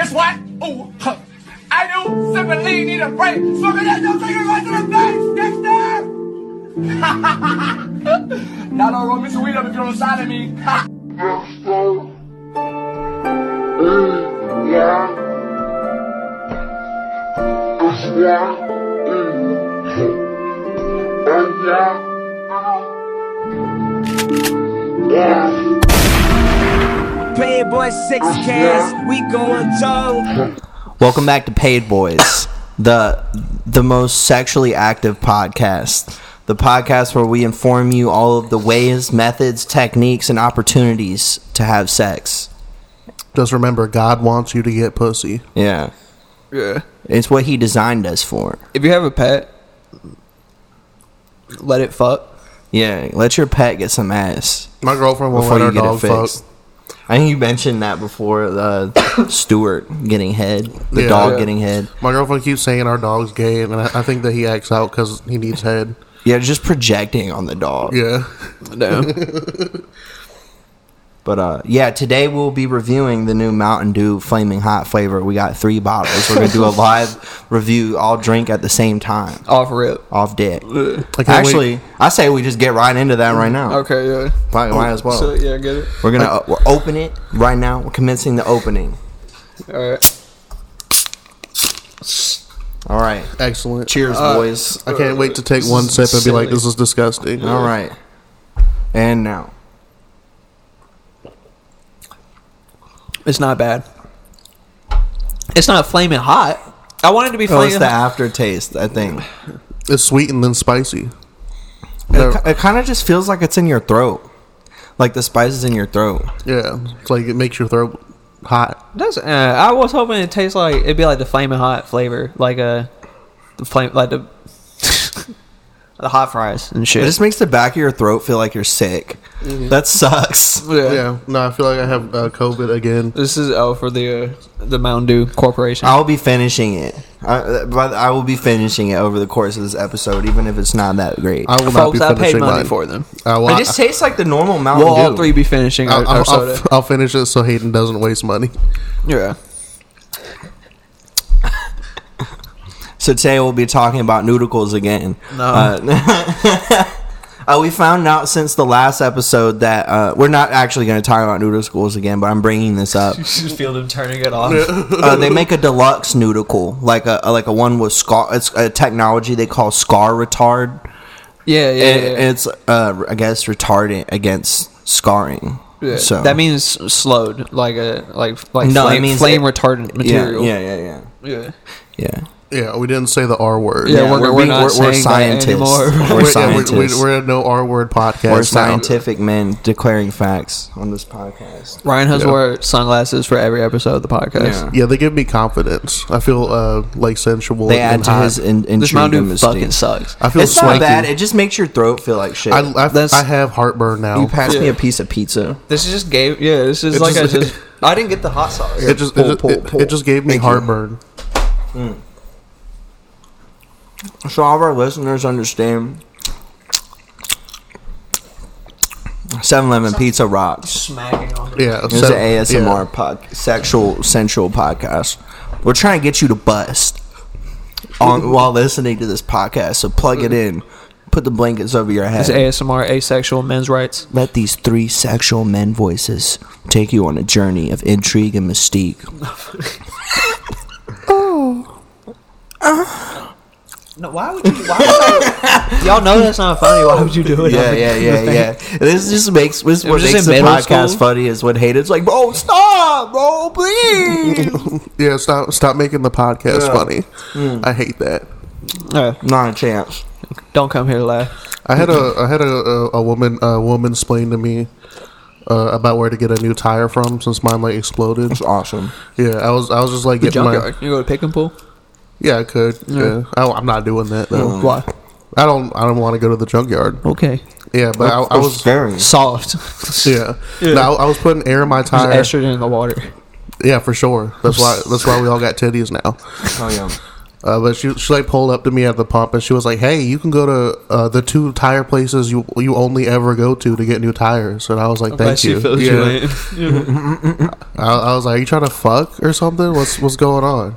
It's what? Oh, huh. I do simply need a break. So can I just take it right to the face, Dexter? Not all wrong, Mr. Weed up if you don't sign at me. Ha! Playboy six cans, we going down. Welcome back to Paid Boys, the the most sexually active podcast. The podcast where we inform you all of the ways, methods, techniques, and opportunities to have sex. Just remember, God wants you to get pussy. Yeah. Yeah. It's what he designed us for. If you have a pet, let it fuck. Yeah, let your pet get some ass. My girlfriend won't Before let you her get it dog fuck. fixed. I think you mentioned that before, uh, Stuart getting head, the Yeah. dog Yeah. getting head. My girlfriend keeps saying our dog's gay, and I, I think that he acts out because he needs head. Yeah, just projecting on the dog. Yeah. No. But uh, yeah, today we'll be reviewing the new Mountain Dew Flaming Hot flavor. We got three bottles. We're gonna do a live review, all drink at the same time, Off rip. off deck. I can't Actually, wait. I say we just get right into that right now. Okay, yeah. Might, might as well. So, yeah, I get it. We're gonna uh, we're open it right now. We're commencing the opening. All right. All right. excellent. Cheers, boys. I can't wait to take one is sip and be like, silly. "This is disgusting." All right. And now, It's not bad. It's not flaming hot. I wanted to be oh, it's flaming the hot. aftertaste. I think It's sweet and then spicy. it, ki- it kind of just feels like it's in your throat, like the spices in your throat. Yeah, it's like it makes your throat hot. That's, uh, I was hoping it tastes like it'd be like the flaming hot flavor, like a the flame, like the the hot fries and shit. It just makes the back of your throat feel like you're sick. That sucks. yeah. Yeah. No, I feel like I have uh, COVID again. This is oh for the uh, the Mountain Dew Corporation. I'll be finishing it. I, but I will be finishing it over the course of this episode, even if it's not that great. Uh, I will Folks, I not be paid finishing money mine. for them. I will, it just tastes like the normal Mountain We'll all Dew. three be finishing our, I'll, our I'll, soda. I'll, I'll finish it so Hayden doesn't waste money. yeah. So today we'll be talking about noodles again. No. Uh, uh, we found out since the last episode that uh, we're not actually going to talk about noodles again, but I'm bringing this up. Just feel them turning it off. uh, they make a deluxe noodle, like a uh, like a one with scar. It's a technology they call scar retard. Yeah, yeah, and, yeah. and it's uh, I guess retardant against scarring. Yeah. So That means slowed, like a like like No, it flame, means flame it- retardant material. Yeah, yeah, yeah, yeah. yeah. yeah. Yeah, we didn't say the R word. Yeah, we're- we're being- not saying that anymore. We're, We're, yeah, scientists. we're, we're, we're a no R word podcast. We're now. scientific men declaring facts on this podcast. Ryan has Yeah. wore sunglasses for every episode of the podcast. Yeah, they give me confidence. I feel uh, like sensual. They and add to hot. his in, This Mountain Dew intriguing fucking fucking sucks. I feel It's not swanky. bad. It just makes your throat feel like shit. I, I, That's- I have heartburn now. you passed me a piece of pizza. This is just gave. Yeah, this is It like just- I just. I didn't get the hot sauce. it just Pull, it, pull, it- pull. it just gave me Thank you. heartburn. So all of our listeners understand. 7-Eleven pizza rocks. Smacking on the Yeah, It's so- an ASMR yeah. pod, sexual sensual podcast. We're trying to get you to bust. on while listening to this podcast. So plug it in. Put the blankets over your head. It's ASMR, asexual men's rights. Let these three sexual men voices take you on a journey of intrigue and mystique. oh. No, why would you? Why would I, y'all know that's not funny. Why would you do it? Yeah, yeah, yeah, yeah. This just makes this It what was just makes the in middle podcast school. funny is when Hayden's like, "Bro, stop, bro, please." yeah, stop stop making the podcast Yeah. funny. Mm. I hate that. Not a chance. Don't come here to laugh. I had a I had a, a, a woman a woman explain to me uh, about where to get a new tire from since mine like exploded. That's awesome. Yeah, I was I was just like The getting my junkyard. You go to pick and pull. yeah I could yeah. Yeah. I, am not doing that though. Mm. Why? I don't I don't want to go to the junkyard. Okay. Yeah, but I, I was very Soft. yeah. No, I, I was putting air in my There's tire. estrogen in the water. Yeah, for sure. That's why that's why we all got titties now. Oh yeah. Uh, but she, she like pulled up to me at the pump and she was like, "Hey, you can go to uh, the two tire places you you only ever go to to get new tires." And I was like, Glad "Thank she you." feels Yeah. you in. I, I was like, "Are you trying to fuck or something? What's what's going on?"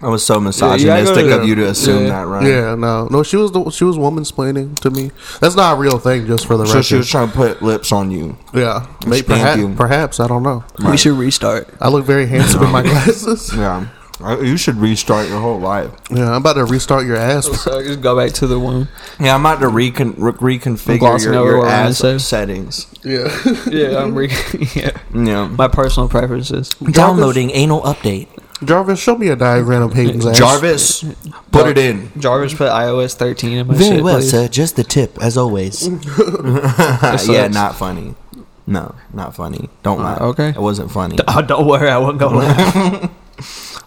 I was so gotta misogynistic go- of you to assume Yeah. that, right? Yeah, no, no. She was the, she was woman splaining to me. That's not a real thing, just for the So record. she was trying to put lips on you. yeah, maybe Thank perhaps, you. perhaps I don't know. We should restart. I look very handsome in my glasses. Yeah. I- You should restart your whole life. Yeah, I'm about to restart your ass. So I just go back to the womb. Yeah, I'm about to recon- re- reconfigure Glossing your, over your what Ryan ass said. settings. Yeah, Yeah, I'm re- yeah. Yeah. My personal preferences. Downloading anal update. Jarvis, show me a diagram of Hayden's ass. Jarvis, put it in. Jarvis put iOS 13 in my Very shit. well, please. sir. Just the tip, as always. yeah, sucks. not funny. No, not funny. Don't lie. Uh, okay. it wasn't funny. Oh, don't worry, I won't go. laugh.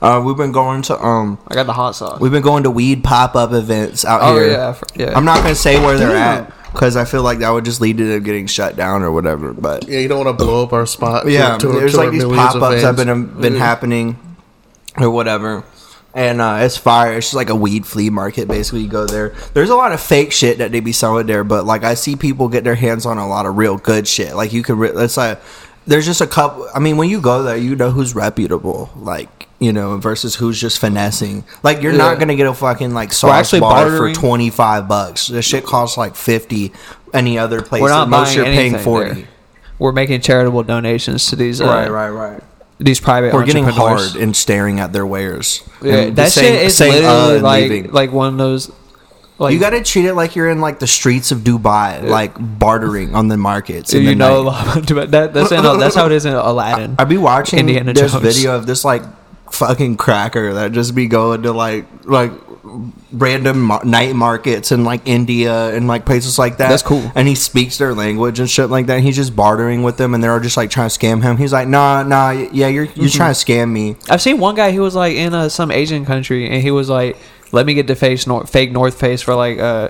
Uh, we've been going to um, I got the hot sauce. we've been going to weed pop up events out Oh here. yeah, I for- yeah. I'm not gonna say where they're at because I feel like that would just lead to them getting shut down or whatever. But Yeah, you don't want to blow up our spot. to- yeah, to- there's to our like these millions pop of ups that have fans. been been Mm-hmm. happening or whatever. And uh, it's fire. It's just like a weed flea market. Basically, you go there. There's a lot of fake shit that they be selling there, but like I see people get their hands on a lot of real good shit. Like you can, re- it's like there's just a couple. I mean, when you go there, you know who's reputable. Like you know, versus who's just finessing. Like you're not Yeah. gonna get a fucking like sauce actually bar bartering. for twenty five bucks. The shit costs like fifty. Any other place, We're not at most buying you're paying anything forty. there. We're making charitable donations to these uh, Right, right, right. these private. We're getting entrepreneurs. hard and staring at their wares. Yeah, And that saying- shit is saying, uh, literally and like leaving. like one of those. Like you got to treat it like you're in like the streets of Dubai, like bartering on the markets. in you the know a night. lot about Tibet. that. That's in, that's how it is in Aladdin. I'd be watching Indiana this Jones. video of this like fucking cracker that just be going to like like random mar- night markets in like India and like places like that. That's cool. And he speaks their language and shit like that. he's just bartering with them, and they're just like trying to scam him. He's like, nah, nah, yeah, you're Mm-hmm. you're trying to scam me. I've seen one guy who was like in uh, some Asian country, and he was like, "Let me get the face nor- fake North Face for like uh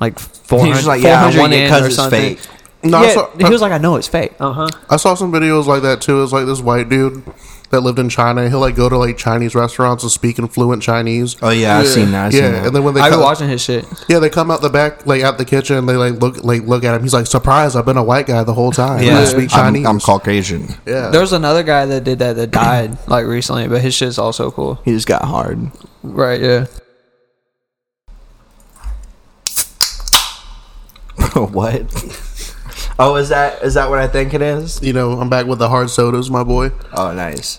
like four He's hundred just like, yeah, I want it yen because or it's something." fake. No, I yeah, saw- he was like, "I know it's fake." Uh Uh-huh. huh. I saw some videos like that too. It's like this white dude that lived in China. He'll like go to like Chinese restaurants and speak in fluent Chinese. Oh yeah, I've seen that. I've seen yeah, that. and then when they I've been come, watching his shit. yeah they come out the back like out the kitchen. They like look like look at him. He's like surprised. I've been a white guy the whole time. Yeah, I speak Chinese. I'm, I'm Caucasian. yeah, There was another guy that did that that died like recently, but his shit's also cool. He just got hard. Right? Yeah. what? Oh, is that is that what I think it is? you know I'm back with the hard sodas, my boy. Oh, nice.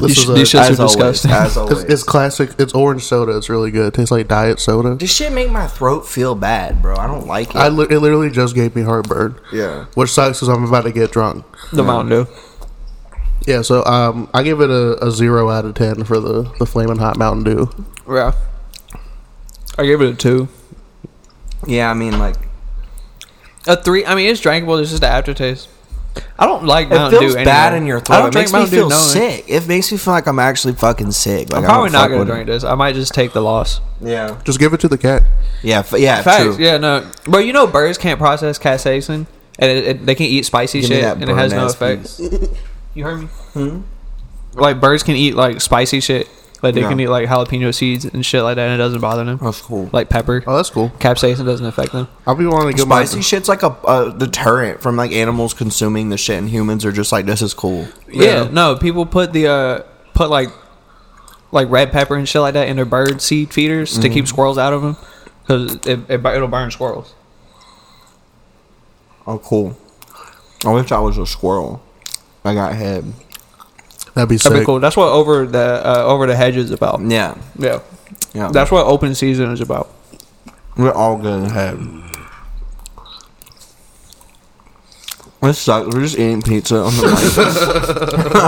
This These- is a, these shits As are always, disgusting. as it's, always. it's classic. It's orange soda. It's really good. It tastes like diet soda. This shit make my throat feel bad, bro. I don't like it. I li- it literally just gave me heartburn. Yeah. which sucks because I'm about to get drunk. The Mountain Dew. Yeah, so um, I give it a, a zero out of ten for the the flaming hot Mountain Dew. Yeah. I gave it a two. yeah, I mean, like A three. I mean, it's drinkable. It's just the aftertaste. I don't like it Mountain Dew. feels bad anyway. in your I throat. don't It drink makes me Mountain Dew, feel no. sick. It makes me feel like I'm actually fucking sick. I'm Like, I probably don't not fuck gonna with drink this. I might just take the loss. it. Yeah. Just give it to the cat. Yeah. F- yeah. Facts. True. Yeah. No. Bro, you know birds can't process capsaicin, and it, it, they can eat spicy Give me shit, that and it has no burn-ass effect. You heard me? Hmm. Like birds can eat like spicy shit. Like they Yeah. can eat like jalapeno seeds and shit like that, and it doesn't bother them. That's cool. Like pepper, Oh, that's cool. capsaicin doesn't affect them. I'll be wanting to get Spicy my shit's like a, a deterrent from like animals consuming the shit, and humans are just like, this is cool. Yeah, no, people put the uh put like like red pepper and shit like that in their bird seed feeders to keep Mhm. squirrels out of them because it, it, bu- it'll burn squirrels. Oh, cool. I wish I was a squirrel. I got head. That'd be That'd be cool. That's what over the uh, over the hedge is about. Yeah. Yeah. Yeah. That's what open season is about. We're all good head. This sucks. We're just eating pizza on the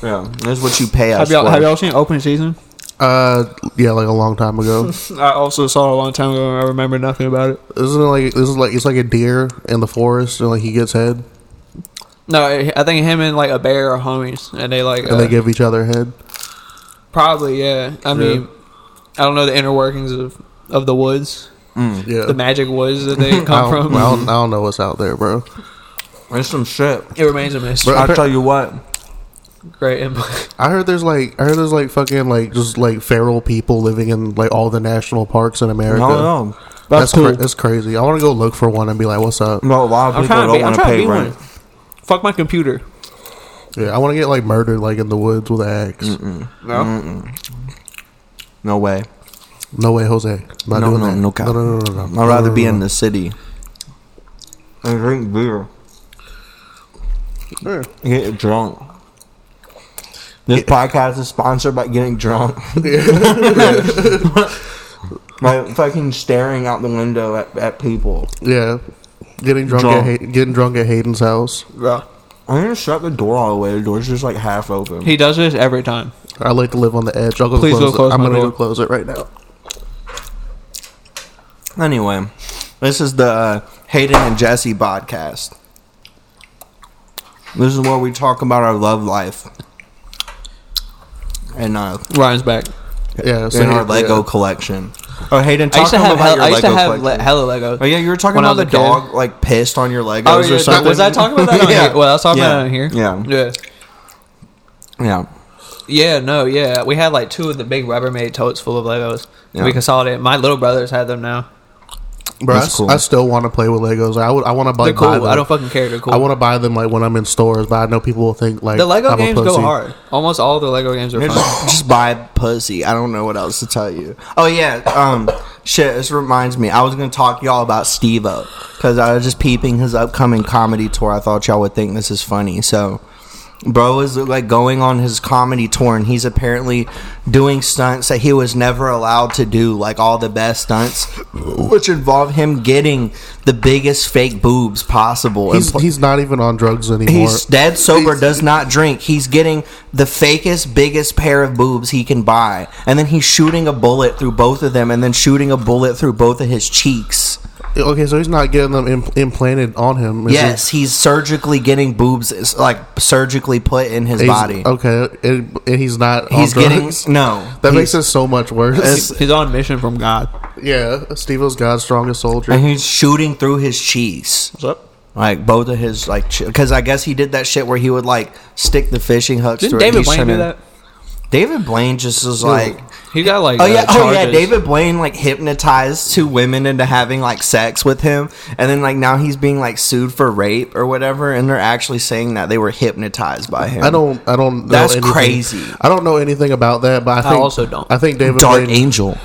mic. yeah, that's what you pay us Have y'all, for. have y'all seen open season? Uh, yeah, like a long time ago. I also saw it a long time ago and I remember nothing about it. Isn't it like this is like it's like a deer in the forest and like he gets head No, I I think him and like a bear are homies and they like uh, and they give each other head. probably yeah. I Yeah. mean, I don't know the inner workings of of the woods. Mm. Yeah. The magic woods that they come I don't- from. I don't, I don't know what's out there, bro. There's some shit. It remains a mystery. Bro, I tell you what. Great input. I heard there's like I heard there's like fucking like just like feral people living in like all the national parks in America. No, no. That's That's cra- cool. that's crazy. I want to go look for one and be like, "What's up?" No, a lot I'm trying to be, I'm trying to be one. Fuck my computer. Yeah, I want to get like murdered like in the woods with an ax No? No way. No way, Jose. Not no, doing no, that. no, no, no, no, no, no. I'd rather No, be no, in no. the city and drink beer. Yeah. Get drunk. This podcast is sponsored by getting drunk. by fucking staring out the window at, at people. Yeah, getting drunk, Drunk. At Hay- getting drunk at Hayden's house. Yeah. I didn't shut the door all the way. The door's just like half open. He does this every time. I like to live on the edge. I'll go Please close go close it. I'm my gonna door. go close it right now. Anyway, this is the uh, Hayden and Jesse podcast. This is where we talk about our love life. And uh, Ryan's back. Yeah, in our Lego collection. Oh, Hayden, talk I used to to him have about hell- your I used to Lego have collection. le- hella Legos. Oh yeah, you were talking when I about the was a kid. dog like pissed on your Legos Oh, yeah, or that- something. was I talking about that? on Yeah. here? Well, I was talking Yeah. about it on here. Yeah. Yeah. Yeah. Yeah, no, yeah. We had like two of the big Rubbermaid totes full of Legos. Yeah. We consolidated. My little brothers had them now. Bro, I, That's s- cool. I still want to play with Legos. I would. I want to buy. They're cool. buy them. I don't fucking care. They're cool. I want to buy them like when I'm in stores, but I know people will think like the Lego I'm a games go pussy. hard. Almost all the Lego games are Yeah, fun. just, just buy pussy. I don't know what else to tell you. Oh yeah, um, shit. This reminds me. I was gonna talk to y'all about Steve-O because I was just peeping his upcoming comedy tour. I thought y'all would think this is funny. So, bro is like going on his comedy tour, and he's apparently doing stunts that he was never allowed to do, like all the best stunts, which involve him getting the biggest fake boobs possible. and He's, he's not even on drugs anymore. He's dead sober, does not drink. He's getting the fakest, biggest pair of boobs he can buy. And then he's shooting a bullet through both of them and then shooting a bullet through both of his cheeks. okay, so he's not getting them imp- implanted on him. is he? yes, he's surgically getting boobs it's like surgically put in his He's- body. Okay, and, and he's not. He's on getting drugs? no. That he's- makes it so much worse. He's on mission from God. yeah, Steve-O's God's strongest soldier. and he's shooting through his cheeks. What's up? Like both of his like because I guess he did that shit where he would like stick the fishing hooks. Didn't through it. David He's Blaine do trying to- that? David Blaine just was like He got like. Oh uh, yeah, oh yeah. charges. David Blaine like hypnotized two women into having like sex with him, and then like now he's being like sued for rape or whatever, and they're actually saying that they were hypnotized by him. I don't. I don't. Know That's anything. crazy. I don't know anything about that, but I I think also don't. I think David Dark Blaine. Angel.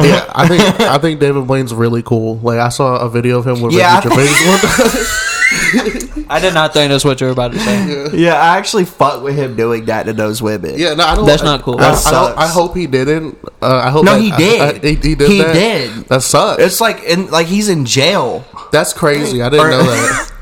Yeah, I think I think David Blaine's really cool. Like I saw a video of him with Yeah, Richard I Gervais. one- I did not think that's what you were about to say. Yeah, I actually fuck with him doing that to those women. yeah, no, I don't. That's not cool. I, I, That don't- I sucks. hope he didn't. Uh, I hope No, that- he I- did. I- he, he did. He that? did. That sucks. it's like in like he's in jail. That's crazy. I didn't Or- know that.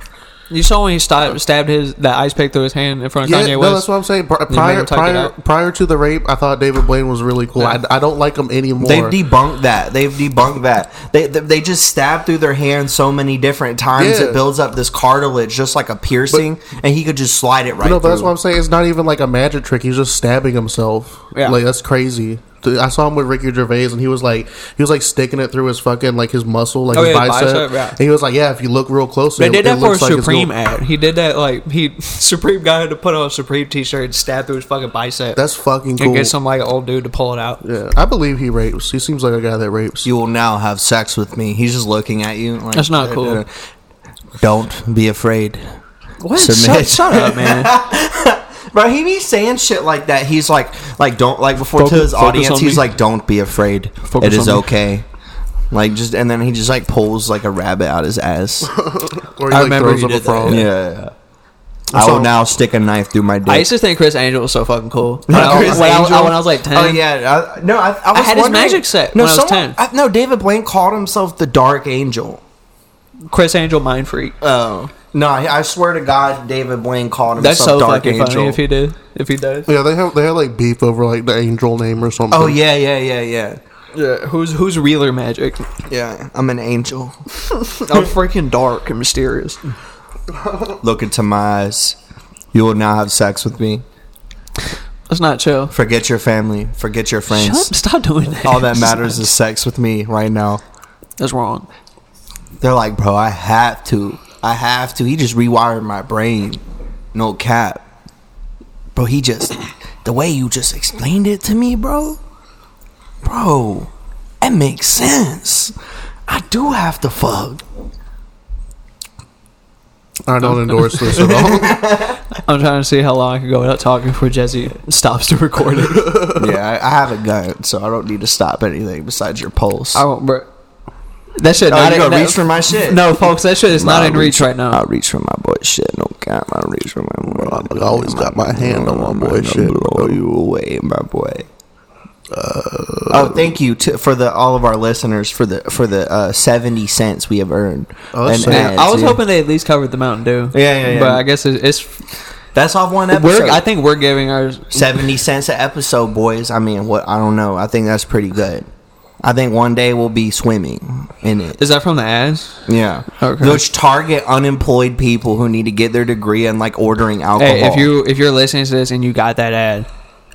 You saw when he sta- stabbed his that ice pick through his hand in front of yeah, Kanye no, that's West. what I'm saying. Pri- made Prior, him type it prior, out. prior to the rape, I thought David Blaine was really cool. I, I don't like him anymore. They've debunked that. They've debunked that. They they, they just stab through their hand so many different times Yeah. it builds up this cartilage just like a piercing, and he could just slide it right. no, but that's through. what I'm saying. It's not even like a magic trick. He's just stabbing himself. Yeah. Like that's crazy. Dude, I saw him with Ricky Gervais, and he was like, he was like sticking it through his fucking like his muscle, like Oh, his yeah, his bicep. bicep, yeah. And he was like, yeah, if you look real close, They it, did that it for a looks like it's Supreme real- ad. He did that like he Supreme got him to put on a Supreme T-shirt and stab through his fucking bicep. That's fucking and cool. get some like old dude to pull it out. yeah, I believe he rapes. He seems like a guy that rapes. you will now have sex with me. He's just looking at you. Like, uh, That's not cool. Don't be afraid. What? Submit. Shut, shut up, man. Bro, he be saying shit like that. He's like, like don't like before Focus- to his focus audience. on He's me. like, don't be afraid. Focus it is on me. okay. Like just and then he just like pulls like a rabbit out his ass. Or he, I like, remember throws he up a did that, frog. Yeah. yeah. yeah. I will now stick a knife through my dick. I used to think Chris Angel was so fucking cool. When, I, was, when, I, was- when I was like ten. Oh yeah, I, no, I, I, was had his wondering- magic set No, when I was 10. someone- I- no, David Blaine called himself the Dark Angel. Chris Angel mind freak. Oh no, I I swear to God, David Blaine called himself That's so Dark fucking Angel. funny if he did. If he does. Yeah, they have they had like beef over like the angel name or something. oh yeah, yeah, yeah, yeah, Yeah, who's who's realer magic? yeah. I'm an angel. Oh, I'm freaking dark and mysterious. Look into my eyes. You will now have sex with me. That's not chill. Forget your family. Forget your friends. Shut up, stop doing that. All that matters is sex with me right now. That's wrong. They're like, bro, I have to. I have to. He just rewired my brain. No cap. Bro, he just. The way you just explained it to me, bro. Bro, that makes sense. I do have to fuck. I don't endorse this at all. I'm trying to see how long I can go without talking before Jesse stops to record it. yeah, I, I have a gun, so I don't need to stop anything besides your pulse. I won't, bro. That shit Oh, not you in- gonna that- reach for my shit? No, folks, that shit is Nah, not I'll in reach right now. I'll reach for my boy shit. No cap. I'll reach for my boy. I always got my hand on my boy I'm gonna shit. Blow you away, my boy. Uh, oh, thank you to, for the all of our listeners for the for the uh, seventy cents we have earned. Oh, that's And sick. ads, I was yeah. hoping they at least covered the Mountain Dew. Yeah, yeah, yeah. But I guess it's, it's that's off one episode. we're. I think we're giving our. seventy cents an episode, boys. I mean, what I don't know. I think that's pretty good. I think one day we'll be swimming in it. Is that from the ads? Yeah. Okay. Which target unemployed people who need to get their degree and like ordering alcohol. Hey, if you if you're listening to this and you got that ad,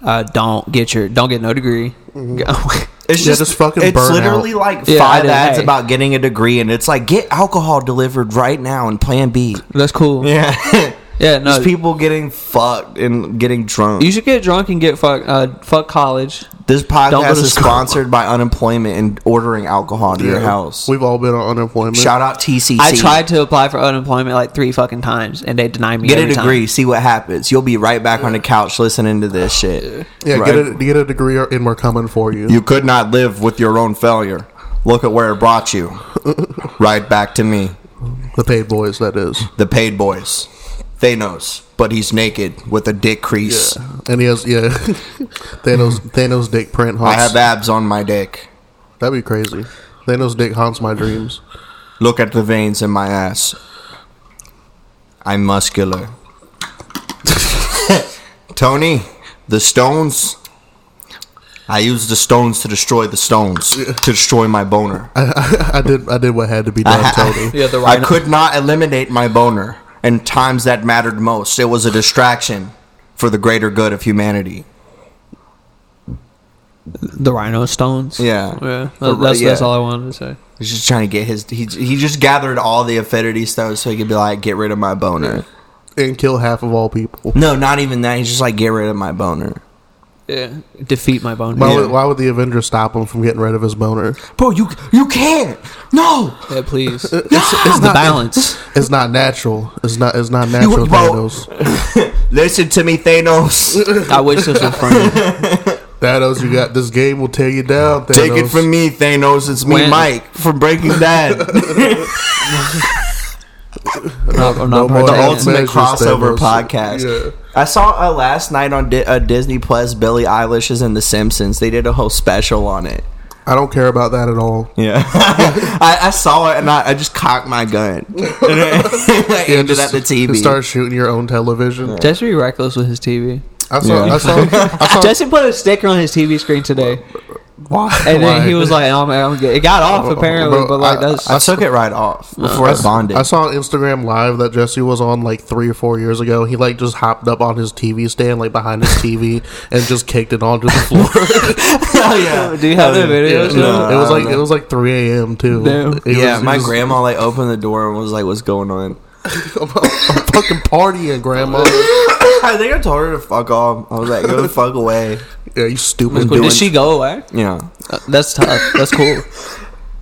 uh, don't get your don't get no degree. It's Yeah, just fucking It's burn literally out. like Yeah, I five did, ads hey. about getting a degree, and it's like get alcohol delivered right now and Plan B. That's cool. Yeah, Yeah, no. just people getting fucked and getting drunk. you should get drunk and get fuck uh, fuck college. this Don't go podcast to is school. sponsored by unemployment and ordering alcohol to your Yeah. house. We've all been on unemployment. Shout out TCC. I tried to apply for unemployment like three fucking times and they denied me. Get a every time. degree, see what happens. You'll be right back on the couch listening to this shit. yeah, Right. get a get a degree or- and we're coming for you. You could not live with your own failure. Look at where it brought you. right back to me. The paid boys, that is. The paid boys. Thanos. But he's naked with a dick crease. And he has yeah. Thanos Thanos dick print haunts. I have abs on my dick. That'd be crazy. Thanos dick haunts my dreams. Look at the veins in my ass. I'm muscular. Tony, the stones. I use the stones to destroy the stones. To destroy my boner. I did I did what had to be done, Tony. Yeah, the I rhino. could not eliminate my boner in times that mattered most. It was a distraction for the greater good of humanity. The rhino stones. Yeah. yeah. The- That, that's yeah. that's all I wanted to say. He's just trying to get his. He, he just gathered all the affinity stones so he could be like, get rid of my boner. And kill half of all people. No, not even that. He's just like, get rid of my boner. Yeah, defeat my bone. Why, Yeah. would, why would the Avengers stop him from getting rid of his boner? Bro, you you can't. No, Yeah, please. It's, it's the not- balance. It's not natural. It's not it's not natural, bro. Thanos. listen to me, Thanos. I wish this was funny. Thanos, you got this game will tear you down, Thanos. Take it from me, Thanos. It's me, When- Mike, from Breaking Bad. I'm not, I'm not No more the partaking. ultimate ultimate measures, crossover Thanos. podcast. Yeah. I saw uh, last night on Di- uh, Disney Plus. Billie Eilish is in The Simpsons. They did a whole special on it. I don't care about that at all. Yeah, I, I saw it and I, I just cocked my gun and I aimed it at just- the TV. just Start shooting your own television. Jesse be reckless with his TV. I saw. I saw. I saw Jesse put a sticker on his TV screen today, why? and then he was like, "I'm, I'm good." It got off apparently, Bro, but like I- that's I took it right off before I bonded. I saw on Instagram live that Jesse was on like three or four years ago. He like just hopped up on his TV stand, like behind his TV, and just kicked it onto the floor. oh yeah. Do you have the video? it still? I was don't like know. it was like three a.m. too. Damn. It yeah, was- my it was- grandma like opened the door and was like, "What's going on?" I'm fucking partying, grandma. I think I told her to fuck off. I was like, "Go the fuck away." Yeah, you stupid. Cool. Doing, Did she go away? Yeah, Uh, That's tough. That's cool,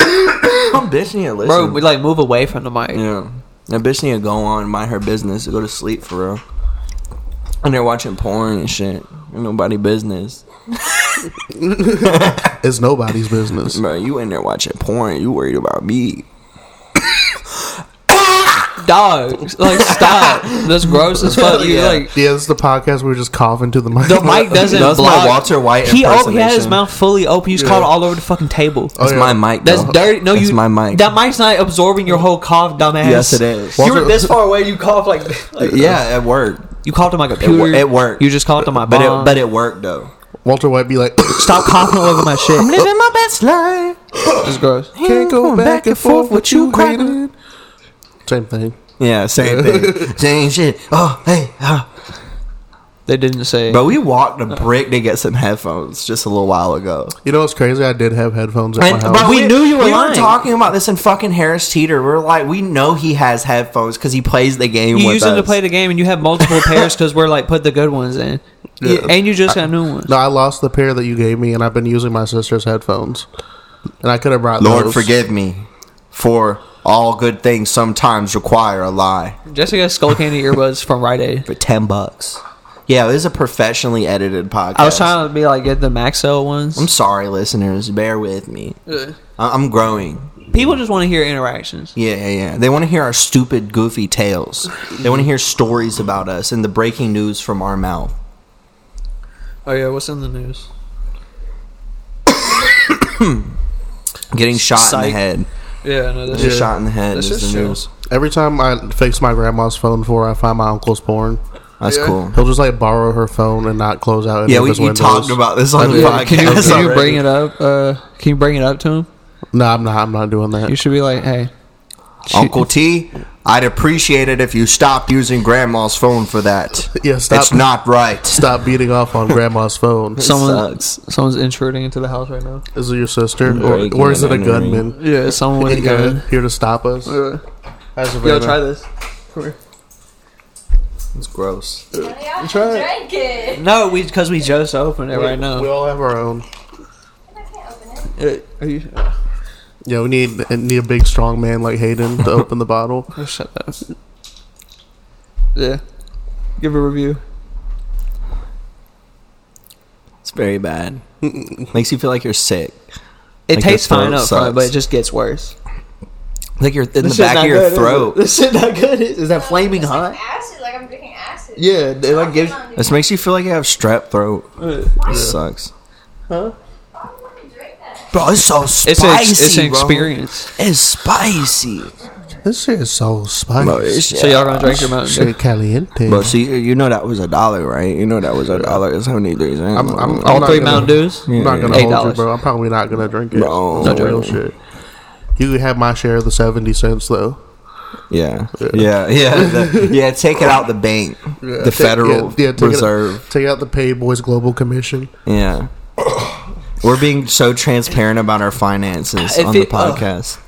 I'm bitching you. Listen, bro. We like move away from the mic. yeah, that bitch need to go on, mind her business, and go to sleep for real. And they're watching porn and shit. Ain't nobody business. it's nobody's business. Bro, you in there watching porn. You worried about me. Dog, like stop. That's gross as Oh, fuck. You yeah. like yeah, this is the podcast. We were just coughing to the mic. the mic doesn't. That's my block. Walter White He, opened, he had his impersonation. mouth fully open. You just Yeah. caught it all over the fucking table. That's my mic. That's bro. dirty. No, That's you. my mic. That mic's not absorbing your whole cough, dumbass. Yes, it is. You were this far away. You coughed like. like yeah, it worked. You coughed on my It, wor- computer. it worked. You just coughed on my but bomb. it, but it worked though. Walter White be like, Stop coughing all over my shit. living my best life. That's gross. can't go back and forth with you, hated. Same thing. Yeah, same thing. same shit. Oh, hey. ah. They didn't say. But we walked a brick to get some headphones just a little while ago. You know what's crazy? I did have headphones at my And, house. but We knew you were we lying. talking about this in fucking Harris Teeter. We're like, we know he has headphones because he plays the game. You with use us. them to play the game, and you have multiple pairs because we're like put the good ones in, Yeah. and you just got new ones. no, I lost the pair that you gave me, and I've been using my sister's headphones. And I could have brought Lord, those. forgive me for all good things sometimes require a lie. Jessica got skull candy earbuds from Rite Aid. For ten bucks. Yeah, this is a professionally edited podcast. I was trying to be like get the Maxell ones. I'm sorry, listeners. Bear with me. I- I'm growing. People just want to hear interactions. Yeah, yeah, yeah. They want to hear our stupid, goofy tales. They want to hear stories about us and the breaking news from our mouth. Oh yeah, what's in the news? Getting shot in Psych. the head. Yeah, no, that's Just shot in the head That's is just the true. news. Every time I fix my grandma's phone for, her, I find my uncle's porn. That's cool. He'll just like borrow her phone and not close out. Any Yeah, of we, his we windows. talked about this on the podcast. Can you, can you already. bring it up? Uh, can you bring it up to him? No, I'm not. I'm not doing You that. should be like, hey, Uncle T, I'd appreciate it if you stopped using grandma's phone for that. Yeah, stop. It's not right. Stop beating off on grandma's phone. someone, sucks. someone's intruding into the house right now. Is it your sister, or, Breaking or is it a and entering. gunman? Yeah, someone with a Yeah, gun. here to stop us. How's your Yo, banana? try this. Come here. It's gross. No, we because we just opened it right now. We all have our own. Uh, are you? Yeah, we need need a big strong man like Hayden to open the bottle. Oh, shut up. Yeah. Give a review. It's very bad. Makes you feel like you're sick. It Like, tastes your fine throat up front, but sucks. it just gets worse. Like you're in This the shit back not of your good, is it? throat. This shit not good. Is, is that flaming hot? acid, like I'm drinking acid. Yeah, it like gives. This makes you feel like you have strep throat. Uh, It sucks. Bro, it's so spicy. It's, a, it's an bro. experience. It's spicy. This shit is so spicy. Bro, it's- So y'all gonna drink your Mountain Dew? shit caliente. Bro, see, you know that was a dollar, right? You know that was a dollar. It's only three cents. I'm, I'm, I'm All not three gonna- Mountain Dews? I'm not gonna Eight hold you, dollars. bro. I'm probably not gonna drink it. Bro. It's real shit. You can have my share of the seventy cents though. Yeah, yeah, yeah, the- yeah. Take it out the bank, the Take- Federal yeah, yeah, take it- Reserve. take out the Payboys Global Commission. Yeah, we're being so transparent about our finances If on the it- uh, ugh. podcast.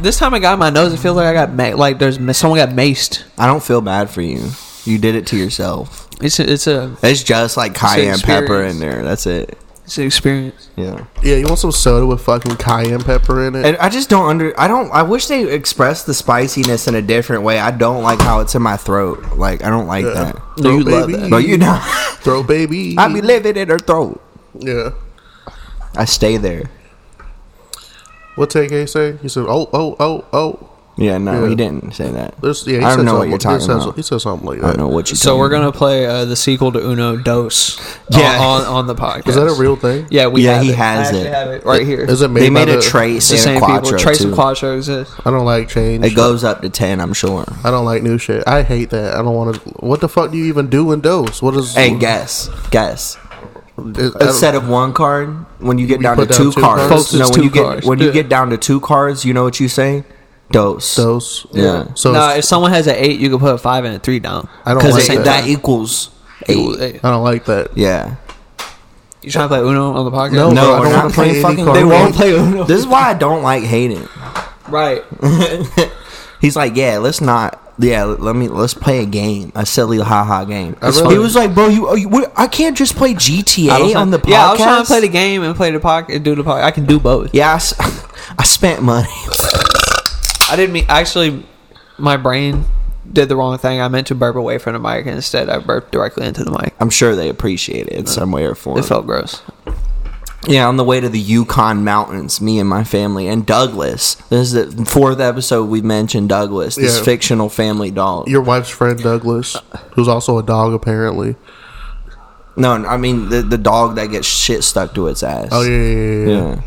This time I got my nose. It feels like I got ma- like there's ma- someone got maced. I don't feel bad for you. You did it to yourself. It's a, it's a It's just like cayenne pepper experience. in there. That's it. it's an experience. Yeah. Yeah, you want some soda with fucking cayenne pepper in it? And I just don't under. I don't. I wish they expressed the spiciness in a different way. I don't like how it's in my throat. Like I don't like that. Throw you love baby. But you know, Throw baby. I be living in her throat. yeah. I stay there. What TK say? He said, "Oh, oh, oh, oh." Yeah. No, Yeah. he didn't say that. There's, yeah, he I said don't know what something- you're talking he said, about. He said something like I that. don't know what you. So we're gonna play uh, the sequel to Uno Dos. Yeah. on, on, on the podcast. Is that a real thing? Yeah, we Yeah, have he it. I has actually it. have right here. Is it made? They by made a the- trace It's the and same a quadro people. Trace too. and Quattro exist. I don't like change. It goes up to ten, I'm sure. I don't like new shit. I hate that. I don't want to. What the fuck do you even do in those? What is? Hey, guess, guess. it- I Instead don't- of one card, when you get You down to put down two, two cards, cards? Folks, it's no, when two you get cards. when you Yeah. get down to two cards, you know what you say? Dose. those. Yeah. So no, if someone has an eight, you can put a five and a three down. I don't Because like that. that. equals Equals eight. eight. I don't like that. Yeah. You trying to play Uno on the podcast? No, No, I we're don't not wanna play playing any fucking. card. They won't Yeah. play Uno. This is why I don't like Hayden. right. He's like, yeah, let's not. Yeah, let let me let's play a game, a silly haha game. really- he was like, bro, you, you what, I can't just play GTA on the podcast. Yeah, I was trying to play the game and play the podcast. Do the podcast. I can do both. Yeah, I, s- I spent money. I didn't mean actually. My brain did the wrong thing. I meant to burp away from the mic, and instead I burped directly into the mic. I'm sure they appreciate it in some way or form. It felt gross. Yeah, on the way to the Yukon Mountains, me and my family and Douglas. This is the fourth episode we mentioned Douglas, this Yeah. fictional family dog. Your wife's friend Douglas, who's also a dog apparently. No, I mean the the dog that gets shit stuck to its ass. Oh yeah, yeah, yeah. yeah. Yeah.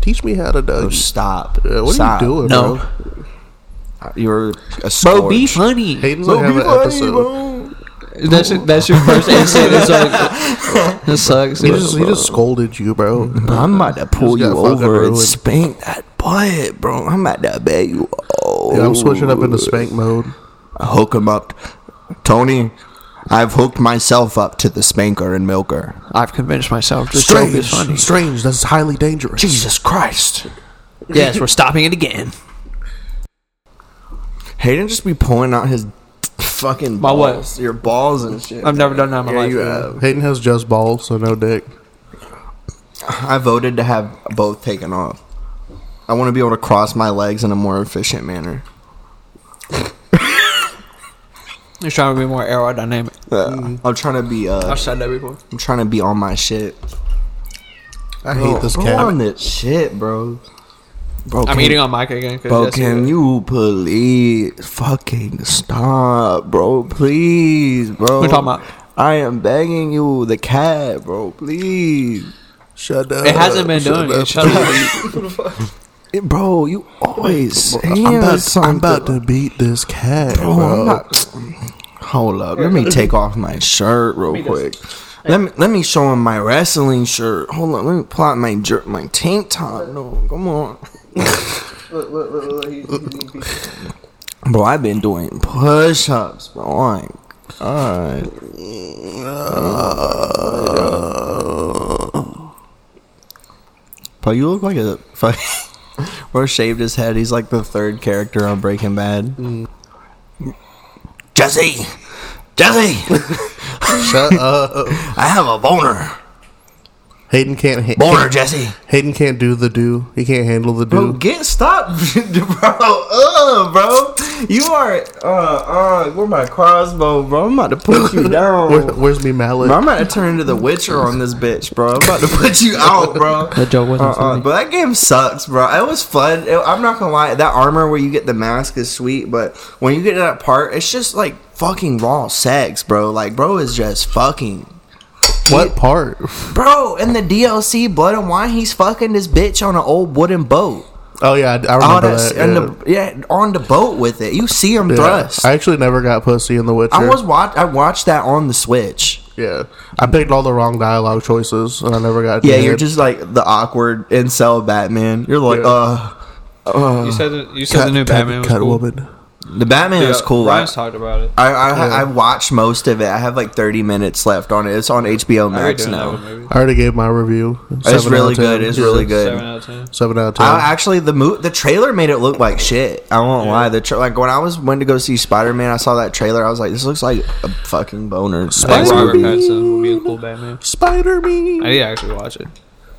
Teach me how to dog. Oh, stop. Yeah, what Stop. are you doing, No. bro? You're a Bro, be scourge. funny. Hayden's Bro, like be have an funny, episode. That's your, that's your first instinct. It's like this sucks. He dude. just, he just scolded you, bro. I'm about to pull Just you got fucking over and ruined. spank that butt, bro. I'm about to bet you. Oh, Yeah, I'm switching up into spank mode. hook him up, Tony. I've hooked myself up to the spanker and milker. I've convinced myself. This joke Strange, is funny. strange. That's highly dangerous. Jesus Christ! Yes, we're stopping it again. Hayden just be pulling out his fucking My what? balls, your balls and shit. I've never done that in my Yeah, life. you man. have. Hayden has just balls, so no dick. I voted to have both taken off. I want to be able to cross my legs in a more efficient manner. You're trying to be more aerodynamic. Uh, I'm trying to be. Uh, I've said that before. I'm trying to be on my shit. I hate this bro, cat. on that shit, bro. Bro, I'm can- eating on mic again. 'cause Bro, that's can it. you please fucking stop, bro? Please, bro. What you talking about? I am begging you, the cat, bro. Please, Shut up. It uh, hasn't been Shut doing up. it. Shut up. Eh, bro. You always. I'm about, to, I'm something. about to beat this cat, Bro, bro. I'm not- Hold up. Let me take off my shirt real quick. Let me let me show him my wrestling shirt. Hold on. Let me pull out my jer- my tank top. No, come on. Bro, I've been doing push ups, bro. Oh my god. Bro, you look like a. fuck- Bro shaved his head. He's like the third character on Breaking Bad. Mm. Jesse! Jesse! Shut up. I have a boner. Hayden can't. Ha- Boner, Jesse. Hayden can't do the do. He can't handle the Bro, do. get stop, bro. Uh, bro. You are uh uh. Where my crossbow, bro? I'm about to put you down. Where, where's me mallet? Bro, I'm about to turn into the Witcher on this bitch, bro. I'm about to put you out, bro. That joke wasn't Uh-uh, funny. But that game sucks, bro. It was fun. It- I'm not gonna lie. That armor where you get the mask is sweet, but when you get to that part, it's just like fucking raw sex, bro. Like, bro is just fucking what part? Bro, in the DLC Blood and Wine, he's fucking this bitch on an old wooden boat. Oh yeah, I, I All remember that, that. and yeah. the, yeah, on the boat with it. You see him Yeah. thrust. I I, actually never got pussy in The Witcher. was watch. I watched that on the Switch. yeah, I picked all the wrong dialogue choices, and I never got. Yeah, to you're it. just like the awkward incel Batman. You're like, Yeah. uh, You said the, you said cat, the new cat- Batman was cool. Catwoman. the Batman is cool. I, Ryan's talked about it. I, I, I watched most of it. I have like 30 minutes left on it. It's on HBO I Max redoing that one now. movie. I already gave my review. It's Seven out really of 10. good. It's Yeah. really good. Seven out of ten. Seven out of ten. I, actually, the mo- the trailer made it look like shit. I won't lie. The tra- like when I was went to go see Spider Man, I saw that trailer. I was like, this looks like a fucking boner. I think Like, Robert Pattinson would be a cool Batman. Spider Man. I need to actually watch it.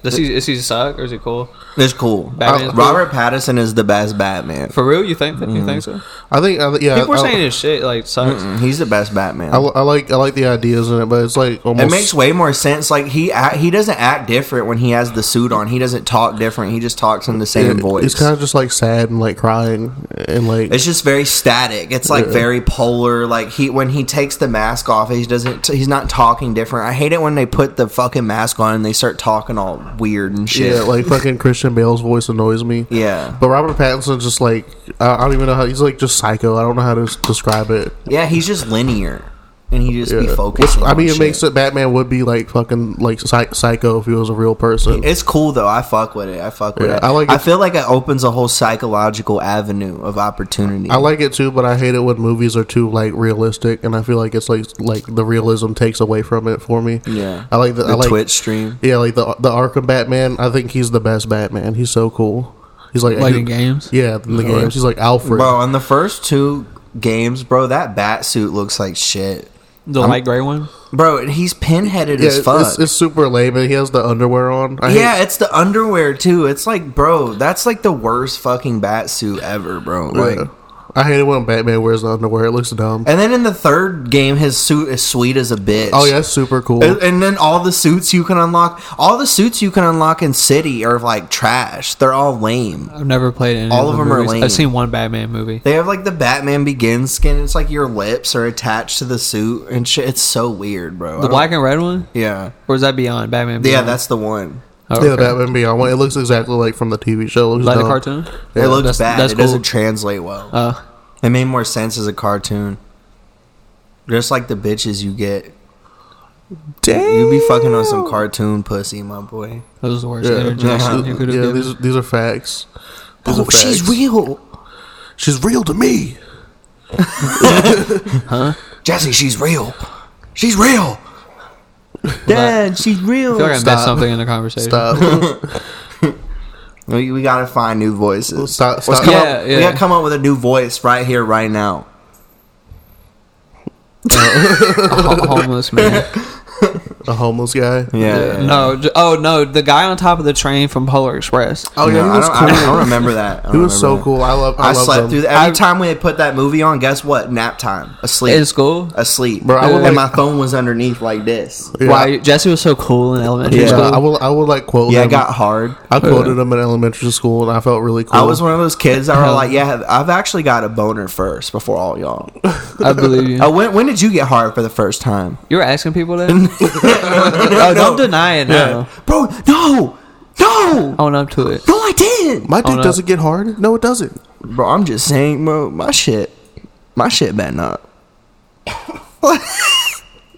Does he is he suck or is he cool? it's cool. Batman's Uh, Robert Pattinson is the best Batman. For real, you think that? You think so? I think. I, think- yeah, People are I, saying his shit like sucks. He's the best Batman. I, li- I like I like the ideas in it, but it's like almost. it makes way more sense. Like he act, he doesn't act different when he has the suit on. He doesn't talk different. He just talks in the same it- voice. It's kind of just like sad and like crying and like. It's just very static. It's like very polar. Like he when he takes the mask off, he doesn't. he's not talking different. I hate it when they put the fucking mask on and they start talking all weird and shit. Yeah, like fucking Christian Bale's voice annoys me. Yeah. But Robert Pattinson's just like I I don't even know how he's like just psycho. I don't know how to s- describe it. yeah, he's just linear, and he just be Yeah. focused. Which, I mean, it makes it Batman would be like fucking like psych- psycho if he was a real person. It's cool though. I fuck with it. I fuck with Yeah, it. I I like like. I it. feel like it opens a whole psychological avenue of opportunity. I like it too, but I hate it when movies are too like realistic, and I feel like it's like like the realism takes away from it for me. Yeah. I like the, I the like, Twitch stream. Yeah, like the the Arkham Batman. I think he's the best Batman. He's so cool. He's like, Like in games? Yeah, in the games. He's like Alfred. Bro, in the first two games, bro, that bat suit looks like shit. The light gray one. Bro, he's pinheaded yeah, as fuck. It's, it's super lame, and he has the underwear on. I hate- yeah, it's the underwear too. It's like, bro, that's like the worst fucking bat suit ever, bro. Like, Yeah. I hate it when Batman wears underwear. It looks dumb. And then in the third game, his suit is sweet as a bitch. Oh yeah, it's super cool. And, and then all the suits you can unlock, all the suits you can unlock in City are like trash. They're all lame. I've never played any. All of of the them are movies. lame. I've seen one Batman movie. They have like the Batman Begins skin. It's like your lips are attached to the suit and shit. It's so weird, bro. I The don't- black and red one, Yeah, or is that Beyond Batman? yeah, Beyond? that's the one. Oh, Yeah, okay. Batman Beyond. Well, It looks exactly like from the TV show. It looks like the dumb. cartoon. it that's- looks bad. that's it cool. doesn't translate well. Uh, it made more sense as a cartoon. Just like the bitches you get. Damn. You be fucking on some cartoon pussy, my boy. that was the worst Yeah, interjection you could have yeah, given. these, these are facts. These Oh, are she's facts. real. She's real to me. Jesse, she's real. She's real. Dad, she's real. I feel like I missed Stop. something in the conversation. Stop. We, we gotta find new voices. stop. Let's Stop. come Yeah, up- yeah. We gotta come up with a new voice right here, right now. Ho- homeless man. A homeless guy. Yeah. No. j- Oh no, the guy on top of the train from Polar Express. Oh yeah, No, he was I, don't, I, cool. don't, I don't remember that. I He don't was so remember that. cool. I love. I, I, love slept them. through that. Every time when they put that movie on, guess what? Nap time. Asleep. In school? Asleep. Bro, I would and like- my phone was underneath like this. Yeah. Why Jesse was so cool in elementary Yeah. Yeah, school? I will. I will like quote. Yeah, him. it got hard. I quoted him in elementary school, and I felt really cool. I was one of those kids that were like, yeah, I've actually got a boner first before all y'all. I believe you. Uh, when, when did you get hard for the first time? You were asking people that. oh, don't deny it now. Bro, no! No! Own up to it. No, I didn't! My dick Oh, no. doesn't get hard. No, it doesn't. Bro, I'm just saying, bro, my shit, my shit better not.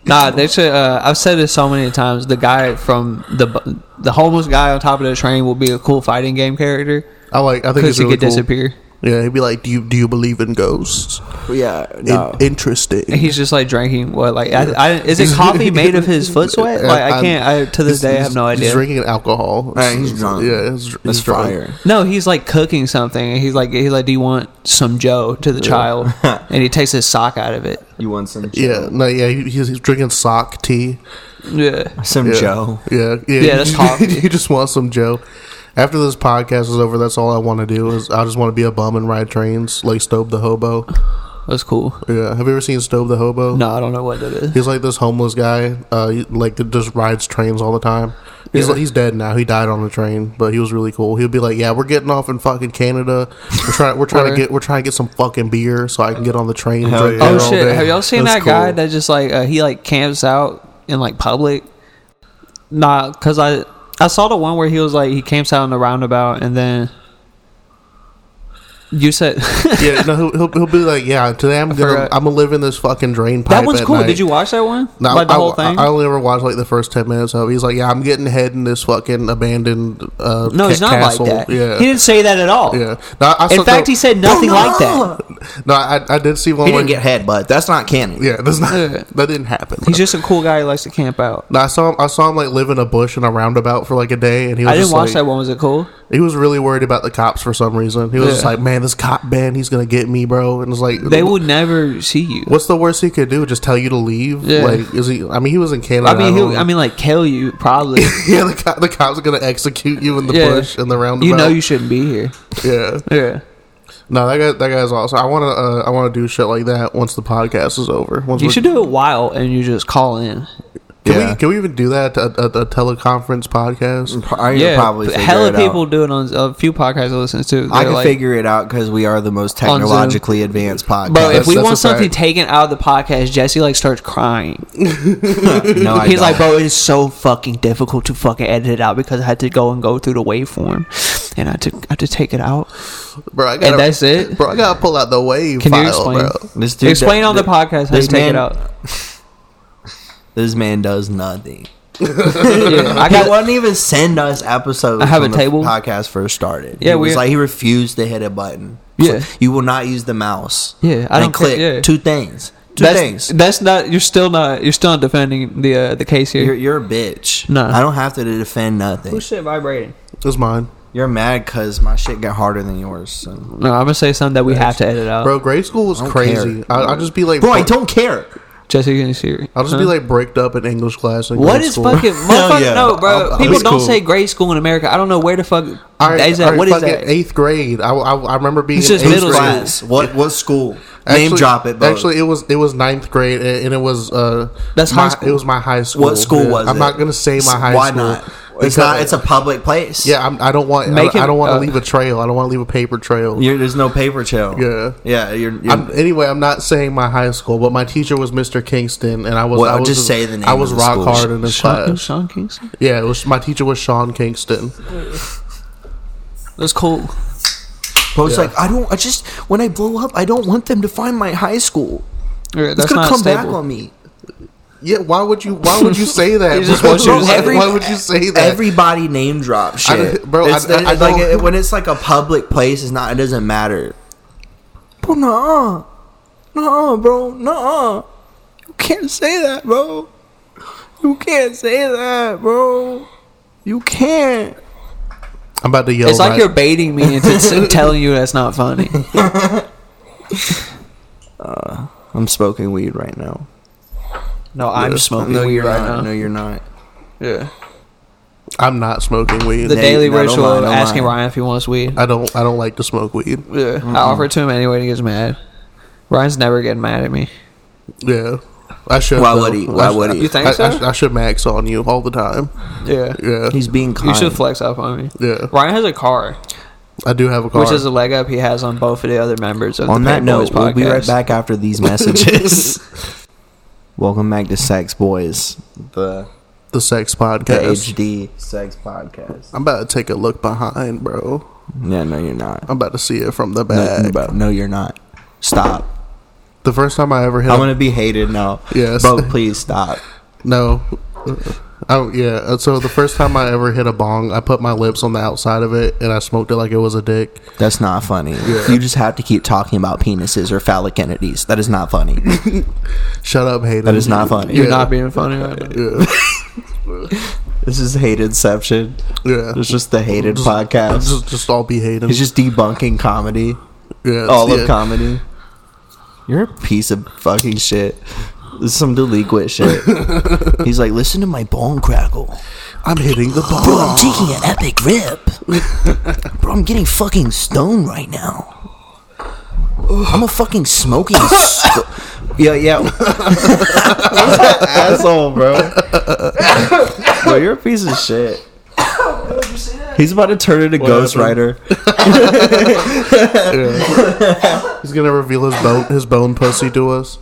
Nah, they should. Uh, I've said this so many times. The guy from the bu- the homeless guy on top of the train will be a cool fighting game character I like. I think because it's he really could cool. disappear. Yeah, he'd be like, "Do you do you believe in ghosts? Yeah, In- no. interesting." And he's just like drinking what like I, I, is it coffee made of his foot sweat? Like I I'm- can't. I, to this Uh, he's- day, I he's- have no He's idea. drinking alcohol. Right, he's drunk. Yeah, he's, he's That's drunk. fire. No, he's like cooking something, and he's like, he's like, do you want some Joe to the child? and he takes his sock out of it. You want some? Yeah, Joe? no, yeah, he- he's, he's drinking sock tea. Yeah, some Yeah. Joe. Yeah, yeah, Yeah, that's coffee. You just want some Joe. After this podcast is over, that's all I want to do is I just want to be a bum and ride trains like Stobe the Hobo. that's cool. Yeah, have you ever seen Stobe the Hobo? No, I don't know what that is. He's like this homeless guy, uh, he- like that just rides trains all the time. He's he's dead now. He died on the train, but he was really cool. He'd be like, "Yeah, we're getting off in fucking Canada. We're trying we're trying to Word. get we're trying to get some fucking beer so I can get on the train." And Hell drink yeah. beer Oh all shit! day." Have y'all seen that That's guy cool. that just like uh, he like camps out in like public? Nah, cause I I saw the one where he was like he camps out in the roundabout and then you said yeah, no, he'll, he'll, he'll be like, "Yeah, today I'm gonna forgot. I'm gonna live in this fucking drain pipe." that one's at cool. night." Did you watch that one? No, like the I, whole thing. I only ever watched like the first ten minutes of. it. He's like, "Yeah, I'm getting head in this fucking abandoned uh, no, he's ca- not castle." like that. Yeah, He didn't say that at all. yeah. No, I, I In saw fact, the- he said nothing Oh, no! like that. no. I, I did see one. He where- didn't get head, but that's not canon. Yeah, that's not that didn't happen. He's just a cool guy who likes to camp out. No, I saw him. I saw him like live in a bush in a roundabout for like a day, and he was I didn't just, watch like- that one. Was it cool? He was really worried about the cops for some reason. He was just Yeah. like, "Man, this cop band, he's gonna get me, bro." And it's like They would never see you. What's the worst he could do? Just tell you to leave? Yeah. Like, is he? I mean, he was in Canada. I mean, don't he, know. I mean, like kill you probably. yeah, the, cop, the cops are gonna execute you in the Yeah. bush in the roundabout. you know you shouldn't be here. yeah. Yeah. No, that guy. That guy's awesome. I wanna. Uh, I wanna do shit like that once the podcast is over. Once You we're- should do it while and you just call in. Can, Yeah. Mm. we, can we even do that? A, a, a teleconference podcast. I could probably but figure hella it people Out. do it on a few podcasts I listen to. I They're can like, figure it out because we are the most Zoom. technologically advanced podcast. Bro, if we that's want a something fact. taken out of the podcast, Jesse like starts crying. no, I He's like, don't. bro, it is so fucking difficult to fucking edit it out because I had to go and go through the waveform, and I had to I had to take it out. Bro, I gotta, that's it? Bro, I gotta pull out the wave Can file, you explain? bro. This dude explain do- on the th- podcast how you this take it man- out. This man does nothing. Yeah, I He got wouldn't even send us episodes. I have when a the table. Podcast first started. Yeah, he was we- like he refused to hit a button. Yeah. you will not use the mouse. Yeah, I and don't care, click yeah. two things. Two that's, things. That's not. You're still not. You're still not defending the uh, the case here. You're, you're a bitch. No. I don't have to defend nothing. shit vibrating? It's mine, You're mad because my shit got harder than yours. So. No, I'm gonna say something that we have to edit out. bro. Grade school was I don't crazy. care. I, I just be like, Bro, I don't care. Jesse, can you see her? I'll just be Huh? like breaked up in English class. And What grade is school. fucking motherfucker? No, bro. I'll- I'll- People it's don't cool. say grade school in America. I don't know where the fuck I, is that. I what is fucking that? Eighth grade. I, I, I remember being It's in just eighth middle grade. school. What what school? Actually- Name drop it. Bo. Actually, it was it was ninth grade, and, and it was uh That's my, high school. It was my high school. What school Yeah, was I'm it? not gonna say my S- high why school. not? It's not- it's a public place. Yeah, I'm, I don't want. I, Make it- I don't want to uh, leave a trail. I don't want to leave a paper trail. You're, there's no paper trail. Yeah. yeah. You're, you're I'm, anyway, I'm not saying my high school, but my teacher was Mr. Kingston, and I was. Well, I was just say the name I was of the rock school. hard in this Sean- class. Sean Kingston? Yeah, it was my teacher was Sean Kingston. That's cool. Post Yeah. like I don't. I just when I blow up, I don't want them to find my high school. Yeah, it's that's gonna not come stable. back on me. Yeah, why would you? Why would you say that? You just bro? want you to- why, every- why would you say that? Everybody name drop shit, don't- bro, I- It's- I- I it's like don't- it- when it's like a public place, it's not. It doesn't matter. Bro, nah, nah, bro, nah. You can't say that, bro. You can't say that, bro. You can't. I'm about to yell. it's like right- you're baiting me into s- telling you that's not funny. I'm smoking weed right now. No, I'm Yeah. smoking No, weed you're right not. now. No, you're not. Yeah. I'm not smoking weed. The No, daily no, don't ritual lie, of don't asking lie. Ryan if he wants weed. I don't. I don't like to smoke weed. yeah. Mm-hmm. I offer it to him anyway, and he gets mad. Ryan's never getting mad at me. Yeah, I should. Why though. would he? Why I sh- would he? You think I, so? I, sh- I should max on you all the time. yeah. Yeah, He's being You kind. should flex up on me. yeah. Ryan has a car, I do have a car. which is a leg up he has on both of the other members of On the that Paid note, Boys we'll be right podcast. back after these messages. Welcome back to Sex Boys, the the sex the podcast. HD Sex Podcast. I'm about to take a look behind, bro. Yeah, no, you're not. I'm about to see it from the Oh, No, back. bro, no, you're not. Stop. The first time I ever hit. I'm a- gonna be hated now. Yes. bro, please stop. No. Oh yeah. uh, So the first time I ever hit a bong, I put my lips on the outside of it and I smoked it like it was a dick. That's not funny. Yeah. You just have to keep talking about penises or phallic entities. That is not funny. Shut up, Hayden. That is not funny. You're Yeah. not being funny right now. Yeah. This is Hatedception. yeah. It's just the hated podcast. Just, just all be Hayden. It's just debunking comedy. yeah, all yeah. of comedy. You're a piece of fucking shit. This is some delinquent shit. He's like, listen to my bone crackle. I'm hitting the Bro, I'm bong. taking an epic rip. Bro, I'm getting fucking stoned right now. I'm a fucking smoking. St- yeah, yeah. asshole, bro. bro, you're a piece of shit. He's about to turn into Ghost Rider. He's gonna reveal his bone his bone pussy to us.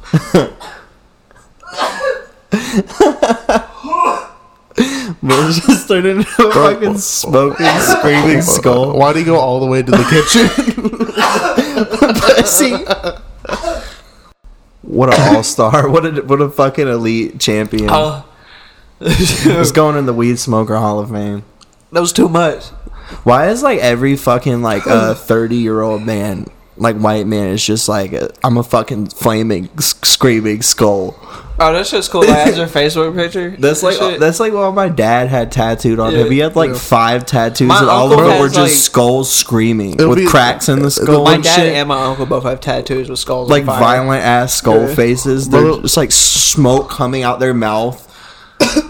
Bro, it's just turned into a fucking smoking, screaming skull. Why'd he go all the way to the kitchen? What an all star! What a what a fucking elite champion! Oh, He's going in the weed smoker Hall of Fame. That was too much. Why is like every fucking like a thirty year old man, like white man, is just like i I'm a fucking flaming s- screaming skull. Oh, that's just cool. Like, that's your Facebook picture. That's like Shit. that's like what my dad had tattooed on Yeah, him. He had like yeah. five tattoos, My and all of uncle them were has, just like- skulls screaming It'll with be- cracks in the skull. my and dad shit. and my uncle both have tattoos with skulls. like on fire. violent ass skull faces. Bro. They're just like smoke coming out their mouth.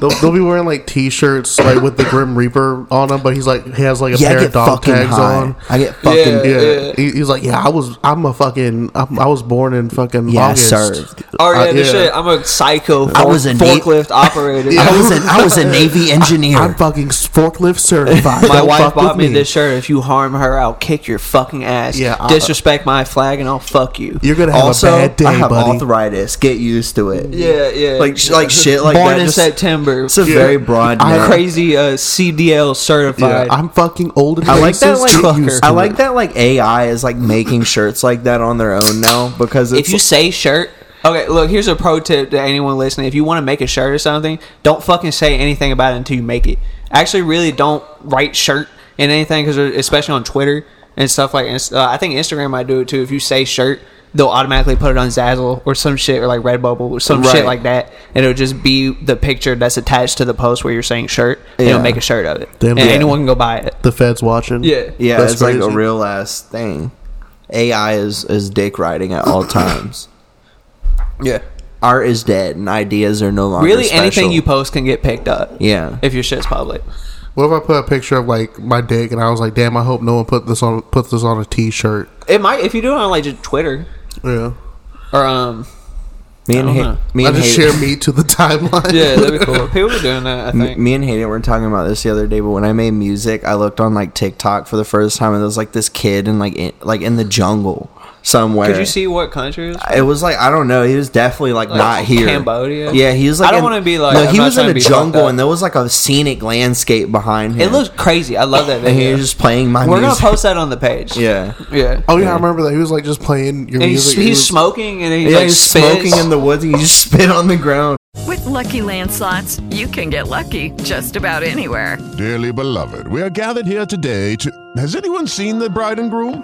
they'll, they'll be wearing like t-shirts like with the Grim Reaper on them, but he's like he has like a pair of dog tags on. I get fucking Yeah. Yeah, He, he's like, yeah, I was, I'm a fucking, I'm, I was born in fucking Yeah, I August. served. Oh yeah, Uh, this yeah. shit. I'm a psycho. Fork, I was a neat- forklift operator. I was an I was a Navy engineer. I'm fucking forklift certified. My Don't wife fuck with bought me this shirt. If you harm her, I'll kick your fucking ass. Yeah, I- disrespect my flag, and I'll fuck you. You're gonna have also, a bad day, I have buddy. arthritis. Get used to it. Yeah, yeah. Like sh- like shit like Born that. in just- September. It's a very broad. I- net. crazy uh, CDL yeah, certified. I'm fucking old. And I like that. racist. Get Like used to I like it. that. Like AI is like making shirts like that on their own now because it's if you say shirt. Okay, look, here's a pro tip to anyone listening. If you want to make a shirt or something, don't fucking say anything about it until you make it. Actually, really don't write shirt in anything, because especially on Twitter and stuff like Inst- uh, I think Instagram might do it too. If you say shirt, they'll automatically put it on Zazzle or some shit, or like Redbubble or some Right. shit like that. And it'll just be the picture that's attached to the post where you're saying shirt, and Yeah. it'll make a shirt of it. Damn, and yeah. anyone can go buy it. the feds watching. Yeah. Yeah, That's it's like a crazy. real ass thing. AI is is dick riding at all times. Yeah. art is dead and ideas are no longer Really, special. anything you post can get picked up. Yeah. If your shit's public. What if I put a picture of like my dick and I was like, damn, I hope no one put this on put this on a t shirt. It might if you do it on like just Twitter Yeah. or um. Me and I don't Ha- know. me I and just Hayden- share me to the timeline. Yeah, that'd be cool. People were doing that. I think. M- me and Hayden were talking about this the other day, but when I made music, I looked on like TikTok for the first time, and there was like this kid in like in, like in the jungle somewhere. Could you see what country it was? It was like I don't know. He was definitely like, Like, not here. Cambodia? Yeah, he was like. I don't in- wanna be, like, No, I'm he not was trying in to a be fucked jungle, up. and there was like a scenic landscape behind him. It looks crazy. I love that And he video. was just playing my We're music. gonna post that on the page. Yeah. Yeah. Oh yeah, I remember that. He was like just playing your And he's, music. He he's was- smoking and he's yeah, like he's spits. smoking in the woods. and He just spit on the ground. With Lucky Land slots, you can get lucky just about anywhere. Dearly beloved, we are gathered here today to. Has anyone seen the bride and groom?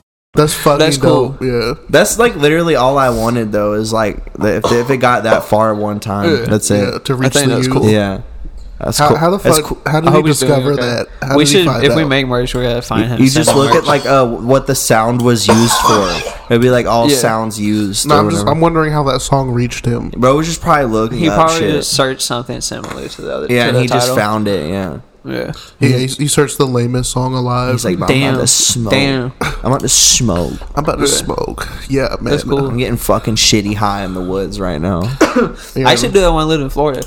That's fucking That's cool. dope. Yeah. That's like literally all I wanted though is like the, if, if it got that far one time, Yeah. that's it. Yeah, to I reach think the that's youth. cool. Yeah, that's How- cool. how the That's fuck- how did I he hope he's doing discover okay. that? How we did he should, find if we out? make merch, we gotta find You, him. you send just him look merch. at like uh what the sound was used for. It'd be like all Yeah. sounds used. No, or I'm just whatever. I'm wondering how that song reached him. Bro was just probably looking He up probably shit. just searched something similar to the other. yeah, to and the he just title. found it. Yeah, Yeah. Yeah, he, he searched the lamest song alive. he's like, "Bro, I'm Damn. about to smoke. Damn. I'm about to smoke. I'm about to smoke. Yeah, man. That's cool. I'm getting fucking shitty high in the woods right now. I should do that when I lived in Florida.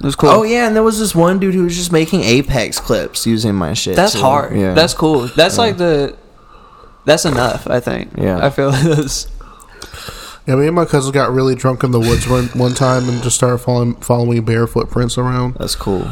It was cool. Oh yeah, and there was this one dude who was just making Apex clips using my shit. That's too. hard. Yeah. That's cool. That's like the. That's enough. I think. Yeah. I feel this. Yeah, me and my cousin got really drunk in the woods one, one time and just started following following bear footprints around. That's cool.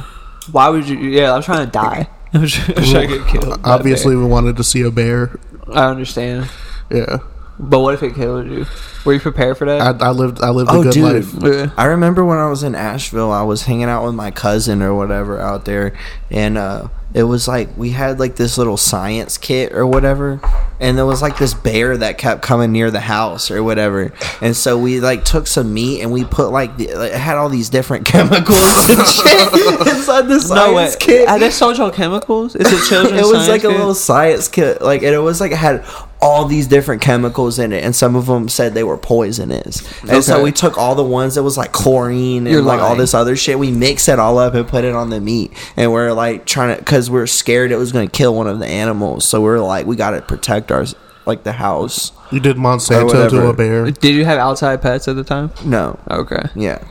Why would you? Yeah, I'm trying to die. I'm trying, I'm trying to get killed. by a Obviously, we wanted to see a bear. bear. I understand. Yeah, But what if it killed you? Were you prepared for that? I, I lived I lived a Oh, good dude. life. Yeah. I remember when I was in Asheville, I was hanging out with my cousin or whatever out there, and uh, it was like we had like this little science kit or whatever, and there was like this bear that kept coming near the house or whatever, and so we like took some meat and we put like the, like, it had all these different chemicals and shit inside the no way. Uh, science kit. Are they sold y'all chemicals? It's a children's. it was science like a kit? little science kit like and it was like it had all these different chemicals in it and some of them said they were poisonous and so Okay. we took all the ones that was like chlorine and You're like all lying. this other shit we mixed it all up and put it on the meat and we're like trying to because we're scared it was going to kill one of the animals so we're like we got to protect our like the house You did Or Monsanto whatever. to a bear. Did you have outside pets at the time? no Okay. yeah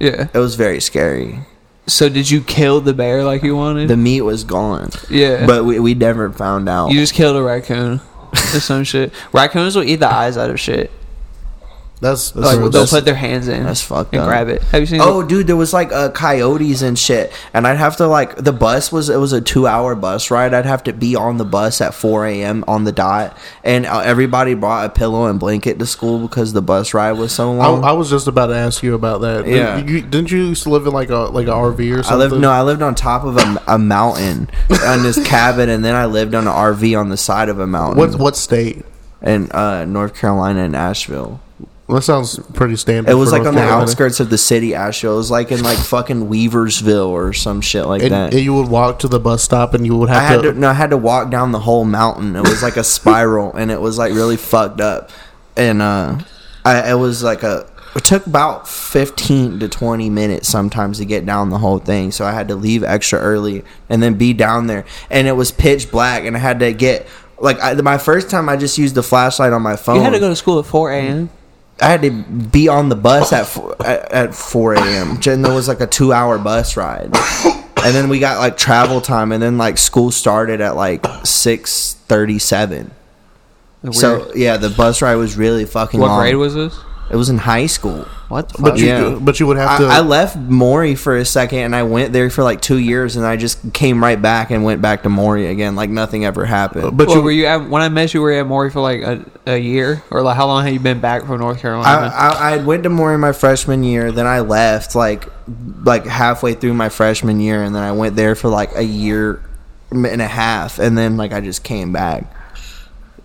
Yeah. it was very scary So did you kill the bear like you wanted? the meat was gone Yeah. but we, we never found out you just killed a raccoon or some shit. Raccoons will eat the eyes out of shit. That's, Like gross. they'll put their hands in. That's fucked and up. grab it. Have you seen? Oh, the- dude, there was like uh, coyotes and shit, and I'd have to like the bus was it was a two hour bus ride. I'd have to be on the bus at four a.m. on the dot, and uh, everybody brought a pillow and blanket to school because the bus ride was so I, long. I was just about to ask you about that. Did- Yeah. you, didn't you used to live in like a like an RV or I something? lived no, I lived on top of a, a mountain on this cabin, and then I lived on an RV on the side of a mountain What what state? in uh, North Carolina and Asheville. That sounds pretty standard. It was for like North on the Carolina. outskirts of the city, Asheville. It was like in like fucking Weaversville or some shit like And, that. and you would walk to the bus stop, and you would have I had to, no, I had to walk down the whole mountain. It was like a spiral, and it was like really fucked up. And uh, I it was like a it took about fifteen to twenty minutes sometimes to get down the whole thing. So I had to leave extra early and then be down there. And it was pitch black, and I had to get like I, my first time. I just used the flashlight on my phone. you had to go to school at 4 a.m. I had to be on the bus at four, at, at four a.m. And there was like a two-hour bus ride, and then we got like travel time, and then like school started at like six thirty-seven. So yeah, the bus ride was really fucking. What long. grade was this? It was in high school. What? The But you, but you would have to. I, I left Maury for a second, and I went there for like two years, and I just came right back and went back to Maury again, like nothing ever happened. Well, were you at, when I met you? Were you at Maury for like a, a year, or like how long had you been back from North I, Carolina? I, I had went to Maury my freshman year, then I left like like halfway through my freshman year, and then I went there for like a year and a half, and then like I just came back.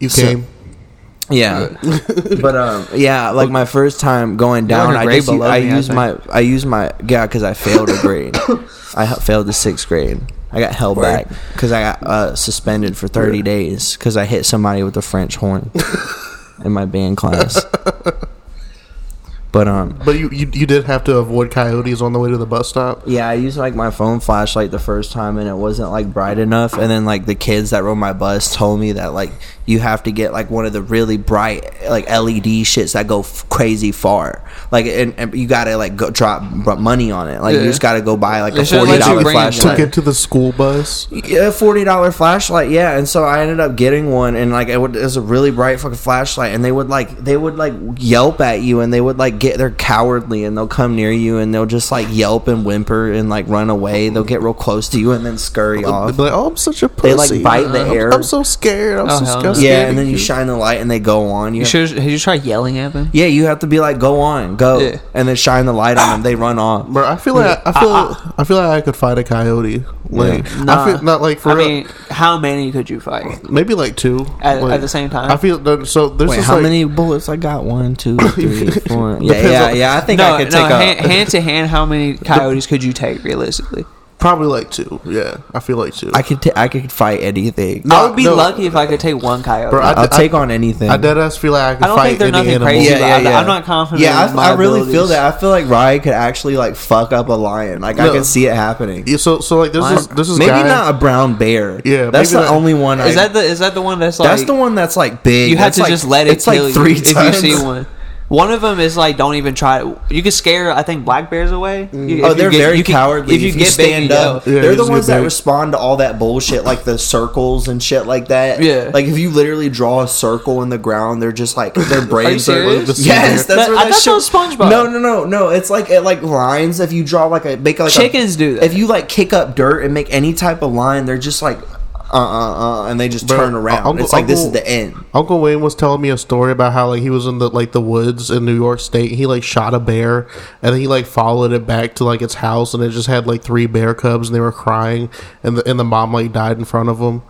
You So- came. Yeah, but um, yeah, like my first time going down, a I grade just below I me, I used think. my I used my yeah because I failed a grade. I h- failed the sixth grade. I got held back because I got uh, suspended for thirty days because I hit somebody with a French horn in my band class. But um, But you, you you did have to avoid coyotes on the way to the bus stop. Yeah, I used like my phone flashlight the first time and it wasn't like bright enough and then like the kids that rode my bus told me that like you have to get like one of the really bright like LED shits that go f- crazy far. Like and, and you got to like go drop br- money on it. Like Yeah. you just got to go buy like They a should've let you $40 bring it flashlight. to get to the school bus. Yeah, forty dollar flashlight. Yeah, and so I ended up getting one, and like it, would, it was a really bright fucking flashlight, and they would like they would like yelp at you, and they would like get they're cowardly, and they'll come near you, and they'll just like yelp and whimper and like run away. They'll get real close to you and then scurry They'd off. be like, oh, I'm such a They pussy. like bite the I'm- air. I'm, so scared. I'm Oh, so hell scared. no. yeah, and then you shine the light, and they go on. You you have- should have you tried yelling at them. yeah, you have to be like, go on, go, Yeah. and then shine the light on them. They run off. Bro, I feel like I, feel I feel like I could fight a coyote. Like Nah. I feel not like for I real, mean, how many could you fight? maybe like two At- Like, at the same time? I feel that- so. This Wait, is how like, many bullets? I got one, two, three, four. Yeah, Depends yeah, on- yeah. I think I could take hand, a. hand to hand. How many coyotes could you take realistically? Probably like two. Yeah, I feel like two. I could t- I could fight anything. I would be no. lucky if I could take one coyote. Bro, I- I'll take on anything. I dead ass feel like I could I don't fight think they're any nothing animal. crazy. Yeah. but I- I'm not confident Yeah, in I, my I really feel abilities. that. I feel like Ryan could actually like fuck up a lion. Like I No. could see it happening. Yeah, So so like this Mine- is this is maybe guy- not a brown bear. Yeah, that's the maybe not- only one. I, Is that the is that the one that's like that's the one that's like big. you have That's, to like- just let it It's like kill three you times. if you see one. One of them is like don't even try. it. You can scare I think black bears away. You- Oh, if you they're get- very you can- cowardly. If you, get stand up, Yeah, they're you the just ones get that big. respond to all that bullshit, like the circles and shit like that. Yeah. like if you literally draw a circle in the ground, they're just like they're brave. serious? circles. Yes, that's That- where I that thought shit. that was SpongeBob. No, no, no, no. It's like it like lines. If you draw like a make like a- Chickens do that. If you like kick up dirt and make any type of line, they're just like uh uh uh, and they just Bro, turn around. Uncle- it's like this is Uncle- the end. Uncle Wayne was telling me a story about how like he was in the like the woods in New York State. And he like shot a bear, and then he like followed it back to like its house, and it just had like three bear cubs, and they were crying, and the and the mom like died in front of them.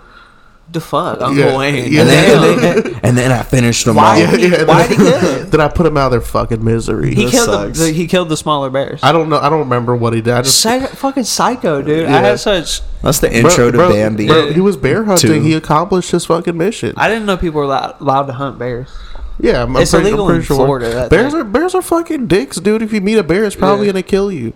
The fuck, Uncle Yeah. Wayne. Yeah. And Damn. then, and then- and then I finished them Why all. did he- Yeah, why then, did he kill then I put him out of their fucking misery. He killed sucks. the, the he killed the smaller bears. I don't know. I don't remember what he did. I just Psycho, fucking psycho, dude. I Yeah. had such. That's the Bro- intro bro- to Bambi. bro, he was bear hunting. Two. He accomplished his fucking mission. I didn't know people were allowed, allowed to hunt bears. yeah, I'm, I'm It's pretty, I'm illegal pretty in sure. Florida, that bears thing. are bears are fucking dicks, dude. If you meet a bear, it's probably Yeah. gonna kill you.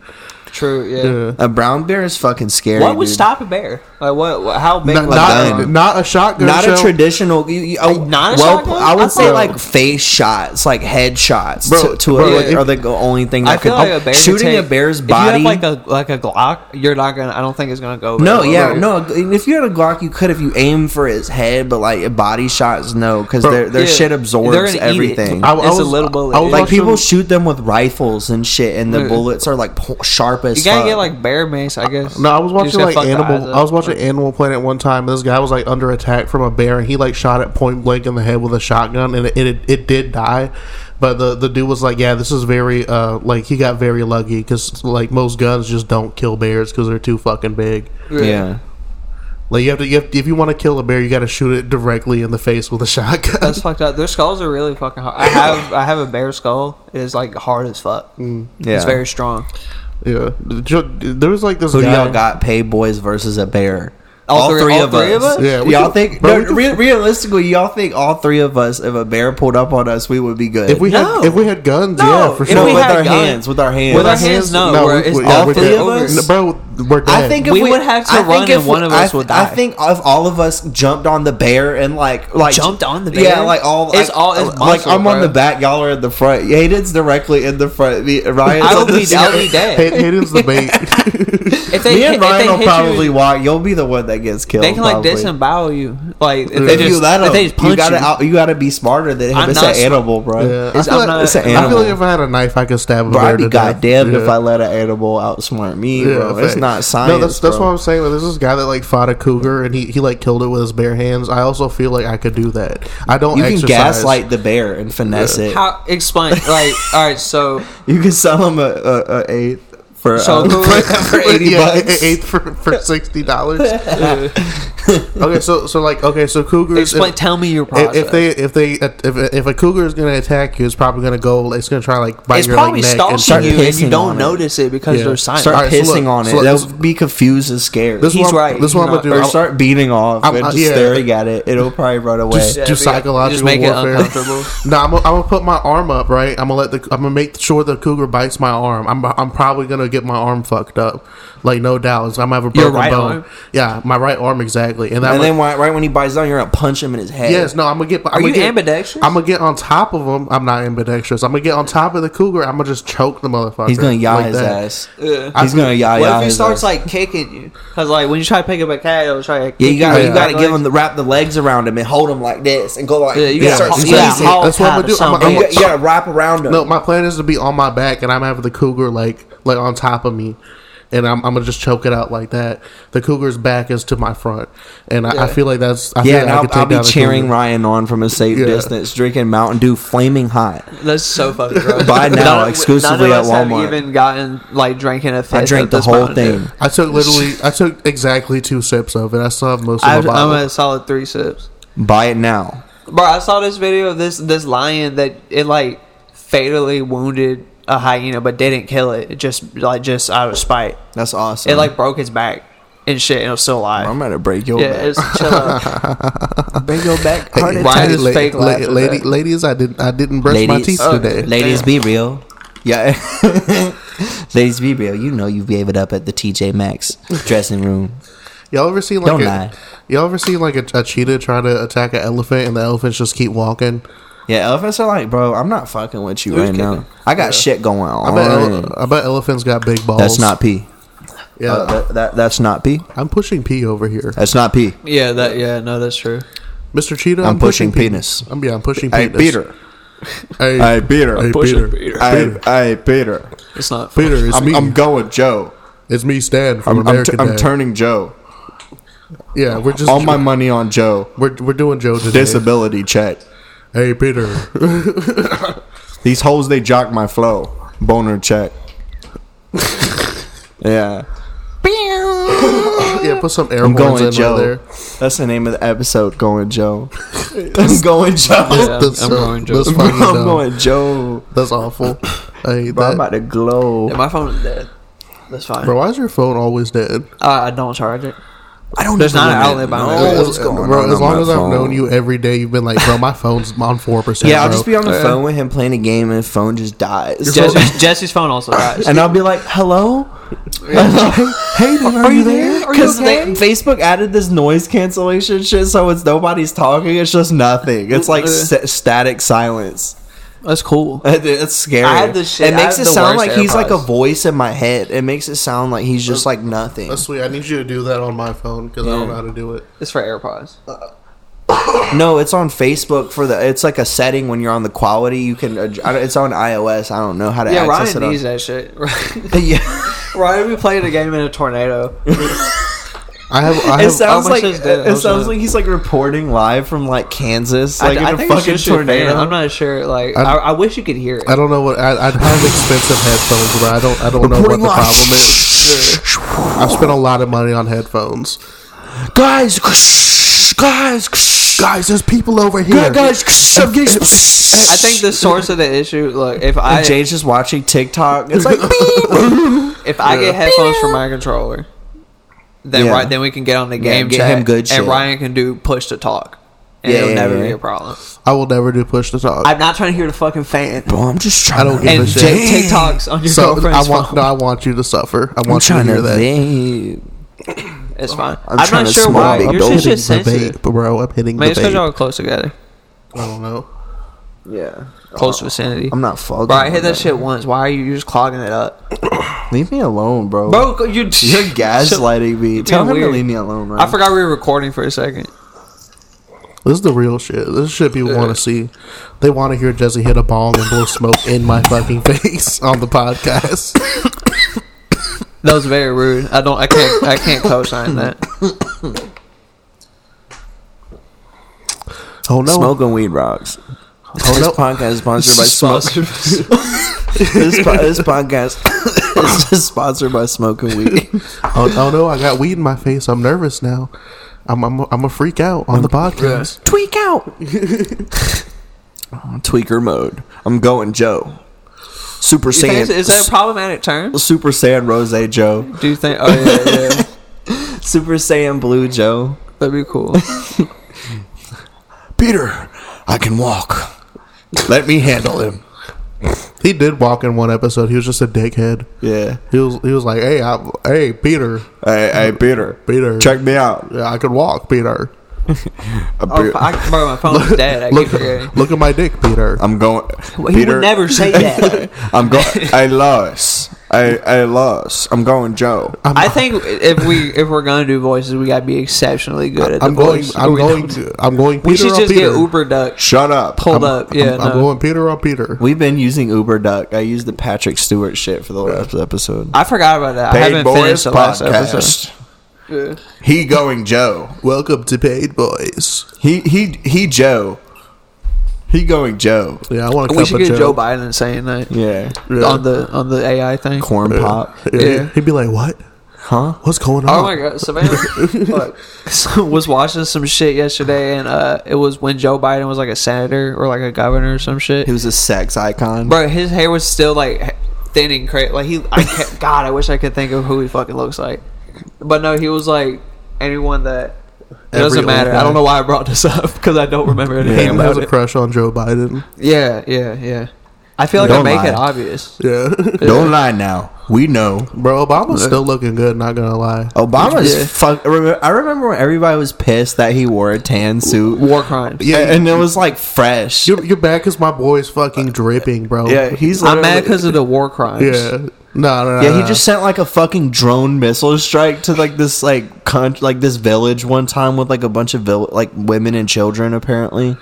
True. Yeah. Yeah. A brown bear is fucking scary. What would dude. stop a bear? Like what? what how big? Not, was not- it? not, not a shotgun. Not a shell. traditional. You, you, oh, not a well, shotgun? I would I say thought- like face shots, like head shots uh, Bro, to, to bro, a, like, are the only thing that I feel could like a bear could shooting take- a bear's If body. you have like a like a Glock, you're not gonna. I don't think it's gonna go. very no, well. yeah, no. If you had a Glock, you could if you aim for his head, but like body shots, no, because Bro, their their yeah. shit They're absorbs gonna eat it. everything. I- I It's a was- little bullet. I was dude. Like people watching- shoot them with rifles and shit, and the Yeah. bullets are like po- sharp as you gotta fuck. get like bear mace, I guess. No, I was You just watching gotta like fuck the eyes Animal. up. I was watching Animal Planet one time. And this guy was like under attack from a bear, and he like shot at point blank in the head with a shotgun, and it it, it did die. But the the dude was like, "Yeah, this is very uh like he got very lucky because like most guns just don't kill bears because they're too fucking big. yeah. Like you have to, you have to if you want to kill a bear, you got to shoot it directly in the face with a shotgun. That's fucked up. Their skulls are really fucking hard. I have I have a bear skull. It is like hard as fuck. Yeah. It's very strong. yeah, Ju- there was like this. Who do guy, y'all got? Pay boys versus a bear. All three- all three of us? Yeah, Yeah, we y'all could- think? bro, no, we could- re- realistically, y'all think all three of us, if a bear pulled up on us, we would be good. If we No. had if we had guns, No, yeah, for if sure. no, we with had our gun- hands, with our hands, With our hands, no. we- we're- it's we- all we three could- of us. No, bro. we're dead. I think if We we, would have to I think run if and one of I us would th- I die. think if all of us jumped on the bear and like like Jumped on the yeah bear? like all It's like, all- it's like muscle, I'm on bro. the back, y'all are in the front. Hayden's directly in the front. Me, Ryan's I would on the be- side. I would be dead. Hay- Hayden's the bait. If they, Me if and they Ryan will hit probably you, walk. You'll be the one that gets killed. they can like probably. disembowel you. Like if they If you just, let if him, they you just punch you. gotta out, you gotta be smarter than him. I'm it's not an smart. animal, bro. Yeah, I It's, feel, I'm not, like, it's an I feel animal. like if I had a knife, I could stab a Bro, bear I'd be to death. goddamn if Yeah. I let an animal outsmart me, bro. It's fact. not science. No, that's that's bro. what I'm saying. Like, there's this guy that like fought a cougar and he, he like killed it with his bare hands. I also feel like I could do that. I don't. You exercise. can gaslight the bear and finesse it. How explain? Like all right, so You can sell him a, a, a eighth for, So um, who- for, for eighty yeah, bucks. a- eighth for, for sixty dollars. okay, so so like okay, so cougars. explain. Tell me your if, process. if they if they if, if a cougar is gonna attack you, it's probably gonna go. It's gonna try like bite it's your probably like, neck and stalking shit. you, and you pissing don't on it. notice it because Yeah. they're silent. Start All right, so pissing look, on so it. look, They'll be confused and scared. This is He's what I'm- right. This is what I'm gonna do. or I'll- start beating off I'm- and uh, just yeah. staring at it. It'll probably run away. Just do but yeah, psychological just make it warfare. uncomfortable. no, I'm gonna I'm put my arm up, right? I'm gonna let the I'm gonna make sure the cougar bites my arm. I'm I'm probably gonna get my arm fucked up, like no doubt. It's- I'm gonna have a Your broken right bone. arm? Yeah, my right arm exactly. And, I'm and gonna- then why, right when he bites down, you're gonna punch him in his head. Yes, no, I'm gonna get. I'm Are gonna you get, ambidextrous? I'm gonna get on top of him. I'm not ambidextrous. I'm gonna get on top of the cougar. I'm gonna just choke the motherfucker. he's gonna yaw like his that. ass. Yeah. He's gonna yaw What yaw if he his starts ass. like kicking you? Because like when you try to pick up a cat, it'll try to. Yeah, kick you gotta in you the gotta back give legs. him the wrap the legs around him and hold him like this and go like Yeah, you this, gotta start haul- you squeezing. gotta haul That's what I'm tight gonna do. or I'm- something. I'm- You gotta- you gotta wrap around him. No, my plan is to be on my back and I'm having the cougar like like on top of me. And I'm, I'm gonna just choke it out like that. The cougar's back is to my front, and I, I feel like that's I feel yeah, like and I I'll, could take I'll be down a cheering cougar. Ryan on from a safe Yeah. distance, drinking Mountain Dew, flaming hot. That's so fucking gross. Buy now, None of- exclusively none of us at have Walmart. even gotten like drinking a fifth. I drank of the this whole Mountain Dew. thing. I took literally I took exactly two sips of it. I still have most of I, my I'm bottle. at a solid three sips. Buy it now. Bro, I saw this video of this this lion that it like fatally wounded a hyena, but didn't kill it. It just like just out of spite. That's awesome. It like broke his back and shit, and it was still alive. I'm gonna break your yeah, back. it's chill out. break your back. Hey, attack. Ryan, Just la- fake la- laugh at lady, that. ladies, I didn't I didn't brush my teeth uh, today. ladies, be real. Yeah, ladies, be real. You know you gave it up at the TJ Maxx dressing room. Y'all ever seen like Don't a, lie. Y'all ever seen like a, a cheetah try to attack an elephant and the elephants just keep walking? Yeah, elephants are like, bro, I'm not fucking with you Who's right now. kicking? I got shit going I on. bet, ele- I bet elephants got big balls. that's not P. Yeah, Uh, that, that, that's not P. I'm pushing pee over here, That's not P. yeah, that yeah, no, that's true. Mr. Cheetah. I'm pushing pee. penis. I'm yeah, I'm pushing Hey, penis. Peter. Hey, Hey, Peter. Hey, I'm pushing Peter. Peter. Peter. hey, Peter. It's not. Peter, it's me. going Joe. it's me, Stan from American Dad. turning Joe. Yeah, we're just money on Joe. We're, we're doing Joe today. Disability check. hey, Peter. These hoes they jock my flow. Boner check. yeah. yeah, put some air I'm horns going in Joe. over there. That's the name of the episode, Going Joe. I'm going Joe. Yeah, I'm That's, uh, going Joe. that's Bro, fucking I'm dumb. going Joe. That's awful. Hey, Bro, I'm that- about to glow. Yeah, my phone is dead. That's fine. bro, why is your phone always dead? Uh, I don't charge it. I don't There's even not an know outlet by no. my name. Oh, what's going bro, on as on long my as I've phone? known you every day, you've been like, bro, my phone's on four percent. Yeah, I'll bro. just be on the Yeah. phone with him playing a game and his phone just dies. Jesse's, Jesse's phone also dies. and I'll be like, "Hello, hey, dude, are, you there?" Are you Because okay? Facebook added this noise cancellation shit, so it's nobody's talking. It's just nothing. It's like st- static silence. That's cool. It's scary. I had this shit- It I makes had it the sound worst like he's like a AirPods. voice in my head. It makes it sound like he's just like nothing. That's sweet. I need you to do that on my phone because I don't know how to do it. It's for AirPods. No, it's on Facebook for the. It's like a setting when you're on the quality. You can. adj- I don't- It's on iOS. I don't know how to Yeah, access Ryan it. on- needs that shit. yeah. Ryan, we played a game in a tornado. I have. oh, I It have sounds much like is that? it How much sounds is like it? he's like reporting live from like Kansas, like I, in I a think it's fucking just your fan. tornado. I'm not sure. Like, I, I- I, wish you could hear it. I don't know what I, I have expensive headphones, but I don't. I don't know what the live. problem is. I spent a lot of money on headphones. guys, guys, Guys, there's people over here. guys, I'm getting. I think the source of the issue. Look, if I And Jay's just watching TikTok. It's like if I get headphones for my controller, then Yeah. right then we can get on the Yeah, game get chat, him good and shit. Ryan can do push to talk. and it'll never be a problem. I will never do push to talk. I'm not trying to hear the fucking fan. Bro, I'm just trying. I don't give and a shit. take TikToks on your So, girlfriend's I want phone. no. I want you to suffer. I I'm want you to trying hear to that. vape. It's fine. I'm I'm, trying not to sure smoke why. big Your dog. shit's Hitting just the sensitive. vape, bro. I'm hitting Maybe it's the because vape. y'all are close together. I don't know. Yeah. Close vicinity. I'm not fucking. Bro, I hit with that shit once. Why are you you're just clogging it up? Leave me alone, bro. Bro, go- you- you're gaslighting me. Tell him weird. to leave me alone, man. I forgot we were recording for a second. This is the real shit. This is shit people want to see. They want to hear Jesse hit a bong and blow smoke in my fucking face on the podcast. That was very rude. I don't. I can't. I can't co-sign that. Oh no! Smoking weed rocks. this Oh, no. podcast is sponsored by smoking. this, po- this podcast is just sponsored by smoking weed. Oh, oh no! I got weed in my face. I'm nervous now. I'm I'm I'm a freak out on the podcast. Tweak out. Oh, Tweaker mode. I'm going Joe. Super You think Saiyan. it's- is that a problematic term? Super Saiyan Rose Joe. Do you think? Oh yeah, yeah. Super Saiyan Blue Joe. That'd be cool. Peter, I can walk. Let me handle him. He did walk in one episode. He was just a dickhead. Yeah. He was he was like, hey, I, hey, Peter, Hey, Mm. hey, Peter. Peter, Check me out. Uh, Yeah, I could walk, Peter. Oh, I, bro, my phone's dead. I keep Look, forgetting. look at my dick, Peter. I'm going. He would never say that. I'm going. I lost. I I lost. I'm going Joe. I think if we if we're gonna do voices, we gotta be exceptionally good at the I'm going. voice. I'm we, going. To, I'm going. Peter we should on just Peter. get Uber Duck Shut up. pulled up. Yeah, I'm no. going Peter on Peter. We've been using Uber Duck. I used the Patrick Stewart shit for the last episode. I forgot about that. I haven't finished the last episode. He going Joe. Welcome to Paid Boys. He he he Joe. He going Joe. Yeah, I want to We should get Joe. Biden saying that Yeah. on the on the AI thing. Corn pop. Yeah. He'd be like, "What? Huh? What's going on?" Oh my god, Savannah look, so was watching some shit yesterday, and uh, it was when Joe Biden was like a senator or like a governor or some shit. He was a sex icon. Bro, his hair was still like thinning, cra- like he. I can't, God, I wish I could think of who he fucking looks like. But no, he was like anyone that. It Every doesn't matter. old I don't guy. know why I brought this up because I don't remember anything He about has a it. crush on Joe Biden. Yeah, yeah, yeah. I feel like Don't I make lie. it obvious. Yeah, Don't lie now. We know. bro. Obama's still looking good. Not gonna lie. Obama's Yeah. fuck. remem- I remember when everybody was pissed that he wore a tan suit. War crime. Yeah, and it was like fresh. Your, your back is my boy's fucking dripping, bro. Yeah, he's. I'm mad literally- because of the war crimes. Yeah. No, no, no. Yeah, no. he just sent like a fucking drone missile strike to like this like con- like this village one time with like a bunch of vill- like women and children apparently.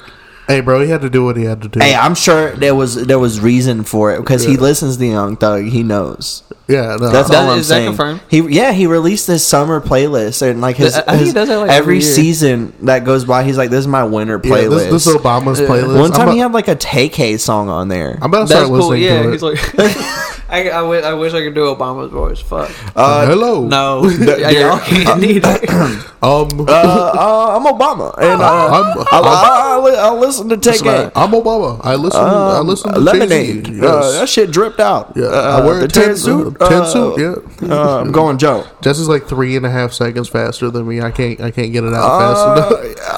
Hey, bro, he had to do what he had to do. Hey, I'm sure there was there was reason for it because he listens to Young Thug. He knows. yeah, no. That's That- all I'm is that saying. confirmed? He yeah, he released his summer playlist and like his, I think he his- does that, like, every every year. season that goes by. He's like, "This is my winter yeah, playlist." this, this is Obama's playlist. One time I'm, he about, had like a Take Hey song on there. I'm about to That's start cool. listening Yeah, to it. he's like, I, I, wi- I wish I could do Obama's voice. Fuck. Uh, Hello. No, yeah, y'all can't need it. Um, uh, uh, I'm Obama, and uh, I'm, I, I'm, I, I li- I listen to Take Hey. I'm Obama. I listen. I Um, listen to lemonade. Jay-Z. Uh, that Yes. shit dripped out. Yeah, Uh, I wear the a tan tan suit. uh, tan uh, suit. Yeah, uh, I'm going Joe. Jesse's like three and a half seconds faster than me. I can't. I can't get it out fast enough. Uh,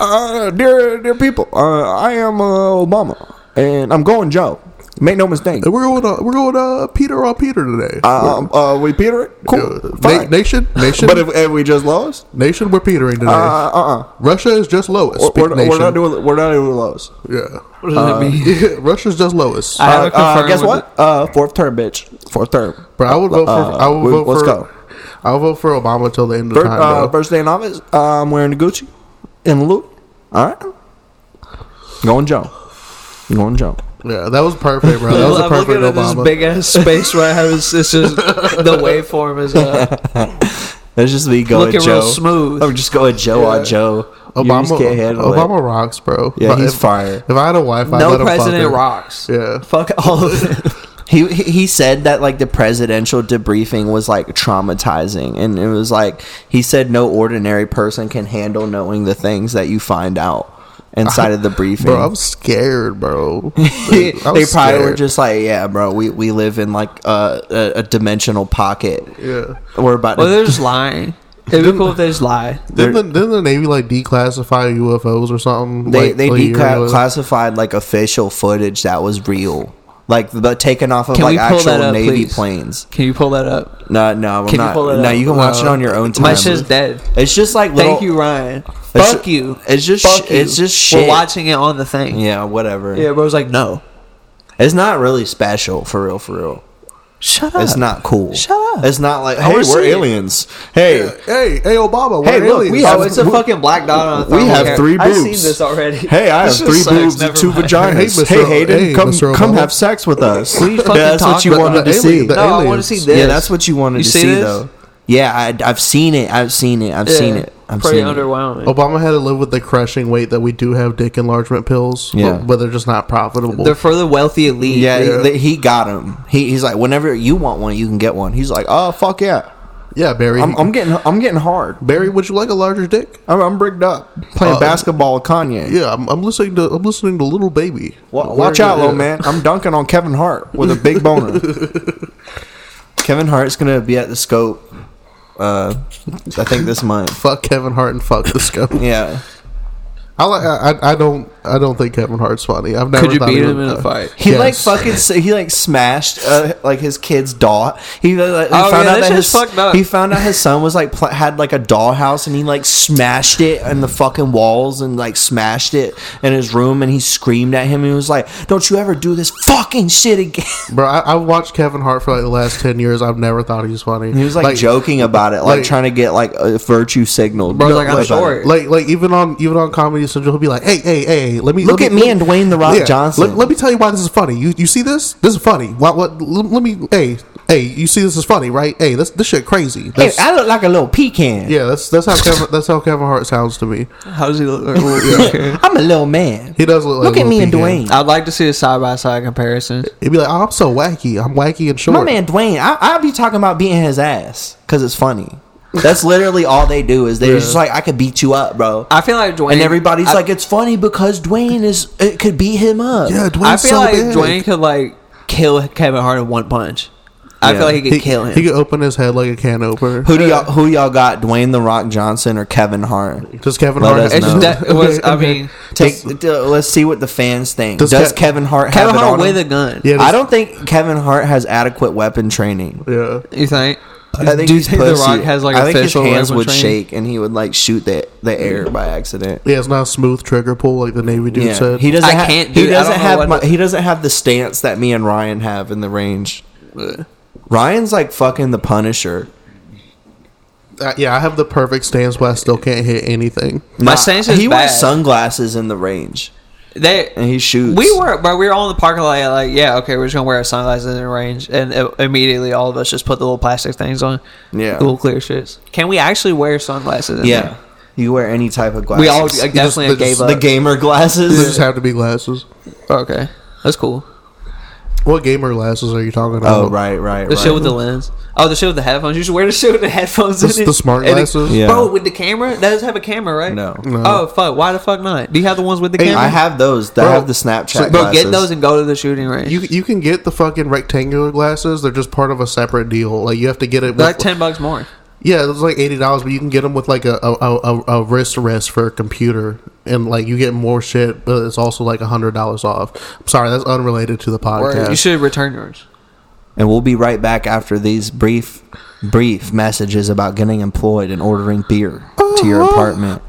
uh, dear, dear people, uh, I am uh, Obama, and I'm going Joe. Make no mistake. We're going. Uh, we're going. Uh, Peter on Peter today. Um, uh, we Peter it? Cool. Yeah. Na- Fine. nation, nation, but if, if we just lost, nation. We're petering today. uh, uh-uh. Russia is just lowest. We're, we're, Oh, Speak we're nation. not doing. We're not doing lost. Yeah. What does it mean? yeah, Russia's just lowest. I Uh, haven't confirmed. uh, guess with what? Uh, fourth term, bitch. Fourth term. Bro, I would vote for. Uh, I would we- vote let's for. go. I'll vote for Obama till the end of First, time, uh, bro. first day in office, uh, I'm wearing a Gucci and a Louis. All right. Going Joe. Going Joe. yeah, that was perfect, bro. it. That was a I'm perfect looking at this Obama. big ass space where I have. It's, it's just the waveform is uh, That's just me going looking Joe. real smooth. I'm just going Joe on Joe. You Obama, just can't handle Obama it. rocks, bro. Yeah, But he's if, fire. If I had a wife, I'd no let him president fuck her. rocks. Yeah, Fuck all of it. He he he said that like the presidential debriefing was like traumatizing, and it was like he said no ordinary person can handle knowing the things that you find out inside of the briefing. bro, I'm scared, bro. they probably were scared. just like, yeah, bro, we, we live in like a, a, a dimensional pocket. Yeah. We're about Well, to. they're just lying. It'd be cool if they just lie. Didn't the, didn't the Navy like declassify UFOs or something? They like, they a year ago? declassified like official footage that was real, like the taken off of Can like we pull actual that up, Navy please? planes. Can you pull that up? No, no, I'm Can you not. pull that no, up? you can watch it No. on your own time. My shit's dead. It's just like little, Thank you, Ryan. It's Fuck ju- you. It's just Fuck sh- it's you. just We're shit. watching it on the thing. Yeah, whatever. Yeah, bro's like, no. It's not really special for real, for real. Shut It's not cool. Shut up. It's not like I hey, wanna we're see it. aliens. Hey, Hey, hey, Obama. Hey, we're look, aliens. we have- Oh, it's a fucking black dot on a we thumb. have three boobs. I've seen this already. Hey, I have This three just sucks. boobs and Never two mind. vaginas. Hey, Hey, Mr. O- Hayden, hey, come Mr. come Obama. have sex with us. Will you Yeah, fucking that's talk what you about wanted the to see. alien- the No, I want to see this. Yeah, that's what you wanted You to see see, this? though. Yeah, I, I've seen it. I've seen it. I've Yeah, seen it. I've pretty seen it. underwhelming. Obama had to live with the crushing weight that we do have dick enlargement pills, Yeah. but, but they're just not profitable. They're for the wealthy elite. Yeah, He, he got him. He, he's like, whenever you want one, you can get one. He's like, oh fuck yeah, yeah, Barry. I'm, I'm getting I'm getting hard. Barry, would you like a larger dick? I'm, I'm rigged up playing Uh, basketball with Kanye. Yeah, I'm, I'm listening to I'm listening to Little Baby. Wa- watch Where- out, little yeah. man. I'm dunking on Kevin Hart with a big boner. Kevin Hart's gonna be at the scope. Uh, I think this month. Fuck Kevin Hart and fuck the scope. Yeah, I like. I, I- I don't. I don't think Kevin Hart's funny. I've never. Could you thought beat he him was- in a fight? he Yes. like fucking s- he like smashed uh, like his kid's doll. He, like, he Oh, found yeah, out that that shit's fucked his up. he found out his son was like pl- had like a dollhouse and he like smashed it in the fucking walls and like smashed it in his room and he screamed at him. and He was like, "Don't you ever do this fucking shit again." Bro, I, I've watched Kevin Hart for like the last ten years. I've never thought he was funny. He was like, joking about it, like, like- trying to get like a virtue signal. Bro, like, I'm about short. it. Like, like even on even on Comedy Central, he'll be like, "Hey, hey, hey, let me Look let at me and Dwayne The Rock Johnson." Let, let me tell you why this is funny. You you see this? This is funny. What what? Let, let me. Hey, hey, you see this is funny, right? Hey, this this shit crazy. Hey, That's- I look like a little pecan. yeah, that's that's how Kevin that's how Kevin Hart sounds to me. How does he look? Yeah. I'm a little man. He does look. Like Look a at little me and pecan. Dwayne. I'd like to see a side by side comparison. He'd be like, "Oh, I'm so wacky. I'm wacky and short." My man Dwayne, I, I'll be talking about beating his ass because it's funny. That's literally all they do is they're just like, I could beat you up, bro. I feel like Dwayne and everybody's I- like, it's funny because Dwayne is it could beat him up. Yeah, Dwayne's I feel so like big. Dwayne could like kill Kevin Hart in one punch. I Yeah. feel like he could kill him. He could open his head like a can opener. Who do y'all who y'all got? Dwayne the Rock Johnson or Kevin Hart? Does Kevin Let Hart? us have- it's just No. that it was. I Okay. mean, Take uh, let's see what the fans think. Does Does, Ke- Kevin Hart have Kevin it Hart on with a him? gun. Yeah, does- I don't think Kevin Hart has adequate weapon training. Yeah. You think? I think, Do you he's think The pussy. Rock has like I think his official hands weapon would training? shake and he would like shoot the, the air by accident. Yeah, it's not a smooth trigger pull like the Navy dude Yeah. said. He doesn't. I ha- can't He do- I doesn't don't know have. what My, to- he doesn't have the stance that me and Ryan have in the range. Ryan's like fucking the Punisher. Uh, yeah, I have the perfect stance, but I still can't hit anything. My Nah, stance is he bad. wears sunglasses in the range They and he shoots. We were, but we were all in the parking lot. Like, yeah, okay, we're just gonna wear our sunglasses in the range, and uh, immediately all of us just put the little plastic things on. Yeah. the little clear shits. Can we actually wear sunglasses? In Yeah, you wear any type of there? glasses. we all like, definitely they gave just- up. the gamer They just glasses. have to be glasses. okay, that's cool. What gamer glasses are you talking about? oh right, right. The right. shit with the lens. Oh, the shit with the headphones. You should wear the shit with the headphones. The- in it. the smart And it- glasses? Yeah. Bro, with the camera, that does have a camera, right? No. No. Oh fuck! Why the fuck not? Do you have the ones with the Hey, camera? I have those. That Bro, have the Snapchat. Bro, so- glasses. get those and go to the shooting range. You you can get the fucking rectangular glasses. They're just part of a separate deal. Like you have to get it. With, They're like ten bucks more. Yeah, it's like eighty dollars, but you can get them with like a a, a, a wrist rest for a computer, and like you get more shit, but it's also like hundred dollars off. I'm sorry, that's unrelated to the Or podcast. you should return yours. And we'll be right back after these brief, brief messages about getting employed and ordering beer to your apartment.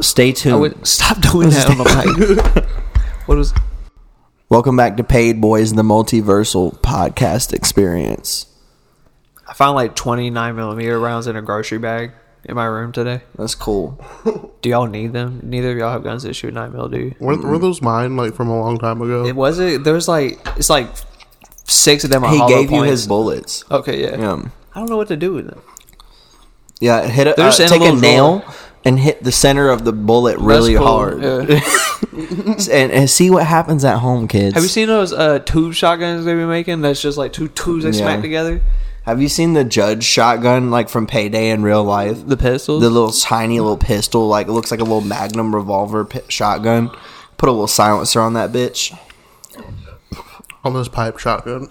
Stay I tuned. would stop doing that on the mic. what was? Welcome back to Paid Boys, the multiversal podcast experience. I found like 29 millimeter rounds in a grocery bag in my room today. That's cool. Do y'all need them? Neither of y'all have guns that shoot 9 mil, do you? were, Mm-hmm. were those mine like from a long time ago? It was it. There was like it's like six of them. Are He hollow gave you points. his bullets. Okay, yeah. Yeah, I don't know what to do with them. yeah. Hit a, They're uh, just in a take a, little nail and hit the center of the bullet really cool, hard, yeah. and, and see what happens at home, kids. Have you seen those uh, tube shotguns they've been making? That's just like two tubes they Yeah. smack together. Have you seen the judge shotgun like from Payday in real life? The pistols. the little tiny little pistol, like it looks like a little Magnum revolver pi shotgun. Put a little silencer on that bitch. on this pipe shotgun.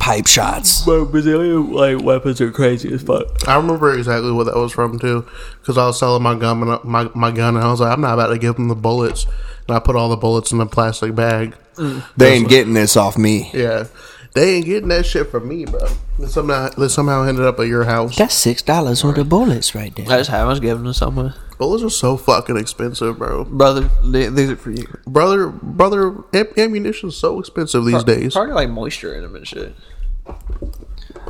Pipe shots. But Brazilian like weapons are crazy as fuck. I remember exactly what that was from too, because I was selling my gun and my, my gun, and I was like, I'm not about to give them the bullets, and I put all the bullets in a plastic bag. Mm. They ain't getting this off me. Yeah, they ain't getting that shit from me, bro. They somehow, they somehow ended up at your house. That's six dollars on the bullets right there. That's how I was giving them someone. Bullets are so fucking expensive, bro. Brother, th- these are for you. Brother, brother, am- ammunition's so expensive these Pro- days. Probably like moisture in them and shit.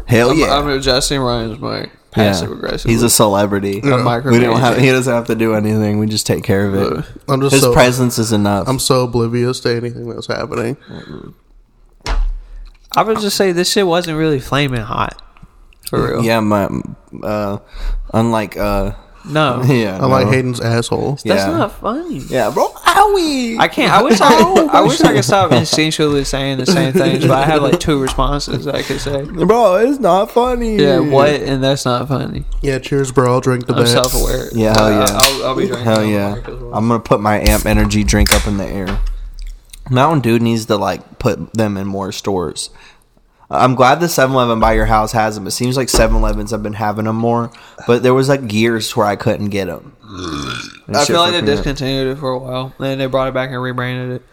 Hell I'm, yeah. I'm adjusting Ryan's mic. Passive aggressive. He's a celebrity. Yeah. We don't have. He doesn't have to do anything. We just take care of it. I'm just His so- presence is enough. I'm so oblivious to anything that's happening. I would just say this shit wasn't really flaming hot. For real. Yeah, my uh, unlike uh, No. yeah, Unlike no. Hayden's asshole. That's yeah. not funny. Yeah, bro. Owie. I can't. I wish I. Could, I wish I could stop instinctually saying the same things, but I have like two responses I could say. Bro, it's not funny. Yeah, what? And that's not funny. Yeah, cheers, bro. I'll drink the I'm best. self-aware. Yeah, hell Uh, yeah. I'll- I'll be drinking Hell on the yeah. mic as well. I'm gonna put my amp energy drink up in the air. Mountain Dew needs to like put them in more stores. I'm glad the 7-Eleven by your house has them. It seems like 7-Elevens have been having them more, but there was like years where I couldn't get them. I feel like they discontinued it for a while, and then they brought it back and rebranded it.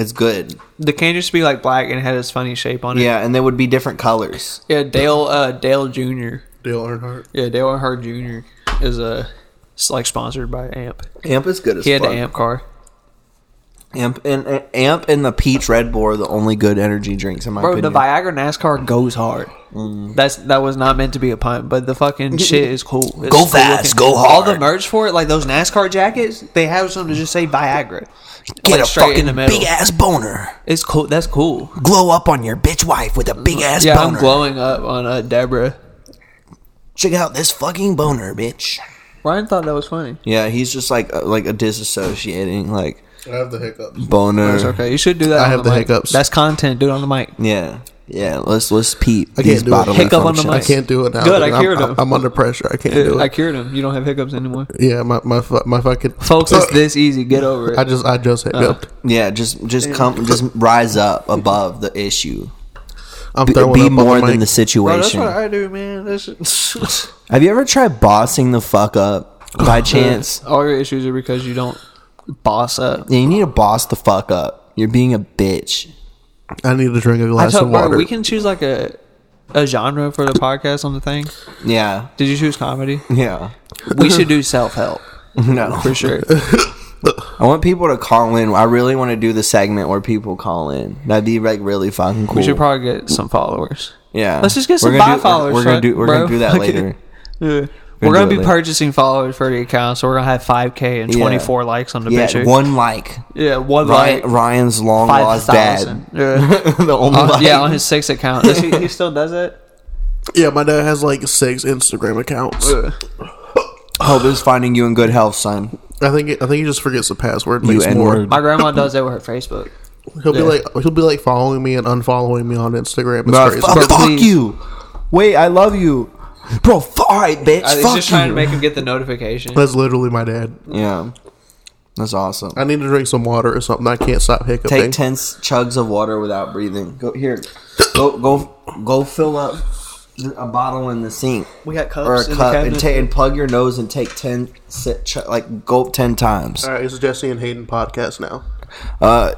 It's good. The can used to be like black and had this funny shape on it. Yeah, and they would be different colors. yeah. Dale, uh, Dale Jr. Dale Earnhardt. Yeah, Dale Earnhardt Jr. is uh, it's like sponsored by Amp. Amp is good as He had fuck. the Amp car. Amp and uh, Amp and the Peach Red Bull are the only good energy drinks in my Bro, opinion. Mm. the Viagra NASCAR goes hard. That's that was not meant to be a pun, but the fucking shit is cool. It's Go cool fast, go All the hard. merch for it, like those NASCAR jackets, they have something to just say Viagra. Get Like, a straight fucking big ass boner. It's cool. That's cool. Glow up on your bitch wife with a big ass yeah, boner. I'm glowing up on uh, Deborah. Check out this fucking boner, bitch. Ryan thought that was funny. Yeah, he's just like uh, like a disassociating like I have the hiccups. boner. That's okay. You should do that. I on have the mic. hiccups. That's content. Do it on the mic. Yeah, yeah. Let's let's peep I these can't do it. bodily Hiccup on the functions. mic. I can't do it now. Good, I I'm- cured I'm, him. I'm under pressure. I can't do it. I cured him. You don't have hiccups anymore. yeah, my my fu- my fucking Folks, it's this easy. Get over it. I just I just Uh, hiccuped. Yeah, just just come, just rise up above the issue. I'm Be- throwing be up on the more mic. Bro, than the that's situation. what I do, man. That's Have you ever tried bossing the fuck up by chance? All your issues are because you don't boss up. Yeah, you need to boss the fuck up. You're being a bitch. I need to drink a I glass told of bro, water. we can choose like a a genre for the podcast on the thing. Yeah, Did you choose comedy? yeah. We should do self help No, for sure. I want people to call in. I really want to do the segment where people call in. That'd be like really fucking cool. We should probably get some followers. yeah. Let's just get some We're bi gonna do- followers. We're gonna son, do. We're bro. gonna do that Okay. later. Yeah. We're, We're gonna gonna do it be later. purchasing followers for the account, so we're gonna have five k and Yeah. twenty four likes on the yeah, picture. one like. yeah, one Ryan, like. Ryan's long lost dad. 5,000. Yeah. the only On- like. Uh, yeah, on his six account. Does he, he still does it? yeah, my dad has like six Instagram accounts. Hope is Oh, finding you in good health, son. I think I think he just forgets the password. You Makes more. N-word. My grandma does that with her Facebook. He'll be Yeah. like he'll be like following me and unfollowing me on Instagram. It's Bro, crazy. fuck, Bro, fuck please. you. Wait, I love you, bro. F- all right, bitch. I, he's fuck just you. trying to make him get the notification. That's literally my dad. yeah, that's awesome. I need to drink some water or something. I can't stop hiccuping. Take ten s- chugs of water without breathing. Go here. Go go go. Fill up a bottle in the sink. We got cups or a in the cup and, cabinet. ta- and plug your nose and take 10 sit ch- like gulp 10 times All right, it's Jesse and Hayden podcast now. uh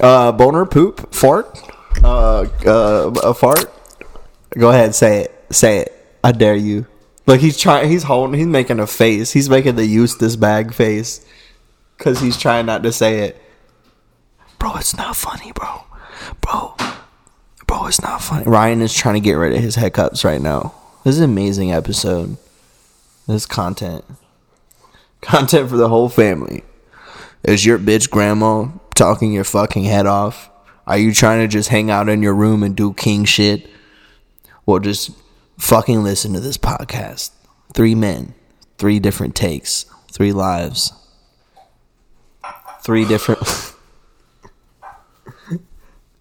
uh boner poop fart uh uh a fart go ahead say it say it i dare you like he's trying he's holding he's making a face he's making the eustace bag face because he's trying not to say it bro it's not funny bro bro bro it's not funny ryan is trying to get rid of his hiccups right now this is an amazing episode this is content content for the whole family is your bitch grandma talking your fucking head off? Are you trying to just hang out in your room and do king shit? Well, just fucking listen to this podcast. Three men, three different takes, three lives, three different.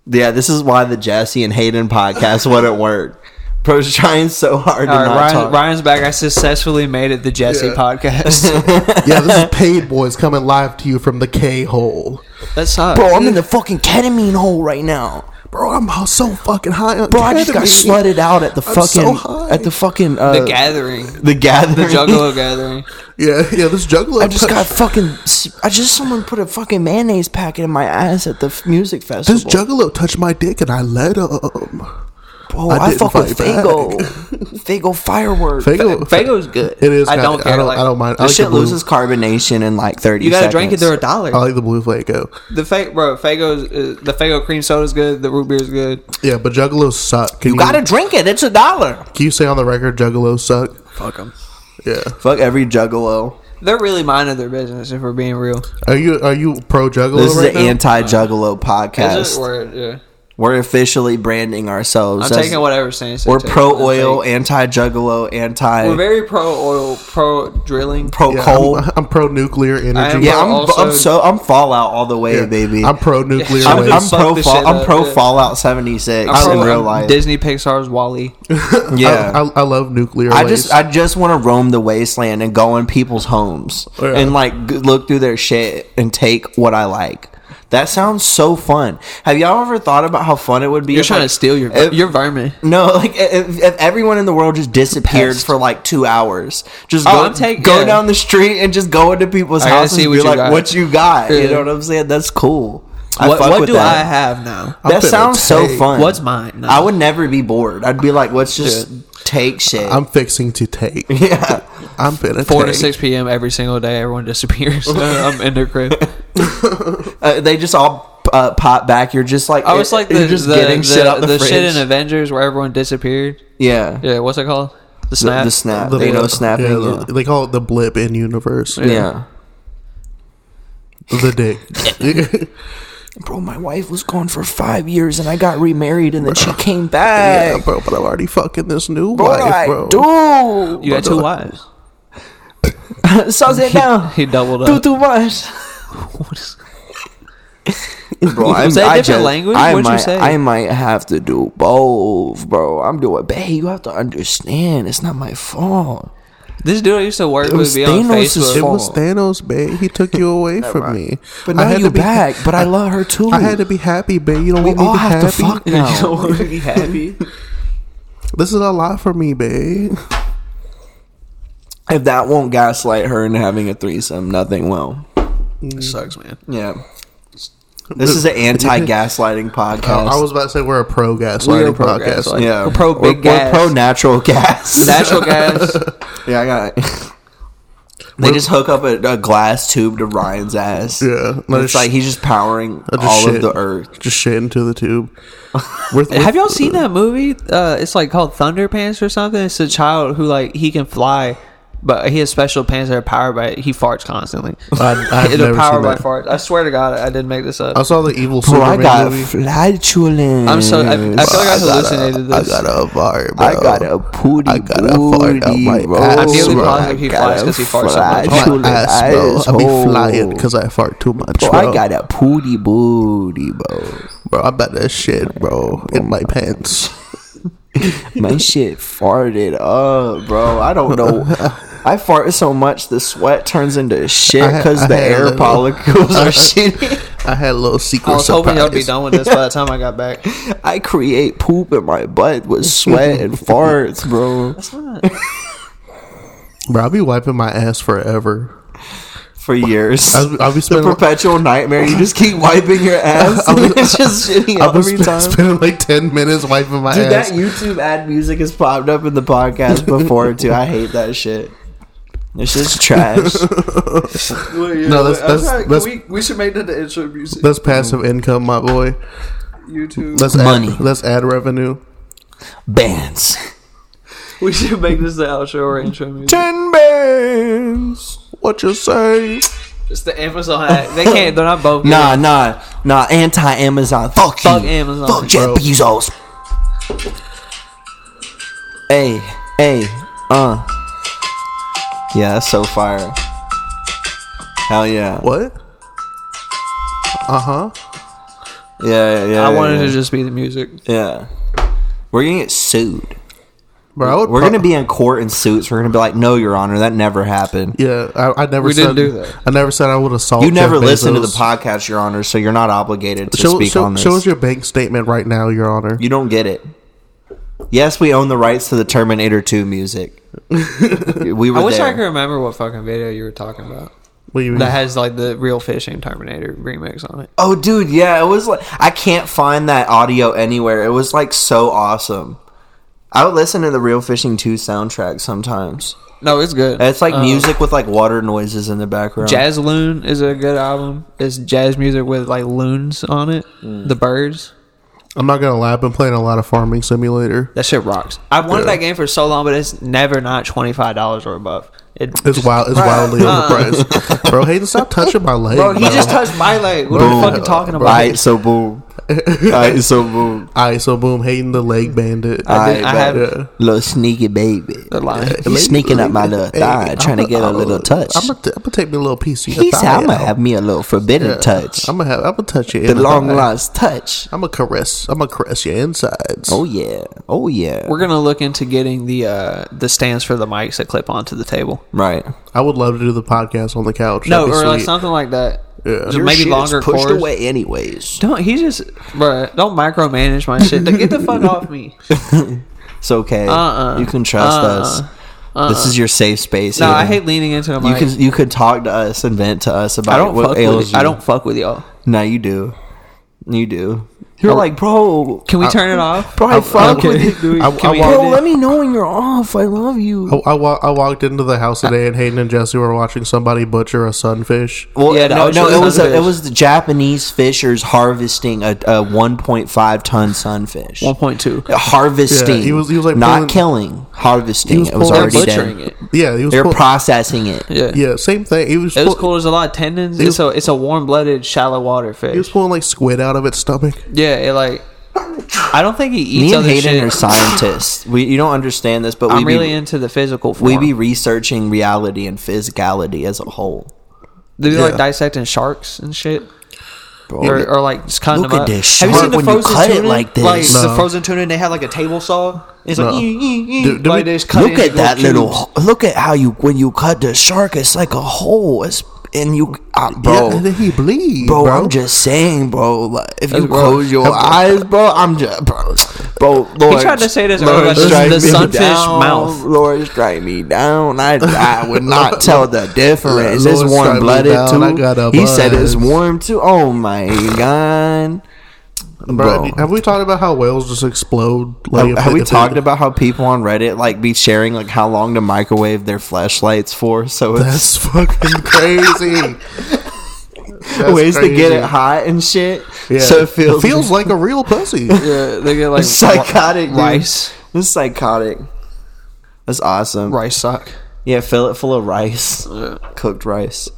yeah, this is why the Jesse and Hayden podcast wouldn't work. Bro's trying so hard All to not right, Ryan, talk. Ryan's back. I successfully made it the Jesse Yeah. podcast. yeah, this is Paid Boys coming live to you from the K hole. that sucks. Bro, I'm in the fucking ketamine hole right now. Uh, bro, I'm so fucking high. on Bro, I just got ketamine. slutted out at the I'm so fucking high. at the fucking uh, the gathering. The gathering. The Juggalo gathering. Yeah, yeah. This juggler. I just got fucking. I just someone put a fucking mayonnaise packet in my ass at the f- music festival. This juggalo touched my dick and I let him. Bro, I, didn't fuck with fight back. Fago. Fago firework. Fago- Fa- Fago's good. It is I kinda- don't I care, don't- like- I don't mind. I The like shit the blue. loses carbonation in like thirty. You gotta drink it, they're a dollar. I like the blue Fago. The fake bro, Fago's uh, the Fago cream soda's good. The root beer's good. Yeah, but juggalos suck. Can You gotta drink it. It's a dollar. Can you say on the record, juggalos suck? Fuck them. Yeah. Fuck every juggalo. They're really minding their business if we're being real. Are you are you pro juggalo? This right is an now? anti-juggalo Is it? podcast. Or, yeah. We're officially branding ourselves. I'm as- taking whatever stance. they We're take. pro I'm oil, taking- anti juggalo, We're anti very pro oil, pro drilling, pro Yeah, coal. I'm, I'm pro nuclear I am energy. yeah, pro I'm, also- I'm so I'm Fallout all the way, Yeah, baby. I'm pro nuclear. I'm, Dude, I'm fuck pro. this Fall, shit I'm up, pro yeah. Fallout seventy six I'm in pro- real I'm life. Disney Pixar's Wally. Yeah, I, I, I love nuclear. I waste. just I just want to roam the wasteland and go in people's homes Yeah. and like g- look through their shit and take what I like. That sounds so fun. Have y'all ever thought about how fun it would be? You're if, trying like- to steal your if- your vermin. no, like if, if everyone in the world just disappeared Pest. for like two hours, just Oh, go, I'm taking- go yeah. down the street and just go into people's I gotta houses see and what be you like, got. "What you got?" You Yeah. know what I'm saying? That's cool. I What, fuck what with do that. I have now? That finna sounds so take- fun. What's mine? now? I would never be bored. I'd be like, let's just take shit. I'm fixing to take. yeah. I'm finna Four to take. six p.m. every single day. Everyone disappears. I'm in their crib. Uh, they just all uh, pop back. You're just like, Oh, it's like the you're just the, getting the, shit out the, the fridge. shit in Avengers where everyone disappeared. yeah. Yeah, what's it called? The The, snap. the snap. The they know blip. snapping. Yeah, Yeah. They call it the blip in universe. Yeah. The dick. Bro, my wife was gone for five years and I got remarried and then she came yeah, back. bro, but I'm already fucking this new What wife, do bro. uh, I you got two wives. do? Sauce it down. He doubled Do up. too much. Bro, I'm, Was that a I different just- language? I What'd you might, say? I might have to do both, bro. I'm doing, babe. You have to understand. It's not my fault. This dude I used to work It with was be on Thanos' Facebook. It was Fall. Thanos, babe. He took you away from me. But now I had you to be- back. But I love her too. I had to be happy, babe. You don't We want me to all be have happy. to fuck now. be happy. This is a lot for me, babe. If that won't gaslight her into having a threesome, nothing will. Mm. sucks, man. Yeah. This is an anti-gaslighting podcast. I was about to say we're a pro We're gaslighting pro podcast. gaslight. yeah, We're pro big We're gas. pro natural gas. Natural gas. yeah, I got. It. They just hook up a, a glass tube to Ryan's ass. Yeah, And it's like he's just powering I just all shit- of the earth. Just shit into the tube. We're- we're- Have y'all seen that movie? Uh, it's like called Thunder Pants or something. It's a child who like he can fly, but he has special pants that are powered by he farts constantly. I, I've They're never powered seen by that. farts. I swear to God, I didn't make this up. I saw the evil Bro, I Superman got movie. flatulence. I'm so- I- I feel like I got hallucinated a- this. I got a, a bar, bro. I got a pooty I got a booty, fart up my bro. ass, I'm nearly bro. positive he I got farts a because he farts so much. My flatulence, ass, bro. I be asshole. flying because I fart too much, bro. Bro, I got a pooty booty, bro. bro. I bet that shit, bro, in my pants. My shit farted up, bro. I don't know. I fart so much the sweat turns into shit I- because I the had a air little- follicles are shitty. I had a little secret I was hoping surprise. y'all be done with this by the time I got back. I create poop in my butt with sweat and farts, bro. Bro, I'll be wiping my ass forever. For years, I'll be- I'll be the spending- perpetual nightmare. You just keep wiping your ass. I'll be- it's just shitting I'll out be every sp- time. spending like 10 minutes wiping my Dude, ass. that YouTube ad music has popped up in the podcast before too. I hate that shit. It's just trash. No, that's- I'm that's- trying- that's- we- should make that the intro music. That's passive income, my boy. YouTube. That's ad- Money. that's ad revenue. Bands. We should make this the outro or intro music. Ten bands. What you say? It's the Amazon. Ad. They can't. They're not both. Nah, nah, nah. Anti Amazon. Fuck, Fuck you. Amazon, Fuck Jeff bro. Bezos. Hey, hey, uh. Yeah, that's so fire. Hell yeah. What? Uh huh. Yeah, yeah, yeah. I wanted yeah. to just be the music. Yeah. We're gonna get sued. Bro, we're gonna be in court in suits. We're gonna be like, "No, Your Honor, that never happened." Yeah, I, I never We said didn't do that. I never said I would assault. you never Jeff listen to Bezos. the podcast, Your Honor, so you're not obligated to Show, speak show- on this. show us your bank statement right now, Your Honor. You don't get it. Yes, we own the rights to the Terminator 2 music. we were I wish there. I could remember what fucking video you were talking about. What do you mean? That has like the real fishing Terminator remix on it. Oh, dude, yeah, it was like I can't find that audio anywhere. It was like so awesome. I would listen to the Real Fishing 2 soundtrack sometimes. No, it's good. It's like Um, music with like water noises in the background. Jazz Loon is a good album. It's jazz music with like loons on it. The birds. I'm not gonna lie. I've been playing a lot of Farming Simulator. That shit rocks. I wanted Yeah. that game for so long, but it's never not twenty five dollars or above. It It's wild. It's wildly overpriced, bro. Hayden, stop touching my leg. Bro, he just touched my leg. What are we fucking talking about? Alright, so boom. Alright, so boom. Alright, so boom. Hayden the leg bandit. I, Alright, have but- yeah. little sneaky baby. He's sneaking up my little thigh, trying to get a little touch. I'm gonna, I'm gonna take me a little piece of your He said, thigh "I'm gonna out." have me a little forbidden Yeah. touch." I'm gonna have. I'm gonna touch you. The long lost touch. I'm gonna caress. I'm gonna caress your insides. Oh yeah. Oh yeah. We're gonna look into getting the uh the stands for the mics that clip onto the table. Right. I would love to do the podcast on the couch. No, That'd be or like sweet. something like that. Yeah. Your Maybe shit is longer pushed chords. away anyways. Don't he just bro? Don't micromanage my shit. Get the fuck off me. It's okay. Uh-uh. You can trust Uh-uh. us. This Uh-uh. is your safe space. No, Ian. I hate leaning into a You mic. can you could talk to us and vent to us about I don't what fuck ails with you. I don't fuck with y'all. No, you do. You do. You're like, bro. Can we I- turn it off? Bro, I fuck with you. I- I walked- Bro, let me know when you're off. I love you. I, I, wa- I walked into the house today, and Hayden and Jesse were watching somebody butcher a sunfish. Well, no, no, it was a, it was the Japanese fishers harvesting a, a 1.5 ton sunfish. 1.2 harvesting. Yeah, he was- he was, like, not pulling- killing, harvesting. it was pulling- already They're dead. butchering it. Yeah, he was they're pull- processing it. Yeah, yeah, same thing. He was It was pull- cool. There's a lot of tendons. It's a it's a warm blooded, shallow water he was fish. pulling like squid out of its stomach. Yeah, it like I don't think he eats Me and other Hayden shit. are scientists. We you don't understand this, but we I'm really be, into the physical form. we be researching reality and physicality as a whole. They be like Yeah. dissecting sharks and shit. Bro. or, or like just cutting Look them at up. this Have you seen shark the when you frozen cut it tuna? like this. the No. frozen tuna, and they have like a table saw. It's No. like, "Ee, ee, ee," Do- do like we- they just cut it look at into that little. little. cubes. Look at how you when you cut the shark, it's like a hole. It's and you, uh, bro. Yeah, and then he bleeds, bro, bro. I'm just saying, bro. Like, if That's you gross. close your eyes, bro, I'm just, bro. Bro, Lord, tried to say this Lord, earlier, the- strike the me sunfish down. mouth. Lord, strike me down. I, I would not tell the difference. Lord, it's strike me warm blooded down. I got too. a He said buzz. it's warm too. Oh my god, Bro, have we talked about how whales just explode? have, have we if they- talked about how people on Reddit like be sharing like how long to microwave their flashlights for? So That's it's fucking crazy. That's ways to get crazy. it hot and shit. Yeah. So it feels, like a real pussy. Yeah, they get like psychotic. ri- rice, Dude. It's psychotic. That's awesome. rice sock. Yeah, fill it full of rice, cooked rice.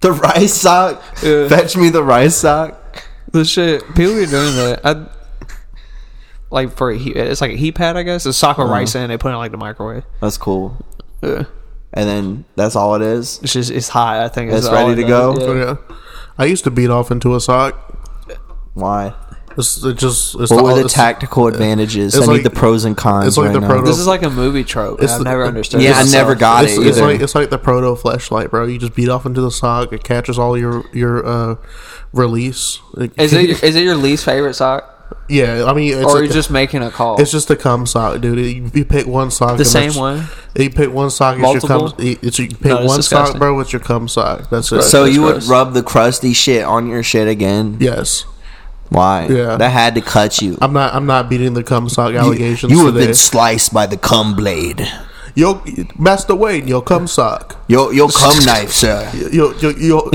The rice sock. Yeah. Fetch me the rice sock. The shit people be doing that. I, like for a heat, it's like a heat pad, I guess. It's sock with Uh-huh. rice in. it, They put it in like the microwave. That's cool. Yeah. And then that's all it is. It's just it's hot. I think is It's all ready it to does, go? yeah. Yeah. I used to beat off into a sock. Why? It's it just it's What were the it's- tactical advantages? I it's need like- the pros and cons. it's like right the now. proto- This is like a movie trope. It's I've the- never understood. uh, Yeah, it I myself. never got it's, it it's either. like it's like the proto flashlight, bro. You just beat off into the sock. It catches all your your uh, release. Is it your- is it your least favorite sock, yeah, I mean, it's or are like- you just making a call? It's just a cum sock, dude. You, you pick one sock. and same that's- one? You pick one sock. It's your cum. Multiple? It's you pick No, that's one disgusting. sock, bro. It's your cum sock. That's it. so you would rub the crusty shit on your shit again? yes. Why? Yeah. That had to cut you. I'm not. I'm not beating the cum sock allegations You, you have today. been sliced by the cum blade. Yo, Master Wayne, yo cum sock. Yo, yo, cum knife, sir. Yo, yo, yo,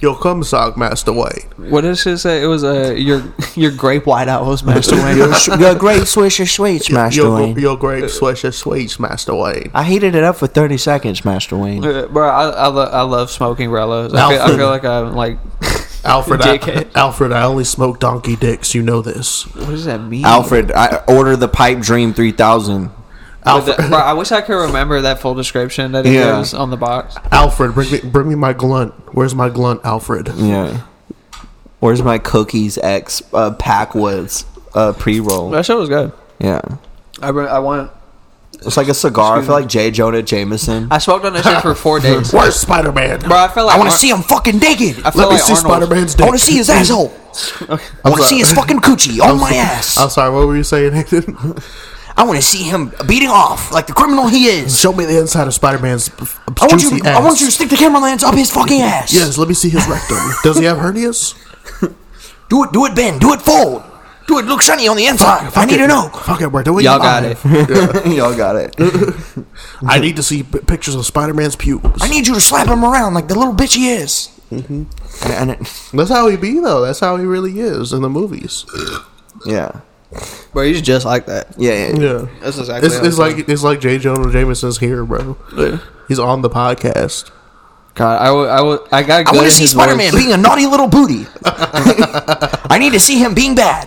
yo cum sock, Master Wayne. what did she say? It was a your your grape whiteout was Master Yo, Wayne. sh- yo, great swisher sweets, Master Yo, Wayne. yo, grape swisher sweets, Master Wayne. I heated it up for 30 seconds, Master Wayne. Uh, Bro, I I, lo- I love smoking Rellos. I feel, I feel like I'm like Alfred, I, Dickhead. Alfred, I only smoke donkey dicks. You know this. what does that mean? Alfred, I order the Pipe Dream 3000. With the- bro, I wish I could remember that full description that it Yeah. gives on the box. Alfred, bring me, bring me my glunt. Where's my glunt, Alfred? Yeah. Where's my Cookies X uh, Packwoods uh, pre roll? That shit was good. Yeah. I, re- I want. It's like a cigar. I feel like J. Jonah Jameson. I smoked on that shit for four days. Where's Spider Man? Bro, I felt like I want to Ar- see him fucking naked. I felt Let me like see Arnold. Spider Man's dick. I want to see his asshole. I want to see his fucking coochie on my ass. I'm sorry, what were you saying, Nathan? I want to see him beating off like the criminal he is. Show me the inside of Spider Man's I want juicy you. ass. I want you to stick the camera lens up his fucking ass. Yes, let me see his rectum. Does he have hernias? Do it. Do it, Ben. Do it fold. Do it. Look shiny on the inside. I need it. to know. Fuck it, we're doing Y'all got it. live. Y'all got it. I need to see p- pictures of Spider Man's pubes. I need you to slap him around like the little bitch he is. And, and it, That's how he be though. That's how he really is in the movies. yeah. Bro, he's just like that. Yeah. Yeah. Yeah, That's exactly. it's, how it's I like it's like J. Jonah Jameson's here, bro. feel. He's on the podcast. God, I would, I would, I got. I want to see Spider Man being a naughty little booty. I need to see him being bad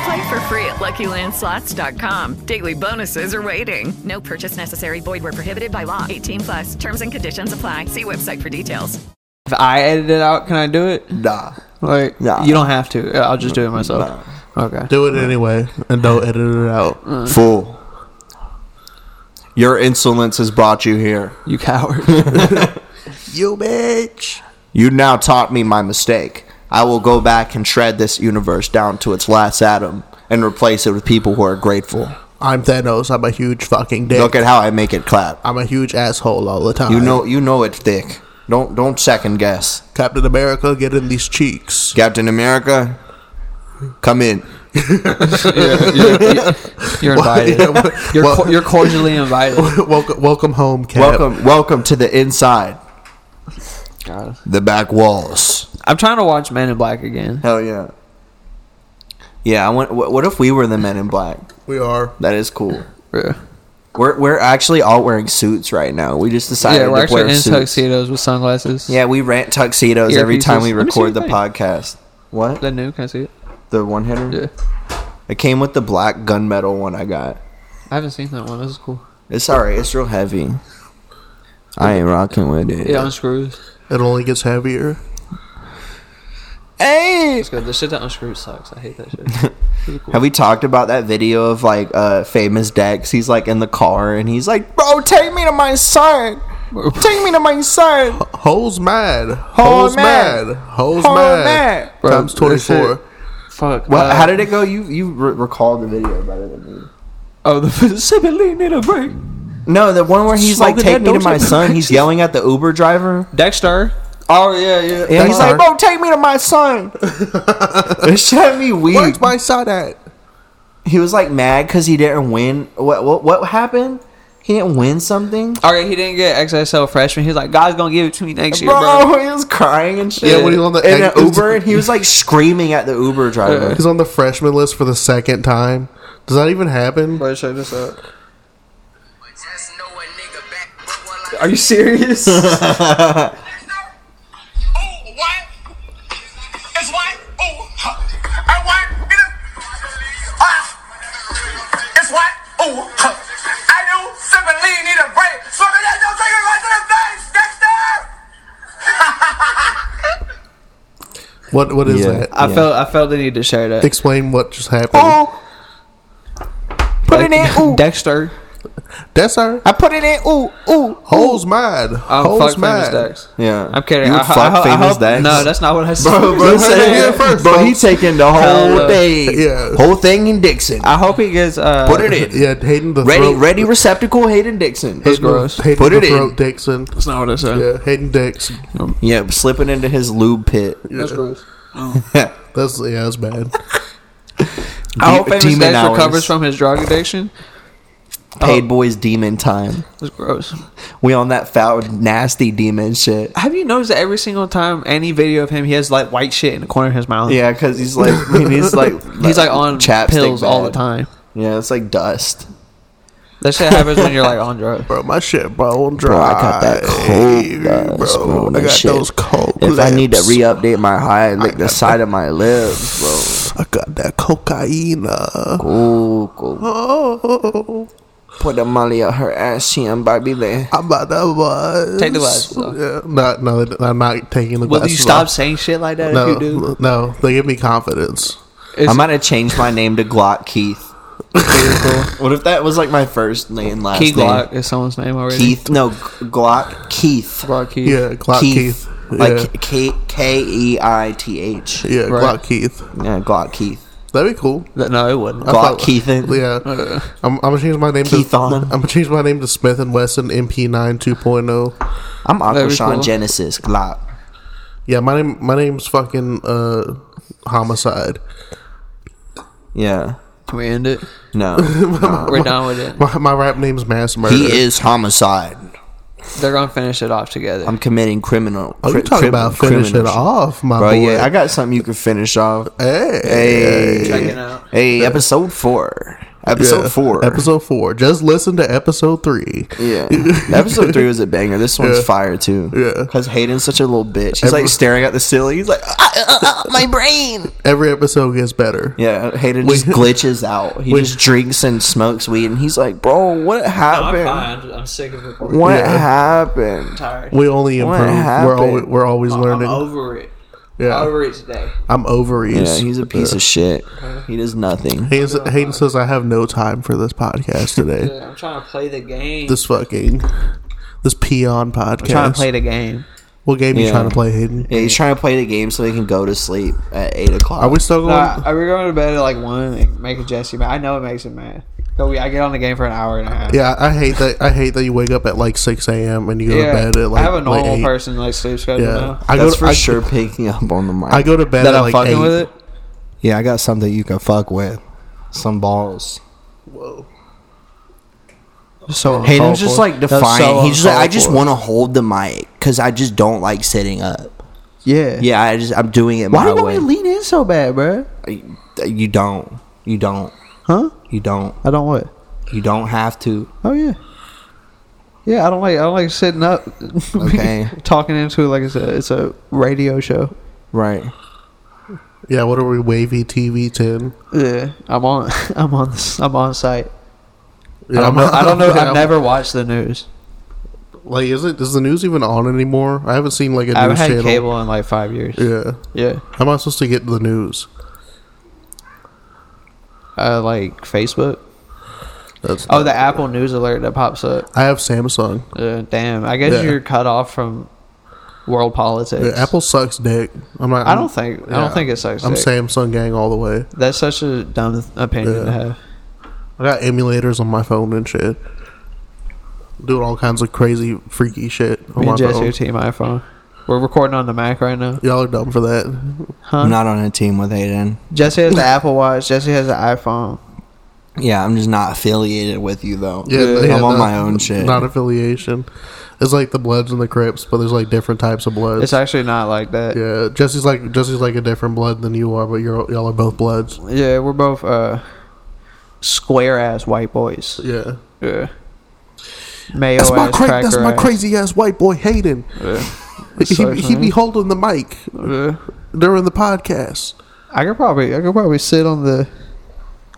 Play for free at LuckyLandSlots.com. Daily bonuses are waiting. No purchase necessary. Void were prohibited by law. 18 plus. Terms and conditions apply. See website for details. if I edit it out, can I do it? Nah. Like, Nah. you don't have to. I'll just do it myself. Okay. Do it anyway, and don't edit it out. Fool. Your insolence has brought you here. You coward. You bitch. You now taught me my mistake. I will go back and shred this universe down to its last atom and replace it with people who are grateful. I'm Thanos. I'm a huge fucking dick. Look at how I make it clap. I'm a huge asshole all the time. You know, you know it's thick. Don't don't second guess. Captain America, get in these cheeks. Captain America, come in. you're, you're, you're invited. what- you're, what- co- you're cordially invited. welcome, welcome home, Cap. Welcome, welcome to the inside, God. the back walls. I'm trying to watch Men in Black again. Hell yeah. Yeah, I want. wh- What if we were the Men in Black? We are. That is cool. Yeah, We're we're actually all wearing suits right now. We just decided yeah we're to wear actually in suits. tuxedos with sunglasses. Yeah, we rant tuxedos every time Earpieces. we Let me see record the your thing. podcast. What That new? Can I see it? the one hitter? Yeah. It came with the black gunmetal one I got. I haven't seen that one. This is cool. It's alright. It's real heavy. I ain't rocking with it. It unscrews. It only gets heavier. Hey, It's good. The shit that unscrews sucks. I hate that shit. Have we talked about that video of like uh famous Dex? He's like in the car and he's like, "Bro, take me to my son. Take me to my son." Hoes mad. Hole Hoes mad. mad. Hoes Hole mad. mad. Bro, Times twenty this shit- four. Fuck. Well, uh, how did it go? You you re- recall the video better than me. Oh, the Sibley need a break. No, the one where he's Smoking like, "Take that me to dope my shit." son." He's yelling at the Uber driver. Dexter. Oh yeah, yeah. Yeah, he's like, Dexter. "Bro, take me to my son." it shot me weak. Where's my son at? He was like mad because he didn't win. What what what happened? He didn't win something. Okay, he didn't get XXL freshman. He's like, God's gonna give it to me next year, Bro, bro. he was crying and shit. Yeah, when he was on the- in an Uber, and he was like screaming at the Uber driver. He's on the freshman list for the second time. Does that even happen? Bro, check this out. Are you serious? Oh, what? It's what? Oh, I want me to. Ah, it's what? Oh, I do simply need a break. So that I don't take it right to the face, Dexter. What what is Yeah. that? I felt I felt the need to share that. Explain what just happened. Oh, put it in. Ooh, Dexter. That's her. I put it in. Ooh, ooh. Hoes mad. Oh Hoes fuck, famous mad. Dex. Yeah, I'm kidding. You I, would I, fuck I, I famous hope, Dex. No, that's not what I said. Bro, bro, say it first, bro. He taking the whole Hello. thing, Yeah. whole thing in Dixon. I hope he gets. Uh, Put it in. Yeah, Hayden the Ready, throat. ready receptacle. Hayden Dixon. Hayden, the- gross. Hayden Put the it in. throat Dixon. That's not what I said. Yeah, Hayden Dix. Yeah, slipping into his lube pit. That's gross. That's yeah, that's bad. I hope famous demon Dex hours. recovers from Oh. his drug addiction. Paid boys demon time. That's gross. We on that foul nasty demon shit. Have you noticed that every single time any video of him, he has like white shit in the corner of his mouth? Yeah, because he's like he's like He's like on chapstick pills all the time. Yeah, it's like dust. That shit happens when you're like on drugs. Bro, my shit bone dry. Bro, I got that cold buzz, bro. Bro, I that got shit. those cold If I need to lips. re-update my high, like the side of my lips, bro. I got that cocaine. Cool, cool. Oh. Put the money on her ass, she and Bobby Lee. I'm about that buzz. Take the glasses off. Yeah, no, no, they- I'm not taking the Will glasses you stop off. saying shit like that no, if you do? No, they give me confidence. I might have changed my name to Glock Keith. what if that was like my first name, last Key name? Glock is someone's name already. Keith, no, G- Glock Keith. Glock Keith. Yeah, Glock Keith. Yeah. Like K K E I T H. Yeah, Right. Glock Keith. Yeah, Glock Keith. That'd be cool. Th- No, it wouldn't. I Glock thought- Keithan. Yeah, I'm, I'm gonna change my name to Keithon. I'm gonna change my name to Smith and Wesson MP9 2.0. I'm That'd Uncle be Sean cool. Genesis Glock. Yeah, my name my name's fucking uh, homicide. Yeah. Can we end it? No. We're done with it. My, my rap name's Mass Murder. he is homicide. They're gonna finish it off together. I'm committing criminal. Oh, you cri- talking crim- about finishing criminals. off, my Bro, boy? yeah, I got something you can finish off. Hey, Hey, Check it out. Hey, episode four. Episode Yeah, four. Episode four. Just listen to episode three. Yeah. episode three was a banger. This one's Yeah. fire too. Yeah. Cause Hayden's such a little bitch. He's Every- like staring at the ceiling. He's like, "Ah." my brain. Every episode gets better. yeah. Hayden just glitches out. He Wait. just drinks and smokes weed, and he's like, bro, what happened? I'm, sick of it. What Yeah. happened? tired. We only What improve. We're always, happened? we're always learning. over it. yeah, it today. I'm Yeah, ovaries. he's a piece of shit. He does nothing. Hayden, s- Hayden says I have no time for this podcast today. I'm trying to play the game. this fucking this peon I'm trying podcast. to play the game. what game you Yeah. trying to play, Hayden? Yeah, he's trying to play the game so he can go to sleep at eight o'clock. Are we still going? Nah, I- we going to bed at like one and making Jesse mad. I know it makes him mad. But we, I get on the game for an hour and a half. yeah, I hate that. I hate that you wake up at like six a.m. and you go Yeah, to bed at like. I have a like, normal eight. person like sleep schedule Yeah, now. I go That's to, for I, sure picking up on the mic. I go to bed That at I'm like fucking eight. with it. yeah, I got something you can fuck with. Some balls. So Hayden's just like powerful. defiant. so He's just like, I just powerful. want to hold the mic because I just don't like sitting up. Yeah. Yeah, I just I'm doing it Why my do way. Uh, we lean in so bad, bro? you don't. You don't. Huh? You don't. I don't what? You don't have to. Oh yeah. Yeah, I don't like I don't like sitting up. Okay. talking into it like it's a it's a radio show. Right. Yeah, what are we? Wavy TV ten. Yeah, I'm on I'm on I'm on site. Yeah, I don't know. I don't know. yeah, I've never watched the news. Like, is it? Is the news even on anymore? I haven't seen like a I haven't news had channel. cable in like five years. Yeah. Yeah. How am I supposed to get the news? Uh, like Facebook. That's Oh, the Apple News alert that pops up. I have Samsung. Uh, damn. I guess Yeah. you're cut off from world politics. Yeah, Apple sucks dick. I'm not. I don't think. I Yeah. don't think it sucks. I'm dick. Samsung gang all the way. that's such a dumb opinion Yeah. to have. I got emulators on my phone and shit. Doing all kinds of crazy, freaky shit on Me Oh my and Jesse phone. are team iPhone. We're recording on the Mac right now. Y'all are dumb for that. Huh? I'm not on a team with Hayden. Jesse has the Apple Watch. Jesse has the iPhone. Yeah, I'm just not affiliated with you though. Yeah, I'm yeah, on no, my own shit. Not affiliation. It's like the Bloods and the Crips, but there's like different types of Bloods. It's actually not like that. Yeah, yeah, Jesse's like Jesse's like a different Blood than you are, but you're y'all are both Bloods. we're both uh, square ass white boys. Yeah. Yeah. Mayo That's my ass cra- cracker. that's my ass. crazy ass white boy Hayden. Yeah. He, So he be funny. holding the mic uh, Yeah. during the podcast. I could probably I could probably sit on the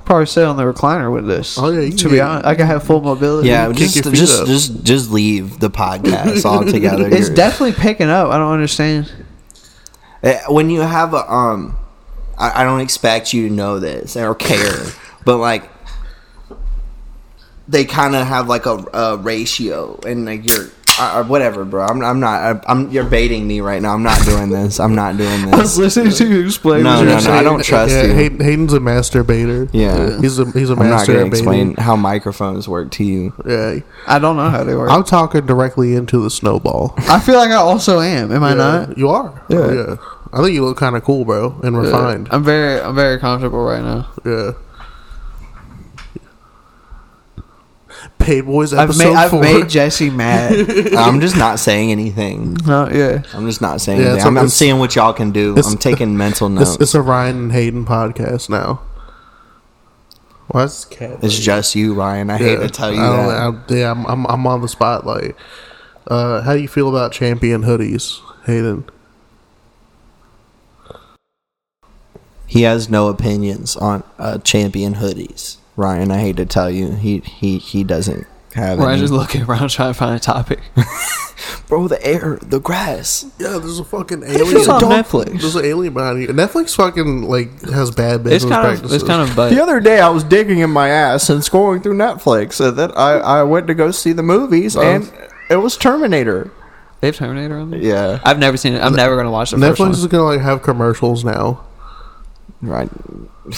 probably sit on the recliner with this. Oh, yeah, you to can be get- honest, I could have full mobility. yeah, kick just your feet just up. just just leave the podcast altogether. it's You're- definitely picking up. I don't understand. Eh, when you have a um I, I don't expect you to know this or care but like they kind of have like a, a ratio and like you're uh, uh, whatever bro i'm, I'm not I, i'm you're baiting me right now i'm not doing this i'm not doing I was this listening to you explain. No, what you no, were no, saying. I don't trust yeah, you. Hayden, Hayden's a masturbator. Yeah. he's a he's a i'm not master gonna at explain baiting. how microphones work to you Yeah, I don't know how they work. I'm talking directly into the snowball. I feel like I also am. Am I Yeah, not? You are. Yeah. yeah. I think you look kind of cool, bro, and refined. I'm very I'm very comfortable right now. Yeah. Paid Boys I've episode made I've four. made Jesse mad. i'm just not saying anything no, yeah. i'm just not saying Yeah, it's anything I'm, a- I'm it's- seeing what y'all can do it's- i'm taking mental notes it's, it's a Ryan and Hayden podcast now. Why is this cat? It's just you, Ryan. I hate to tell you that. don't- I- yeah, I'm, I'm, I'm on the spotlight. Uh, how do you feel about champion hoodies, Hayden? He has no opinions on uh, champion hoodies, Ryan. I hate to tell you, he he he doesn't have. Ryan's any. just looking around trying to find a topic. bro. The air, the grass. Yeah, there's a fucking It was on Netflix. There's an alien behind you. Netflix fucking like has bad business It's kind of practices. it's kind of but The other day, I was digging in my ass and scrolling through Netflix, and then I, I went to go see the movies, and it was Terminator. they have Terminator on there. Yeah, I've never seen it. I'm never gonna watch the first Netflix one. is gonna like have commercials now. right.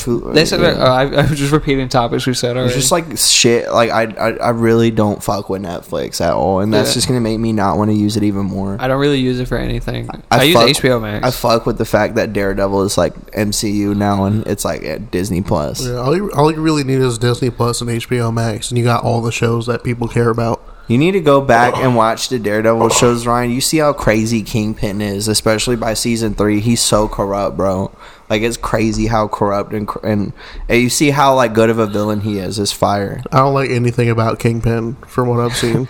Who- They said that. yeah. oh, I, I was just repeating topics we said It's already. just like shit. Like I, I, I really don't fuck with Netflix at all, and that's Yeah. just gonna make me not want to use it even more. I don't really use it for anything. I, use fuck- HBO Max. I fuck with the fact that Daredevil is like MCU now, and it's like at Disney Plus. Yeah, all you, all you really need is Disney Plus and HBO Max, and you got all the shows that people care about. You need to go back and watch the Daredevil shows, Ryan. You see how crazy Kingpin is, especially by season three. He's so corrupt, bro. Like it's crazy how corrupt and cr- and, and you see how like good of a villain he is. It's fire. Uh, I don't like anything about Kingpin from what I've seen.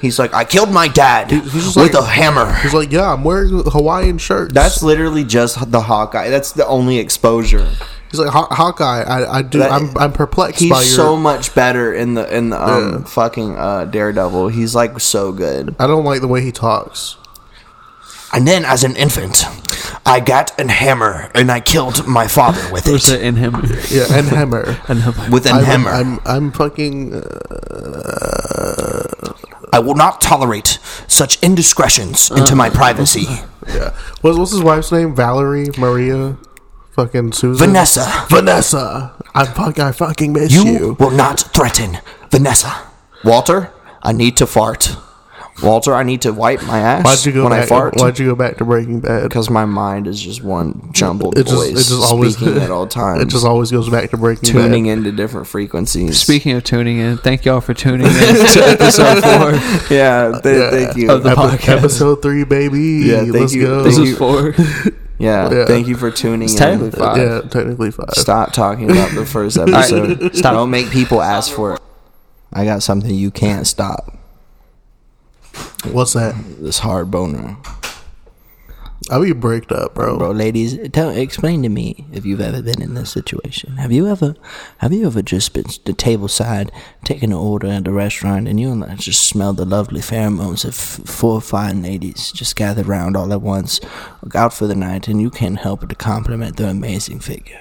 He's like, I killed my dad with a hammer. He's like, yeah, I'm wearing Hawaiian shirts. That's literally just the Hawkeye. That's the only exposure. he's like Haw- Hawkeye. I, I do. That- I'm, I'm perplexed. He's by your, so much better in the in the um, fucking uh, Daredevil. He's like so good. I don't like the way he talks. And then, as an infant, I got a hammer and I killed my father with There's it in him. Yeah, and Hammer. And him. With an I'm, hammer. I'm, I'm fucking. Uh, I will not tolerate such indiscretions into Uh, my privacy. yeah. What's, what's his wife's name? Valerie Maria. Fucking Susan. Vanessa. Vanessa. I fuck. I fucking miss you. You, will not threaten Vanessa. Walter, I need to fart. Walter, I need to wipe my ass Why'd you go when back? I fart. Why'd you go back to Breaking Bad? because my mind is just one jumbled It just, voice it just always speaking at all times. It just always goes back to Breaking tuning Bad. into different frequencies. Speaking of tuning in, thank y'all for tuning in to episode four. yeah, th- thank you. Of the Epi- podcast. Episode three, baby. Yeah, thank Let's you. go. This Thank is four. yeah, Yeah. thank you for tuning It's in. technically five. Yeah, technically five. Stop talking about the first episode. Stop. Don't make people ask for it. I got something you can't stop. What's that? This hard boner. I'll be bricked up, bro. Bro, ladies, tell explain to me if you've ever been in this situation. Have you ever have you ever just been to table side taking an order at a restaurant and you and I just smell the lovely pheromones of f- four fine ladies just gathered round all at once, out for the night, and you can't help but to compliment their amazing figure.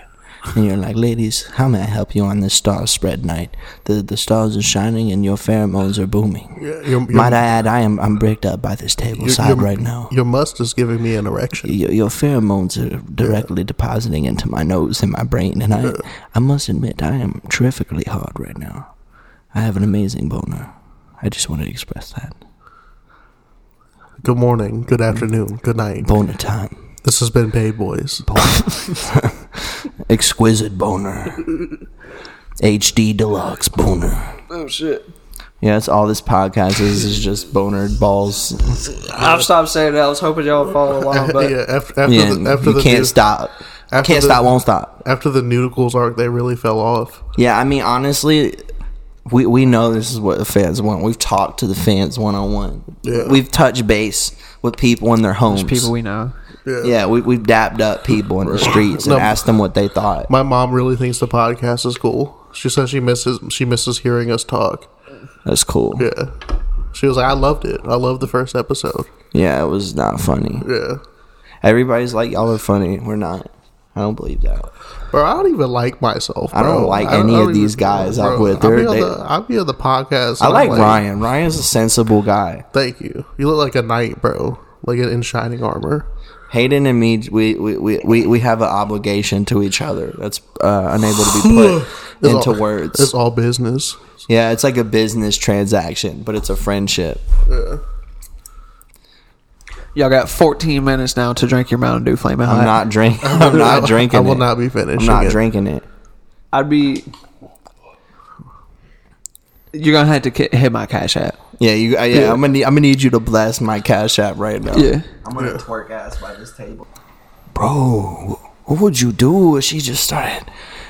And you're like, ladies, how may I help you on this star spread night? The the stars are shining and your pheromones are booming. Yeah, your- your- Might I add, I am I'm bricked up by this table Your- side your- right now Your must is giving me an erection. your, your pheromones are directly depositing into my nose and my brain, and I, I must admit, I am terrifically hard right now. I have an amazing boner. I just wanted to express that. Good morning, good afternoon, good night. Boner time. This has been Paid Boys. Exquisite boner. HD deluxe boner. Oh shit! Yeah, that's all this podcast is, is just boner balls. I've stopped saying that. I was hoping y'all would follow along, but yeah, after, after Yeah, the, after you the can't nu- stop. after can't the- stop, won't stop. After the nudicles arc, they really fell off. Yeah, I mean, honestly, we we know this is what the fans want. We've talked to the fans one on Yeah. one. We've touched base with people in their homes. people we know. yeah, we we've dapped up people in the streets and No. asked them what they thought. My mom really thinks the podcast is cool. She says she misses she misses hearing us talk. That's cool. Yeah. Yeah, she was like, I loved it. I loved the first episode. it was not funny. Yeah, Everybody's like, y'all are funny. We're not. I don't believe that. bro, I don't even like myself. I don't Oh, bro. like any of these guys I'm with. I'll be, They're- on they- the, I'll be on the podcast. I and I'm like Ryan. Ryan's a sensible guy. Thank you. You look like a knight, bro. Like in shining armor. Hayden and me, we we, we, we, we have an obligation to each other that's uh, unable to be put It's into all- words. It's all business. Yeah, it's like a business transaction, but it's a friendship. Y'all got 14 minutes now to drink your Mountain Dew Flame I'm High. not drink. I'm not drinking. I will it. not be finishing I'm not it. drinking it. I'd be. You're gonna have to ki- hit my cash app. Yeah, you. Uh, yeah, I'm gonna. Need, I'm gonna need you to blast my cash app right now. Yeah. I'm gonna twerk ass by this table. Bro, what would you do if she just started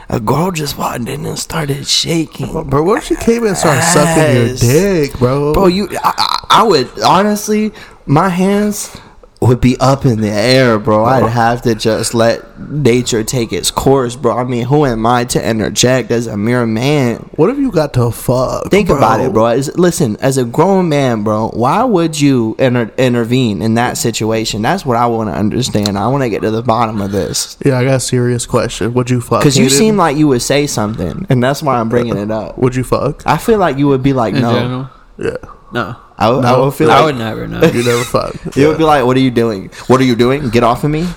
a girl just walked in and started shaking. Bro, what if she came in and started sucking your Yes. dick, bro? Bro, you, I, I I would honestly, my hands would be up in the air, bro. I'd have to just let nature take its course, bro. I mean, who am I to interject as a mere man? What if you got to fuck? Think about it, bro. As, listen, as a grown man, bro, why would you inter- intervene in that situation? That's what I want to understand. I want to get to the bottom of this. Yeah, I got a serious question. Would you fuck? Because you Hayden? seem like you would say something, and that's why I'm bringing it up. Would you fuck? I feel like you would be like, In no. general? Yeah. No. I would, I No. would feel I like would never, no. You never fuck. You would be like, "What are you doing? What are you doing? Get off of me!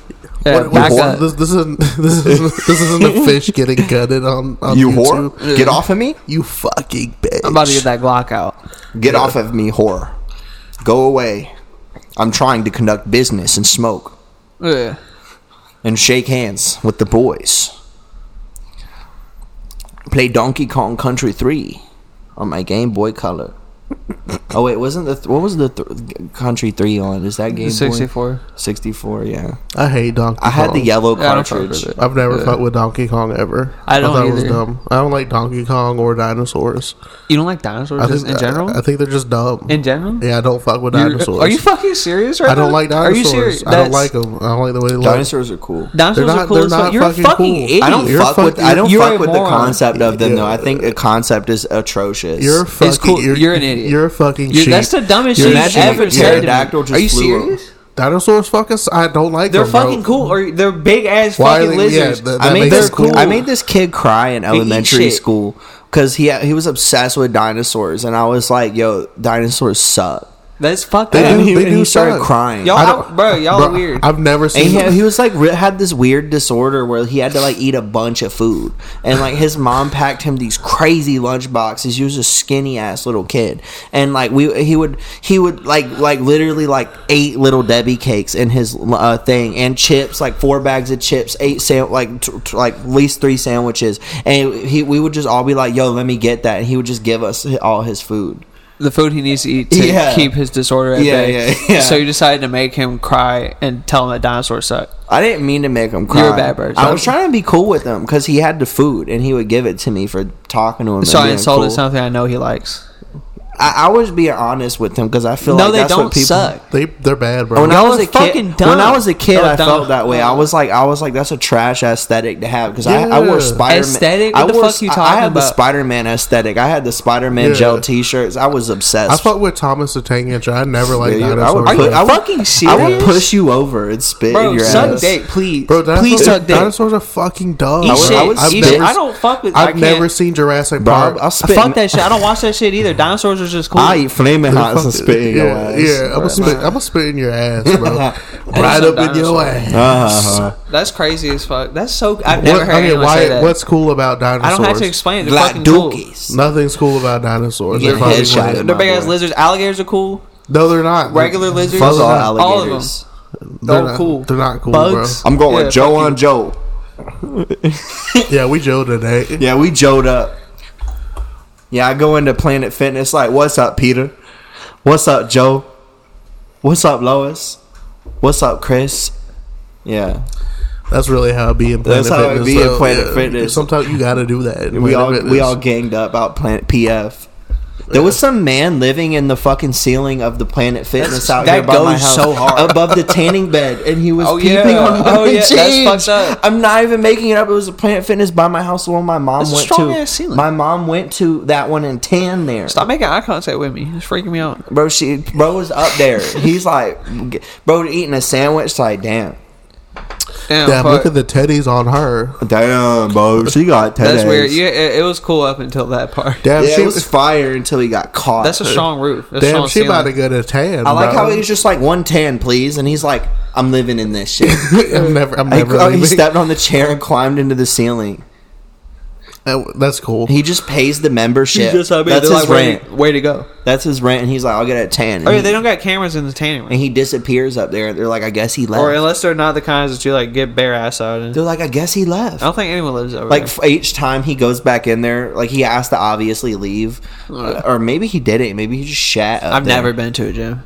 Yeah, What- back what- up. This, this isn't this isn't this isn't a fish getting gutted on, on you YouTube. whore! Get off of me! You fucking bitch! I'm about to get that Glock out. Get off of me, whore! Go away! I'm trying to conduct business and smoke Yeah. and shake hands with the boys. Play Donkey Kong Country Three on my Game Boy Color. oh wait, wasn't the th- what was the th- Country Three on? Is that Game Boy 64. 64? Yeah, I hate Donkey. I had the Kong. yellow Yeah, I don't fuck with cartridge. it. I've never Yeah. fucked with Donkey Kong ever. I don't thought it was either. dumb. I don't like Donkey Kong or dinosaurs. You don't like dinosaurs I just in general? I, I think they're just dumb. in general? yeah, I don't fuck with You're- dinosaurs. Are you fucking serious right I don't now? like Are dinosaurs. you serious? I don't That's- like them. I don't like the way they look. Dinosaurs are cool. Dinosaurs They're are not- cool they're as not fuck. You're a fucking fucking cool. idiot. I don't You're fuck with fucking- I don't you're fuck a with the moron. concept of them though. I Yeah. think the concept is atrocious. You're a fucking. cool. You're, You're an idiot. You're a fucking. You're- cheat. that's the dumbest You're shit you've imagining ever a said. to pterodactyl me. just Are you flew up. serious? dinosaurs. Fucking. s- I don't like They're them. bro. fucking cool. Or they're big ass Why are fucking they- yeah, lizards. that- I made makes this them cool. I made this kid cry in eat elementary shit. school because he he was obsessed with dinosaurs, and I was like, "Yo, dinosaurs suck." That's fucked And up. do- he, they and he do started suck. crying. Y'all, I out- don't- bro, y'all bro, are weird. I've never And seen. he, he was like re- had this weird disorder where he had to like eat a bunch of food, and like his mom packed him these crazy lunch boxes. He was a skinny ass little kid, and like we he would he would like like literally like eight little Debbie cakes in his uh, thing and chips like four bags of chips, eight sam- like t- t- like at least three sandwiches, and he we would just all be like, "Yo, let me get that," and he would just give us all his food. the food he needs to eat to Yeah. keep his disorder at Yeah, bay. yeah, yeah. So you decided to make him cry and tell him that dinosaurs suck. I didn't mean to make him cry. You're a bad person. I was trying to be cool with him because he had the food and he would give it to me for talking to him. So and I being insulted cool. something I know he likes. I, I was being honest with him because I feel No, like they that's don't what people. suck. They they're bad, bro. When I Y'all was are a fucking kid, dumb. when I was a kid, Y'all are I felt dumb. that way. I was like, I was like, that's a trash aesthetic to have because I, I Yeah. wore Spider Man Aesthetic? I What the wore- fuck you I- I talking had the about? Spider Man aesthetic. I had the Spider Man Yeah. gel T shirts. I was obsessed. I fucked with Thomas the Tank Engine. I never liked Yeah, I dinosaurs. would, Are you put- bro. I would- fucking I would serious? push you over and spit Bro, in your suck ass. dick, please. Bro, dinosaurs, please suck dick. dinosaurs are fucking dumb. Eat I would- shit. I would- Eat I've shit. never- I don't fuck with. I I've can't- never seen Jurassic Bob, Park. I'll spit. in- Fuck that shit. I don't watch that shit either. Dinosaurs are just cool. I eat flaming hots and Fuck- spit in your yeah, ass. Yeah, I'm gonna Bro. spit. I'm gonna spit in your ass, bro. right some up in your dinosaur. ass. Uh-huh. That's crazy as fuck. That's so. I've never What- heard anyone why? say that. What's cool about dinosaurs? I don't have to explain it. They're Black fucking cool. dookies. Nothing's cool about dinosaurs. You They're get a fucking headshot. weird. They're They're big ass boy. lizards. Alligators are cool. No, they're not. Regular lizards. Fuck all all, of them. alligators. They're not- cool. they're not cool, bro. Bugs. I'm going Yeah, Joe fuck on you. Joe. Yeah, we Joe today. Yeah, we Joed up. Yeah, I go into Planet Fitness like, what's up, Peter? What's up, Joe? What's up, Lois? What's up, Chris? Yeah. That's really how it be in Planet That's how it Fitness. be in though. Planet Fitness. Sometimes you gotta do that. in we Planet all we Fitness. all ganged up out Planet PF. There was some man living in the fucking ceiling of the Planet Fitness out that here by my goes house, so hard. above the tanning bed, and he was Oh, peeping yeah. on women Oh, yeah. That's change. fucked up. I'm not even making it up. It was a Planet Fitness by my house, the one my mom That's a went strong-ass to. ceiling. My mom went to that one and tan there. Stop making eye contact with me. It's freaking me out. bro. She bro was up there. He's like, g- bro, eating a sandwich. Like, damn, Damn. Damn, fuck. look at the teddies on her. damn, bro. She got ten. That's weird. Yeah, it, it was cool up until that part. Damn, Yeah, she it was fire until he got caught. That's a strong roof. That's Damn, strong she about to ceiling. get a tan. I like bro. how he was just like one tan, please, and he's like, I'm living in this shit. I'm never. I'm Like, never. oh, he leaving. stepped on the chair and climbed into the ceiling. Uh, That's cool. He just pays the membership. Just, I mean, That's they're like, his way, rent. to- way to go. That's his rent, and he's like, I'll get a tan. And, Oh yeah, he, they don't got cameras in the tanning and room. he disappears up there. They're like, I guess he left. Or unless they're not the kinds that you like get bare ass out in. they're like, I guess he left. I don't think anyone lives over Like there. f- each time he goes back in there, like he has to obviously leave, Uh, or maybe he didn't. Maybe he just shat. Up I've there. never been to a gym.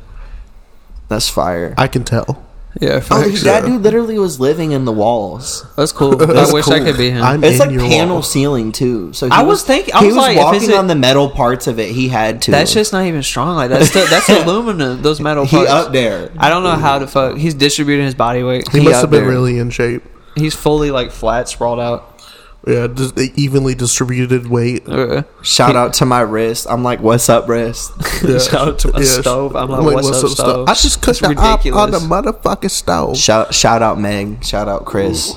That's fire. I can tell. Yeah, Oh, dude, that dude literally was living in the walls. That's cool. That's I wish I cool. could be him. I'm it's in like your panel wall. ceiling too. So he I was, was thinking- I he was like, if walking it's a- on the metal parts of it. He had to. That's just not even strong. Like that's the, that's aluminum. Those metal He parts. up there. I don't know how to fuck. He's distributing his body weight. He, must up have been there. really in shape. He's fully like flat, sprawled out. Yeah, just the evenly distributed weight. Shout out to my wrist. I'm like, what's up, wrist? Yeah. Shout out to my Yeah. stove. I'm like, what's, up, stove? I just That's cooked the op on the ridiculous. motherfucking stove. Shout shout out Meg. Shout out Chris.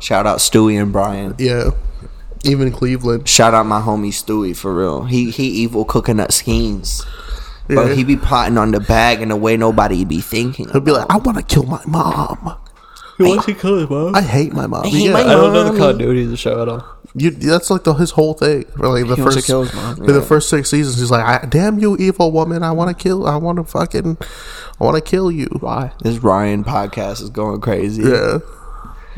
Shout out Stewie and Brian. Yeah, even Cleveland. Shout out my homie Stewie for real. He he evil cooking up schemes. Yeah. But he be plotting on the bag in a way nobody be thinking. He'll be like, I want to kill my mom. Who wants to kill his mom? I hate um, my mom. I hate Yeah. my I don't know the Mommy. continuity of the show at all. You, that's like the, his whole thing. For like the He wants to first, kill his mom. for the first six seasons, he's like, I, "Damn you, evil woman! I want to kill. I want to fucking. I want to kill you." Why? This Ryan podcast is going crazy. Yeah,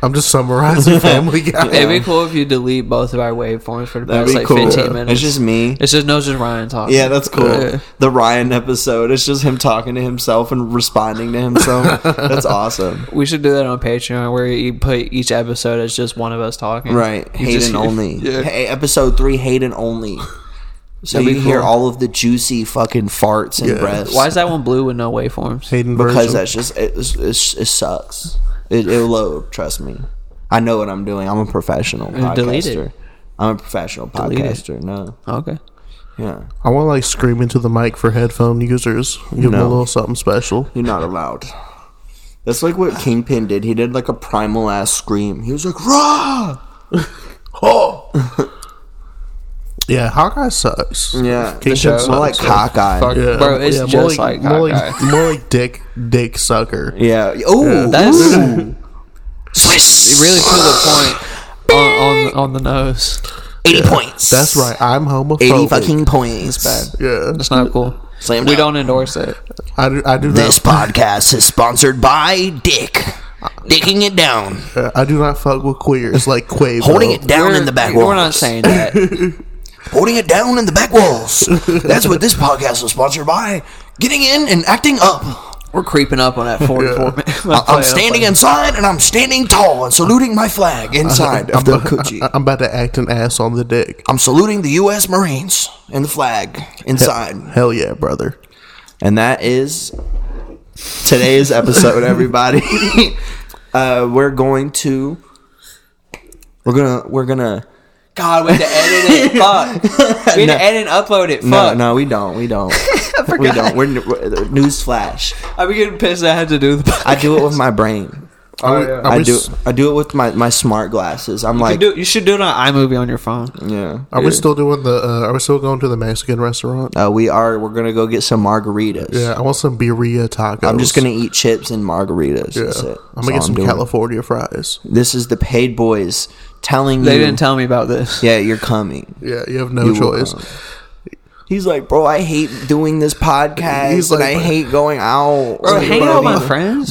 I'm just summarizing Family Guy. It'd be cool if you delete both of our waveforms for the That'd past be like cool. 15 Yeah. minutes. It's just me. It's just no, it's just Ryan talking. Yeah, that's cool. Yeah. The Ryan episode. It's just him talking to himself and responding to himself. that's awesome. We should do that on Patreon where you put each episode as just one of us talking. Right. You Hayden just- only. Yeah. Hey, episode three, Hayden only. So That'd be you hear cool. all of the juicy fucking farts and Yeah. breaths. Why is that one blue with no waveforms? Hayden version. because that's just it, it's, it's, it sucks. It, it'll load. Trust me. I know what I'm doing. I'm a professional Uh, podcaster. delete it. I'm a professional Delete it. podcaster. No, Okay. yeah, I want to like scream into the mic for headphone users. Give them No. a little something special. you're not allowed. That's like what Kingpin did. He did like a primal ass scream. He was like, "Rah!" Oh. yeah, Hawkeye sucks. Yeah, Kingpin It's more like sucks. cockeye. Fuck, Yeah. Bro, it's Yeah, more just like, like, more Hawkeye. like more like dick dick sucker. Yeah. Oh, That's ooh. It's really to the point on, on, on the nose. eighty points. That's right. I'm homophobic. Eighty fucking It's points. bad. Yeah, That's not cool. Slam We dunk. don't endorse it. I do. I do This not. podcast is sponsored by Dick. Dicking it down, yeah, I do not fuck with queers like Quavo. holding it down We're- in the back We're walls. not saying that. holding it down in the back walls. That's what this podcast was sponsored by. Getting in and acting up. We're creeping up on that 44 Yeah. minute. I- I'm standing inside and I'm standing tall and saluting my flag inside of the I- coochie. I'm about to act an ass on the dick. I'm saluting the U.S. Marines and the flag inside. Hell yeah, brother. And that is today's episode, everybody. uh, we're going to we're gonna we're gonna God, we had to edit it. Fuck. We had No. to edit and upload it. Fuck. no no we don't we don't we don't we're, we newsflash. I'm getting pissed that I had to do the I do it with my brain. Are we- Oh, yeah. are I we do s- I do it with my my smart glasses. I'm you, like do, you should do it on iMovie on your phone. yeah. Are we still doing the? Uh, are we still going to the Mexican restaurant? Uh, we are we're gonna go get some margaritas. Yeah, I want some birria tacos. I'm just gonna eat chips and margaritas. Yeah. That's it. I'm gonna That's get all some doing. California fries. This is the paid boys telling They you. didn't tell me about this. yeah, you're coming. Yeah, you have no You will choice. come. He's like, bro, I hate doing this podcast. He's and like, I hate going out. Bro, hang out with my friends.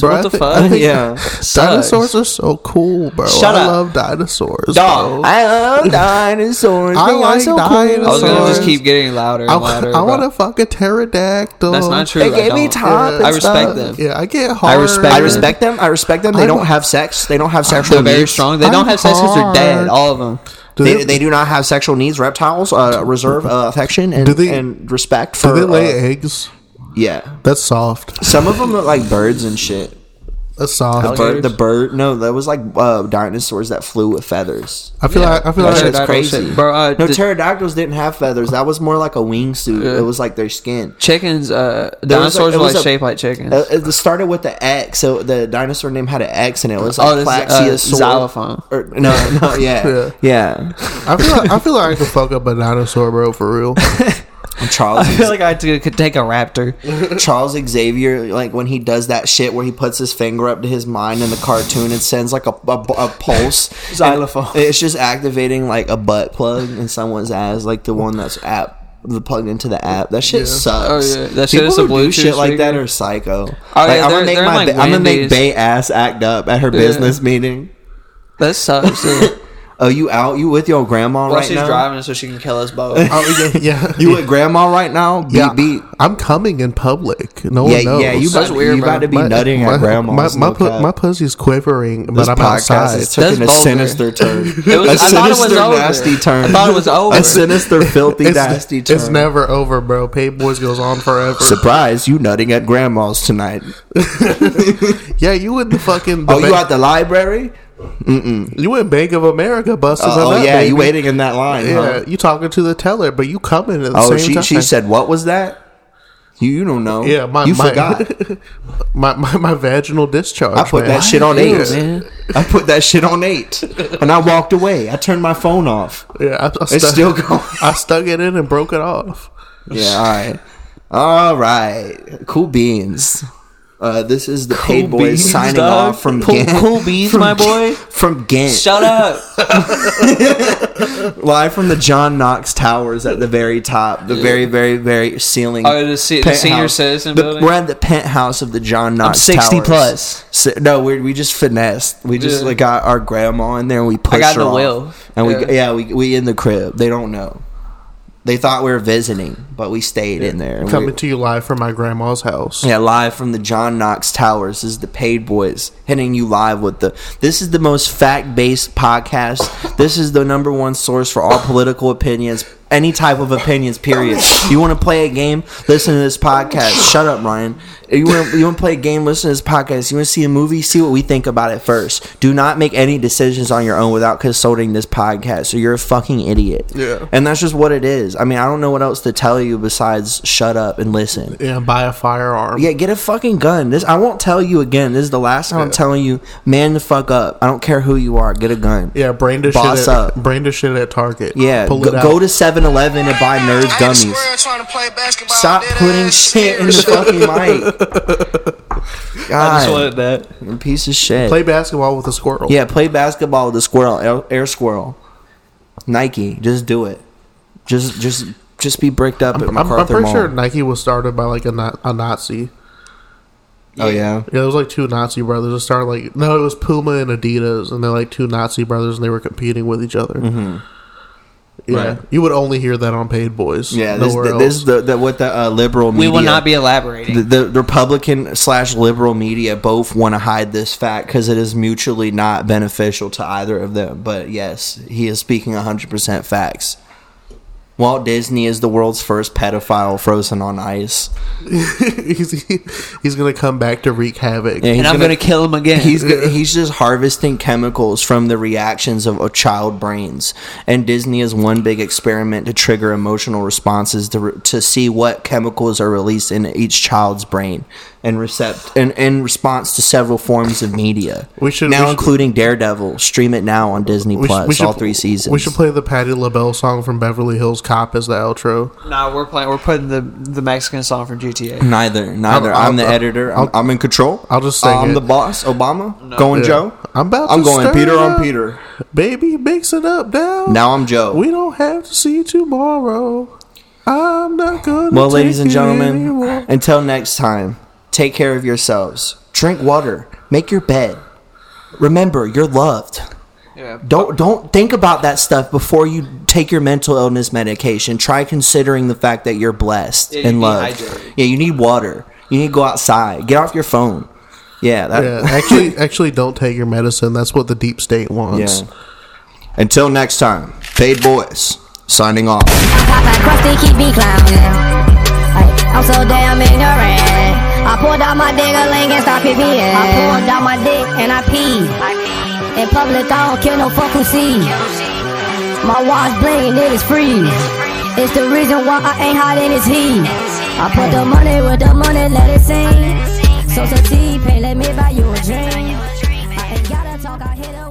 friends? Bro, I what the think- fuck? I think- Yeah. Sucks. Dinosaurs are so cool, bro. Shut Oh, I up. love dinosaurs. Dog, bro. I love dinosaurs. I They are like so cool. I was gonna just dinosaurs. keep getting louder and I, louder. I want to but fuck a pterodactyl. That's not true. They I gave me don't. top. and I respect stuff. them. Yeah, I get hard. respect I them. respect them. I respect them. They I'm- don't have sex. They don't have sexual. They're very needs. strong. They I'm don't have sex because they're dead. hard. All of them. Do They, they, they do not have sexual needs. Reptiles uh, reserve uh, affection and, Do they- and respect for. do they lay uh, eggs? yeah, That's soft. some of them look like birds and shit. That's soft. Bird, the bird, no, that was like uh, dinosaurs that flew with feathers. I feel like I feel That like shit's Pterodactyl crazy, shit. Bro, uh, no, the- pterodactyls didn't have feathers. That was more like a wingsuit. Yeah. It was like their skin. Chickens, uh, There was, dinosaurs it were was like a- shaped like chickens. Uh, it started with the X, so the dinosaur name had an X, and it was Oh, like this is, uh, Plaxiosaur. xylophone. Or, no, no, yeah, yeah. I feel like I feel like I could fuck up a dinosaur, bro. For real. Charles, I feel like I t- could take a raptor. Charles Xavier, like when he does that shit where he puts his finger up to his mind in the cartoon and sends like a, a, a pulse Xylophone. And It's just activating like a butt plug in someone's ass, like the one that's app the plug into the app. That shit sucks. Oh, yeah. That shit People is a who do Bluetooth shit like that speaker. are psycho. Oh, like, yeah, I'm they're- gonna make they're in, my like, ba- I'm gonna make Wendy's. Bay ass act up at her business meeting. That sucks. dude. Oh, you out? You with your grandma Well, right she's now? driving so she can kill us both. Oh, yeah, yeah. You with grandma right now? Beat Yeah, beat. I'm coming in public. No Yeah, one knows. yeah, you That's about to- weird, you bro. about to be nutting at my, grandma's, My, no my, pu- cap. my pussy's quivering, but This I'm podcast outside. has That's taken a vulgar. sinister It turn. was- a I thought it was sinister, over. nasty turn. I thought it was over. A sinister, filthy, it's, nasty turn. it's never over, bro. Paid boys goes on forever. Surprise! You nutting at grandma's tonight. yeah, you in the fucking Oh, you at the library? Mm-mm. you in Bank of America busters. Oh, yeah, you waiting in that line? Yeah, huh? you talking to the teller, but you coming at the Oh, same she time. she said, "What was that?" You you don't know. Yeah, my you my, forgot. my, my my vaginal discharge. I put man. that shit on Yeah. eight. I put that shit on eight, and I walked away. I turned my phone off. Yeah, I, I It's still going. I stuck it in and broke it off. Yeah, all right, all right. Cool beans. Uh, this is the paid boys beans, signing dog. off from Cool- Ghent- cool beans, from my boy. Ghent- from Ghent. Shut up. live from the John Knox Towers at the very top, the very, very, very ceiling. Oh, the se- the senior citizen The- building? We're at the penthouse of the John Knox. 60 Towers. plus. Si- no, we we just finessed. We just Yeah. like got our grandma in there. and We pushed got her the off. will. and Yeah. we yeah we we in the crib. They don't know. They thought we were visiting, but we stayed in there. And we- Coming to you live from my grandma's house. yeah, live from the John Knox Towers. This is the Paid Boys hitting you live with the. This is the most fact based podcast. This is the number one source for all political opinions, any type of opinions, period. You want to play a game? Listen to this podcast. Shut up, Ryan. You want you want to play a game? Listen to this podcast. You want to see a movie? See what we think about it first. Do not make any decisions on your own without consulting this podcast, or you're a fucking idiot. Yeah. And that's just what it is. I mean, I don't know what else to tell you besides shut up and listen. Yeah, buy a firearm. Yeah, get a fucking gun. This I won't tell you again. This is the last time I'm telling you, man the fuck up. I don't care who you are. Get a gun. Yeah, brain to Boss shit. up. At, brain to shit at Target. Yeah, Pull go, it out. go to 7-Eleven and buy Nerds gummies. Stop putting shit in the fucking mic. I just God, wanted that. you piece of shit. play basketball with a squirrel. yeah, play basketball with a squirrel, air, air squirrel. Nike, just do it. Just, just, just be bricked up at I'm, I'm MacArthur pretty Mall. sure Nike was started by like a, Na- a Nazi. Oh yeah, Yeah, there was like two Nazi brothers that started like no, it was Puma and Adidas, and they're like two Nazi brothers, and they were competing with each other. Yeah, Right. you would only hear that on Paid Boys. yeah. This, nowhere this, this else. the, the what the uh, liberal. We will media- not be elaborating. the, the Republican slash liberal media both want to hide this fact because it is mutually not beneficial to either of them. But yes, he is speaking 100% facts. Walt Disney is the world's first pedophile frozen on ice. he's he's gonna come back to wreak havoc. Yeah, he's and I'm gonna- gonna kill him again. He's go- he's just harvesting chemicals from the reactions of, of child brains, and Disney is one big experiment to trigger emotional responses to re- to see what chemicals are released in each child's brain and recept and in response to several forms of media. We should- now we should- including Daredevil. Stream it now on Disney We should- Plus. we should- all three seasons. We should play the Patti LaBelle song from Beverly Hills Cop as the outro. nah, we're playing. We're putting the the Mexican song from GTA. neither. Neither. I'll- i am the I'll- editor. I'm, I'm in control. I'll just sing I'm it. the boss. Obama. Going Yeah. Joe. I'm about. I'm to going stir Peter it on up. Peter. Baby, mix it up now. Now I'm Joe. we don't have to see tomorrow. I'm not gonna. Well, ladies take and it gentlemen, anymore. until next time, take care of yourselves. Drink water. Make your bed. Remember, you're loved. Yeah. Don't don't think about that stuff before you take your mental illness medication. Try considering the fact that you're blessed Yeah, you and need loved. hydrated. Yeah, you need water. You need to go outside. Get off your phone. Yeah, that, yeah, actually, actually, don't take your medicine. That's what the deep state wants. Until next time, paid boys signing off. Pop my crusty, keep me clowning. Ay, I'm so damn ignorant. I pulled out my ding-a-ling and stopped peeing. I pulled out my dick and I peed. In public, I don't care no fuck who see. My watch bling, it is free. It's the reason why I ain't hot in his heat. I put the money with the money, let it sing. So, so, pay, let me buy you a drink. I ain't gotta talk, I hit a